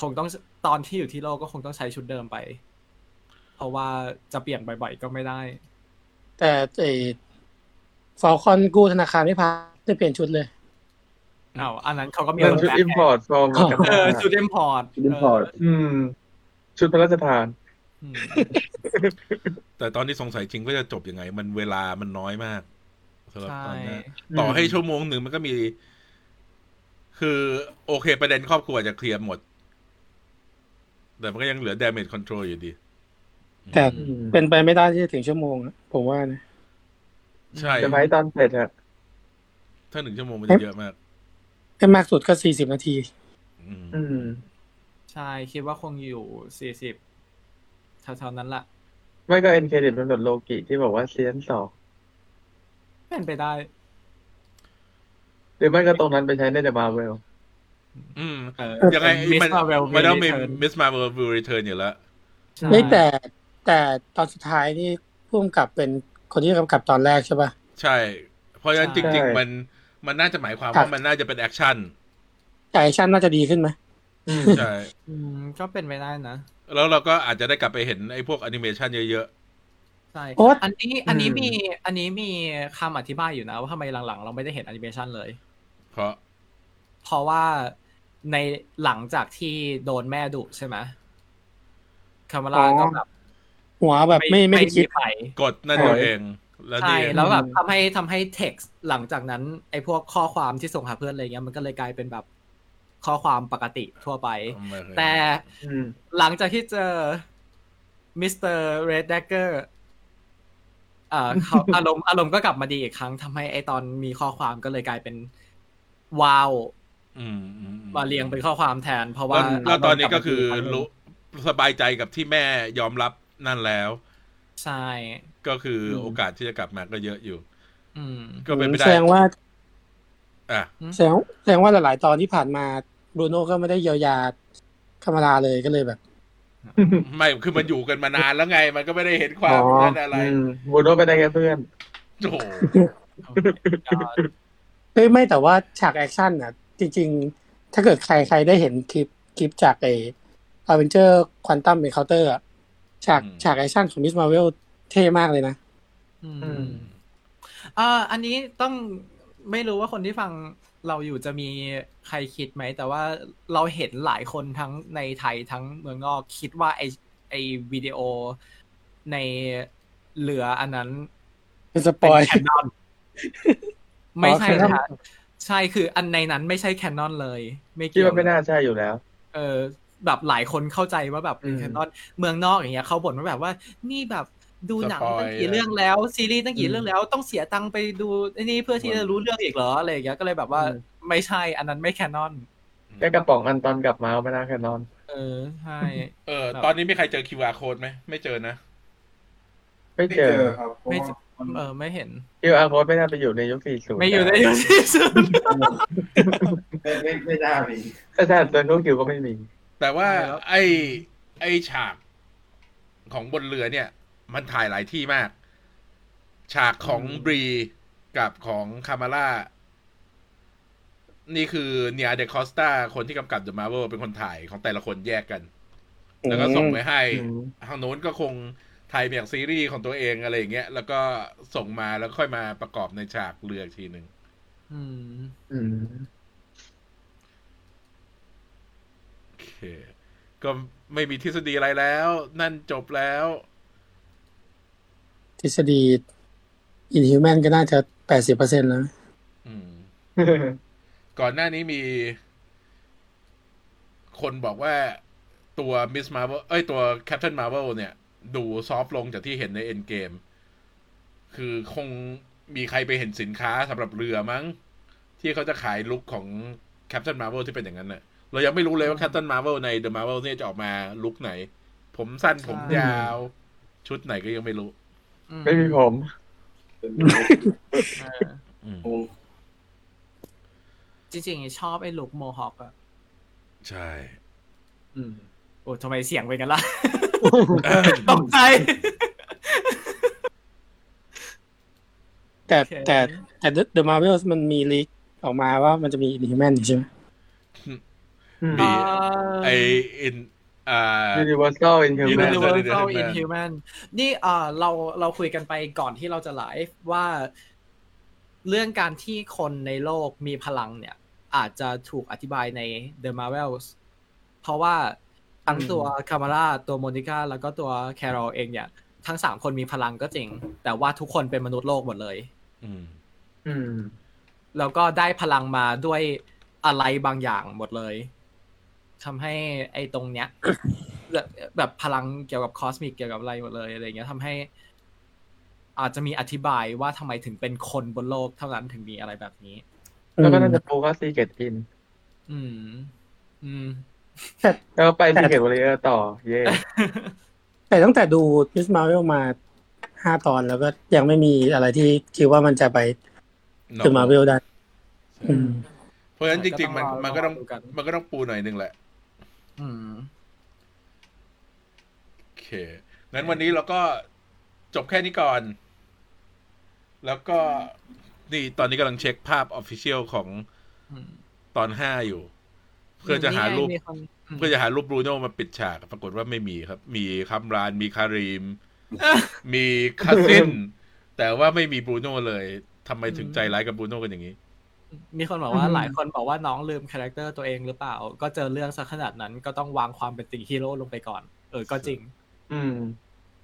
คงต้องตอนที่อยู่ที่โลกก็คงต้องใช้ชุดเดิมไป เพราะว่าจะเปลี่ยนบ่อยๆก็ไม่ได้ แต่ไอ้ฟอลคอนกู้ธนาคารไม่พาได้เปลี่ยนชุดเลย อ้าวอันนั้นเขาก็มี นั่นชุด แบ็ อิมพอร์ตฟอร์ม เออชุดอิมพอร์ต ชุด import อืม ชุดพระราชทาน แต่ตอนนี้สงสัยจริงว่าจะจบยังไง มันเวลามันน้อยมากสำหรับ ใช่ ตอนเนี้ย ต่อให้ชั่วโมงหนึ่งมันก็มี คือโอเคประเด็นครอบครัวจะเคลียร์หมด แต่มันก็ยังเหลือ damage control อยู่ดี แต่ อืม เป็นไปไม่ได้ที่จะถึงชั่วโมงอะผมว่านะ ใช่ จะไหมตอนเสร็จอะ ถ้าหนึ่งชั่วโมงมันจะเยอะมาก ให้มากสุดก็สี่สิบนาที อืม อืม ใช่คิดว่าคงอยู่สี่สิบเท่าๆนั้นละ ไม่ก็เอ็นเครดิตเป็นแบบโลกิที่บอกว่าเซียนสอง เป็นไปได้ หรือไม่ก็ตรงนั้นไปใช้ในเดอะมาร์เวล อืม เออ ยังไง มิส มัน มาเวล มันต้องมี Miss Marvel will return อยู่แล้ว นี่แต่แต่ตอนสุดท้ายนี่พุ่มกับเป็นคนที่กำกับตอนแรกใช่ปะ ใช่ เพราะฉะนั้นจ ใช่ ริง ๆ มันมันน่าจะหมายความ ครั ว่า บ มันน่าจะเป็นแอคชั่น แต่แอคชั่นน่าจะดีขึ้นไหม อืม ใช่ ก็เป็นไปได้นะ แล้วเราก็อาจจะได้กลับไปเห็นไอ้พวกแอนิเมชันเยอะ ใช่ โอ๊ต อันนี้อันนี้ อืม มีอันนี้มีคำอธิบายอยู่นะว่าทำไมหลังๆ เราไม่ได้เห็นแอนิเมชันเลย ๆ เพราะ เพราะว่าในหลังจากที่โดนแม่ดุใช่ไหมคามา อ๋ รา อ ก็แบบ หัวแบบไม่ไม่ได้คิด ไป กดนั่นตัวเอง แล้ว ใช่ นี่ แล้วแบบทำให้ทำให้เท็กซ์หลังจากนั้น ไอ้พวกข้อความที่ส่งหาเพื่อนอะไรเงี้ยมันก็เลยกลายเป็นแบบข้อความปกติทั่วไป แต่ อืม หลังจากที่เจอมิสเตอร์เรดแดกเกอร์อ่อเขา อารมณ์อารมณ์ก็กลับมาดีอีกครั้งทำให้ไอตอนมีข้อความก็เลยกลายเป็นวาว อืมอืมอื มาเรียงเป็นข้อความแทน เพราะว่า แล้วแล้วตอนนี้ก็คือ ารมณ์ รู้สบายใจกับที่แม่ยอมรับนั่นแล้ว ใช่ ก็คืออ ม โอกาสที่จะกลับมาก็เยอะอยู่ อืม ก็เป็นไปได้ แสดงว่า อ่ะ แสดงแสดงว่าหลาย ๆ ตอนที่ผ่านมาบรูโน่ก็ไม่ได้เยียวยาคามาราเลยก็เลยแบบ ไม่คือมันอยู่กันมานานแล้วไง มันก็ไม่ได้เห็นความ อ๋อ นั่นอะไร อืมบูโน่ไปได้แค่เพื่อน โอ้โห เฮ้ยไม่แต่ว่าฉากแอคชั่นน่ะ จริง ๆ ถ้าเกิดใครใครได้เห็นคลิปคลิปจากไอ้อเวนเจอร์ควอนตัมเป็นเคาน์เตอร์ฉาก อืม ฉากแอคชั่นของมิสมาเวลเท่มากเลยนะ อื อื ม ม เอ่ออันนี้ต้องไม่รู้ว่าคนที่ฟังเราอยู่จะมีใครคิดไหม แต่ว่าเราเห็นหลายคนทั้งในไทยทั้งเมืองนอกคิดว่าไอไอวิดีโอในเหลืออันนั้น เป็นสปอย แคนนอน ไม่ใช่ อ๋อ นะฮะใช่คืออันในนั้นไม่ใช่แคนนอนเลย ไม่ คิด เกี่ยว ว่าไม่น่าใช่อยู่แล้ว เออ แบบหลายคนเข้าใจว่าแบบเป็น อืม แคนนอน เมืองนอกอย่างเงี้ยเขาบ่นว่าแบบว่า นี่แบบดูหนัง สปอย ตั้งกี่ อะ เรื่องแล้ว ซีรีส์ตั้งกี่เรื่องแล้ว ต้องเสียตังค์ไปดูไอ้นี่เพื่อที่จะรู้เรื่องอีกเหรออะไรอย่างเงี้ยก็เลยแบบว่า ไม่ใช่ อันนั้นไม่แคนนอน แค่กระป๋องอันตอนกลับมาไม่น่าแค่นอน เออใช่ เออตอนนี้มีใครเจอ QR code ไหมไม่เจอนะ ไม่ ไม่ เจ เจ อ อครับเพราะ ไม่ ว่า เจอ มัน เออ ไม่เห็น QR code ไม่น่าไปอยู่ในยุค 40 ไม่อยู่ในยูที่สุด ไม่ไม่ไม่น่ามี แต่ถ้าเดินทุกคิวก็ไม่มี แต่ว่า ใช่แล้ว ไอไอฉากของบนเรือเนี่ย มันถ่ายหลายที่มาก ฉากของบรีกับของคามาร่า นี่คือเนียเดคอสตาคนที่กำกับ The Marvel เป็นคนถ่ายของแต่ละคนแยกกัน แล้วก็ส่งไปให้ อืม ทางโน้นก็คงถ่ายแบบซีรีส์ของตัวเองอะไรอย่างเงี้ย แล้วก็ส่งมาแล้วค่อยมาประกอบในฉากเรืออีกทีหนึ่ง อืม อืม โอเค เค ก็ไม่มีทฤษฎีอะไรแล้ว นั่นจบแล้ว ทฤษฎีอินฮิวแมนก็น่าจะแปดสิบเปอร์เซ็นต์แล้ว อืม ก่อนหน้านี้มี คนบอกว่าตัวมิสมา r v เวลเอ้ย ตัวแคป t ท i n มา r v เวลเนี่ย ดูซอฟต์ลงจากที่เห็นในเอ็นเกม คือคงมีใครไปเห็นสินค้าสำหรับเรือมั้ง ที่เขาจะขายลุคของแคป t ท i n มา r v เวลที่เป็นอย่างนั้นเน่ะ เรายังไม่รู้เลยว่าแคป t ท i n มา r v เวลใน The Marvel เนี่ยจะออกมาลุคไหน ผมสั้นผมยาว ชุดไหนก็ยังไม่รู้ อืม ไม่มีผม เออ อืม โอ้ จริงๆ ชอบไอ้ลุกโมฮอคอะ ใช่ โอ้ทำไมเสียงเป็นกันล่ะ เอิ่ม ตกใจ แต่ โอเค แต่แต่เดอะมาร์เวลมันมีลีกออกมาว่ามันจะมีอินฮิวแมนใช่ไหม มี เอ่อ ไออินอ่า Universal Inhuman Universal Universal Inhuman Inhuman นี่เออเราเราคุยกันไปก่อนที่เราจะไลฟ์ว่า เรื่องการที่คนในโลกมีพลังเนี่ย อาจจะถูกอธิบายใน The Marvels เพราะว่าทั้งตัวคามาร่าตัวโมนิก้าแล้วก็ตัวแคโรเองเนี่ย ทั้งสามคนมีพลังก็จริง แต่ว่าทุกคนเป็นมนุษย์โลกหมดเลย อืม อืม แล้วก็ได้พลังมาด้วยอะไรบางอย่างหมดเลยทำให้ไอ้ตรงเนี้ย แบบแบบพลังเกี่ยวกับคอสมิกเกี่ยวกับอะไรหมดเลยอะไรเงี้ยทำให้ อาจจะมีอธิบายว่าทำไมถึงเป็นคนบนโลกเท่านั้นถึงมีอะไรแบบนี้ แล้วก็น่าจะปูก็ Secret In อืม อืม แล้วก็ไป Secret Warrior ต่อ เย่ แต่ตั้งแต่ดูมิสมาร์เวลมาห้าตอนแล้วก็ยังไม่มีอะไรที่คิดว่ามันจะไปเดอะมาร์เวลได้ อืม เพราะฉะนั้นจริง ๆ มัน ก็ต้องรอ มันดูก็ต้องกัน มันก็ต้องปูหน่อยหนึ่งแหละ อืม โอเค งั้นวันนี้เราก็จบแค่นี้ก่อน แล้วก็นี่ตอนนี้กำลังเช็คภาพออฟฟิเชียลของ อืม ตอนห้าอยู่ เพื่อจะหารูป นี่ไงมีคนอืม เพื่อจะหารูปบรูโน่มาปิดฉาก ปรากฏว่าไม่มีครับ มีคัมราน มีคารี ม มีคาซิน แต่ว่าไม่มีบรูโน่เลยทำไมถึงใจร้ายกับบรูโน่กันอย่างนี้ มีคนบอกว่าหลายคนบอกว่าน้องลืมคาแรคเตอร์ตัวเองหรือเปล่า ก็เจอเรื่องซะขนาดนั้นก็ต้องวางความเป็นติงฮีโร่ลงไปก่อน เออ ก็จริง อืม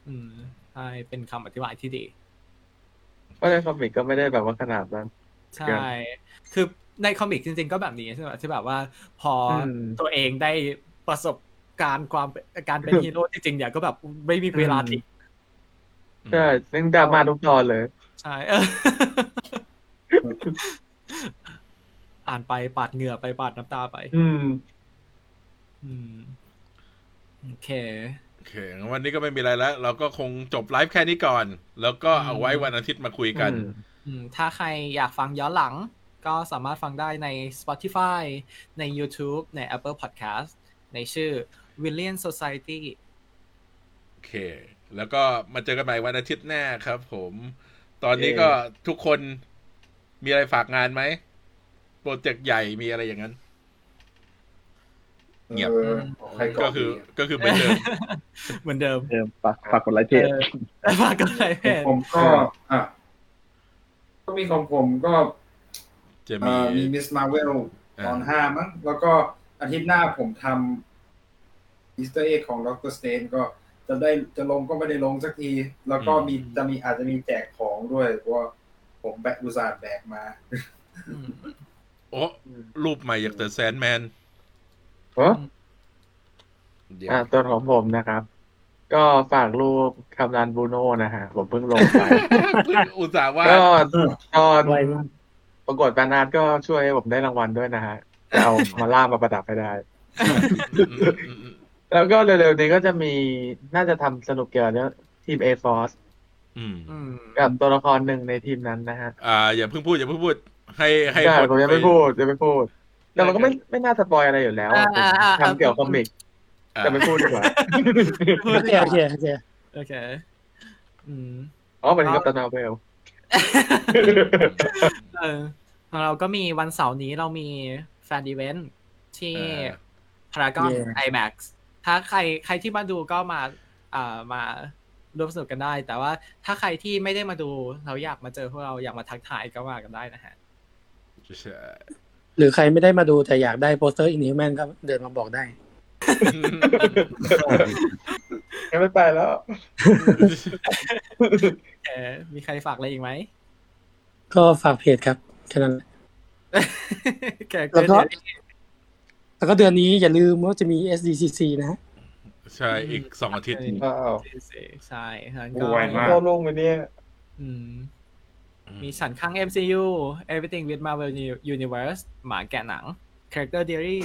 อืมใช่เป็นคำอธิบายที่ดี เพราะในคอมิกก็ไม่ได้แบบว่าขนาดนั้น ใช่ คือในคอมิกจริงๆ ก็แบบนี้ใช่ไหมที่แบบว่า พออ ม ตัวเองได้ประสบการณ์ความการเป็นฮีโร่จริงๆเนี่ยก็แบบไม่มีเวลาทิ้ง ใช่ซึ่งดราม่าทุกตอนเลย ใช่เออ อ่านไปปาดเหงื่อไปปาดน้ำตาไป อืม อืมโอเค โอเคงั้นวันนี้ก็ไม่มีอะไรแล้ว เราก็คงจบไลฟ์แค่นี้ก่อน แล้วก็เอาไว้วันอาทิตย์มาคุยกัน อืม อืมถ้าใครอยากฟังย้อนหลัง ก็สามารถฟังได้ใน Spotify ใน YouTube ใน Apple Podcast ในชื่อ w i l l i a n Society โอเค แล้วก็มาเจอกันใหม่วันอาทิตย์หน้าครับผม ตอนนี้ก็ทุกคนมีอะไรฝากงานไหม โปรเจกต์ใหญ่มีอะไรอย่างนั้น เงียบ ออใรน ก็คือ ดีะ ก็คือเหมือนเดิม เหมือนเดิม เออฝากฝากกดไลค์เพจ เออฝ ากกันเลยเพจ ผมก็ อ่ะ ก็มีของผมก็ จะ เอ่ มี อมีมิสมาเวลตอน อ่า ห้ามั้งแล้วก็อาทิตย์หน้าผมทำอีสเตอร์เอของล็อกเตอร์สเตนก็จะได้จะลงก็ไม่ได้ลงสักที แล้วก็มีจะมีอาจจะมีแจกของด้วยเพราะว่าผมแบกอุตส่าห์แบกมา อืม โอ้รูปใหม่จากเดอะแซนแมน เอ้อ เดี๋ยว อ่ะตัวของผมนะครับ ก็ฝากรูปคำรานบูโน่นะฮะ ผมเพิ่งลง ไป เพิ่ง อุตส่าห์ว่าด ก็ตอน ไวมาก ประกวดแบนนาดก็ช่วยให้ผมได้รางวัลด้วยนะฮะจะเอามาล่ามาประดับให้ได้ อืมอืมอืมอืม แล้วก็เร็วๆนี้ก็จะมีน่าจะทำสนุกเกี่ยวกับเรื่องทีม A Force อืม อืม กับตัวละครหนึ่งในทีมนั้นนะฮะ อ่า อย่าเพิ่งพูดอย่าเพิ่งพูด ให้ให้ ใช่ คน ผมยัง ไป ไม่พูดยังไม่พูด แต่มันก็ไม่ไม่น่าสปอยอะไรอยู่แล้วอะผมทำเกี่ยวกับคอมิก อ่า แต่ไม่พูด ดีกว่า โอเคโอเคโอเค โอเค อืม อ๋อหมันกับตนาเวล เออของเราก็มีวันเสาร์นี้เรามีแฟนอีเวนท์ที่ อ่า พารากอนไอแม็กซ์ถ้าใครใครที่มาดูก็มาอ่ามาร่วมสนุกกันได้ แต่ว่าถ้าใครที่ไม่ได้มาดู เราอยากมาเจอพวกเราอยากมาทักทายก็มากันได้นะฮะ ใช่ หรือใครไม่ได้มาดูแต่อยากได้โปสเตอร์อินฮิวแมนก็เดินมาบอกได้ ยังไม่ไปแล้ว เออมีใครฝากอะไรอีกไหม ก็ฝากเพจครับแค่นั้น แก แล้วก็ก็ แล้วก็เดือนนี้อย่าลืมว่าจะมี SDCC นะฮะ ใช่อีกสองอาทิตย์ อ้าว ใช่ฉะนั้นก็ โอ้ยมาก เข้าลงไปเนี่ย อืมมีฉันข้าง MCU Everything with Marvel Universe หมาแกะหนัง Character Diary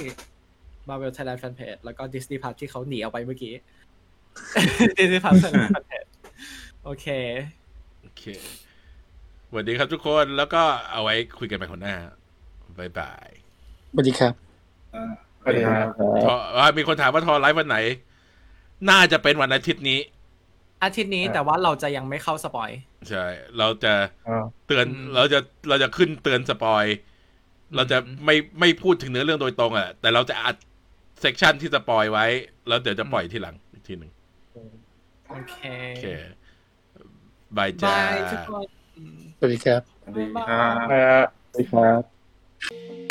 Marvel Thailand Fanpage แล้วก็ Disney Plus ที่เขาหนีเอาไปเมื่อกี้ Disney Plus Thailand Fanpage โอเค โอเคสวัสดีครับทุกคนแล้วก็เอาไว้คุยกันใหม่คนหน้าบายบาย สวัสดีครับ สวัสดีครับ ทออ่ามีคนถามว่าทอไลฟ์วันไหน น่าจะเป็นวันอาทิตย์นี้ อาทิตย์นี้แต่ว่าเราจะยังไม่เข้าสปอย ใช่ เราจะ อ้าว เตือน อืม เราจะเราจะขึ้นเตือนสปอย เราจะ อืม ไม่ไม่พูดถึงเนื้อเรื่องโดยตรงอ่ะ แต่เราจะอัดเซกชันที่สปอยไว้ แล้วเดี๋ยวจะปล่อยทีหลังอีกทีหนึ่ง โอเค โอเคบายจ้า บายทุกคน สวัสดีครับ呃 สวัสดีครับ นะฮะ สวัสดีครับ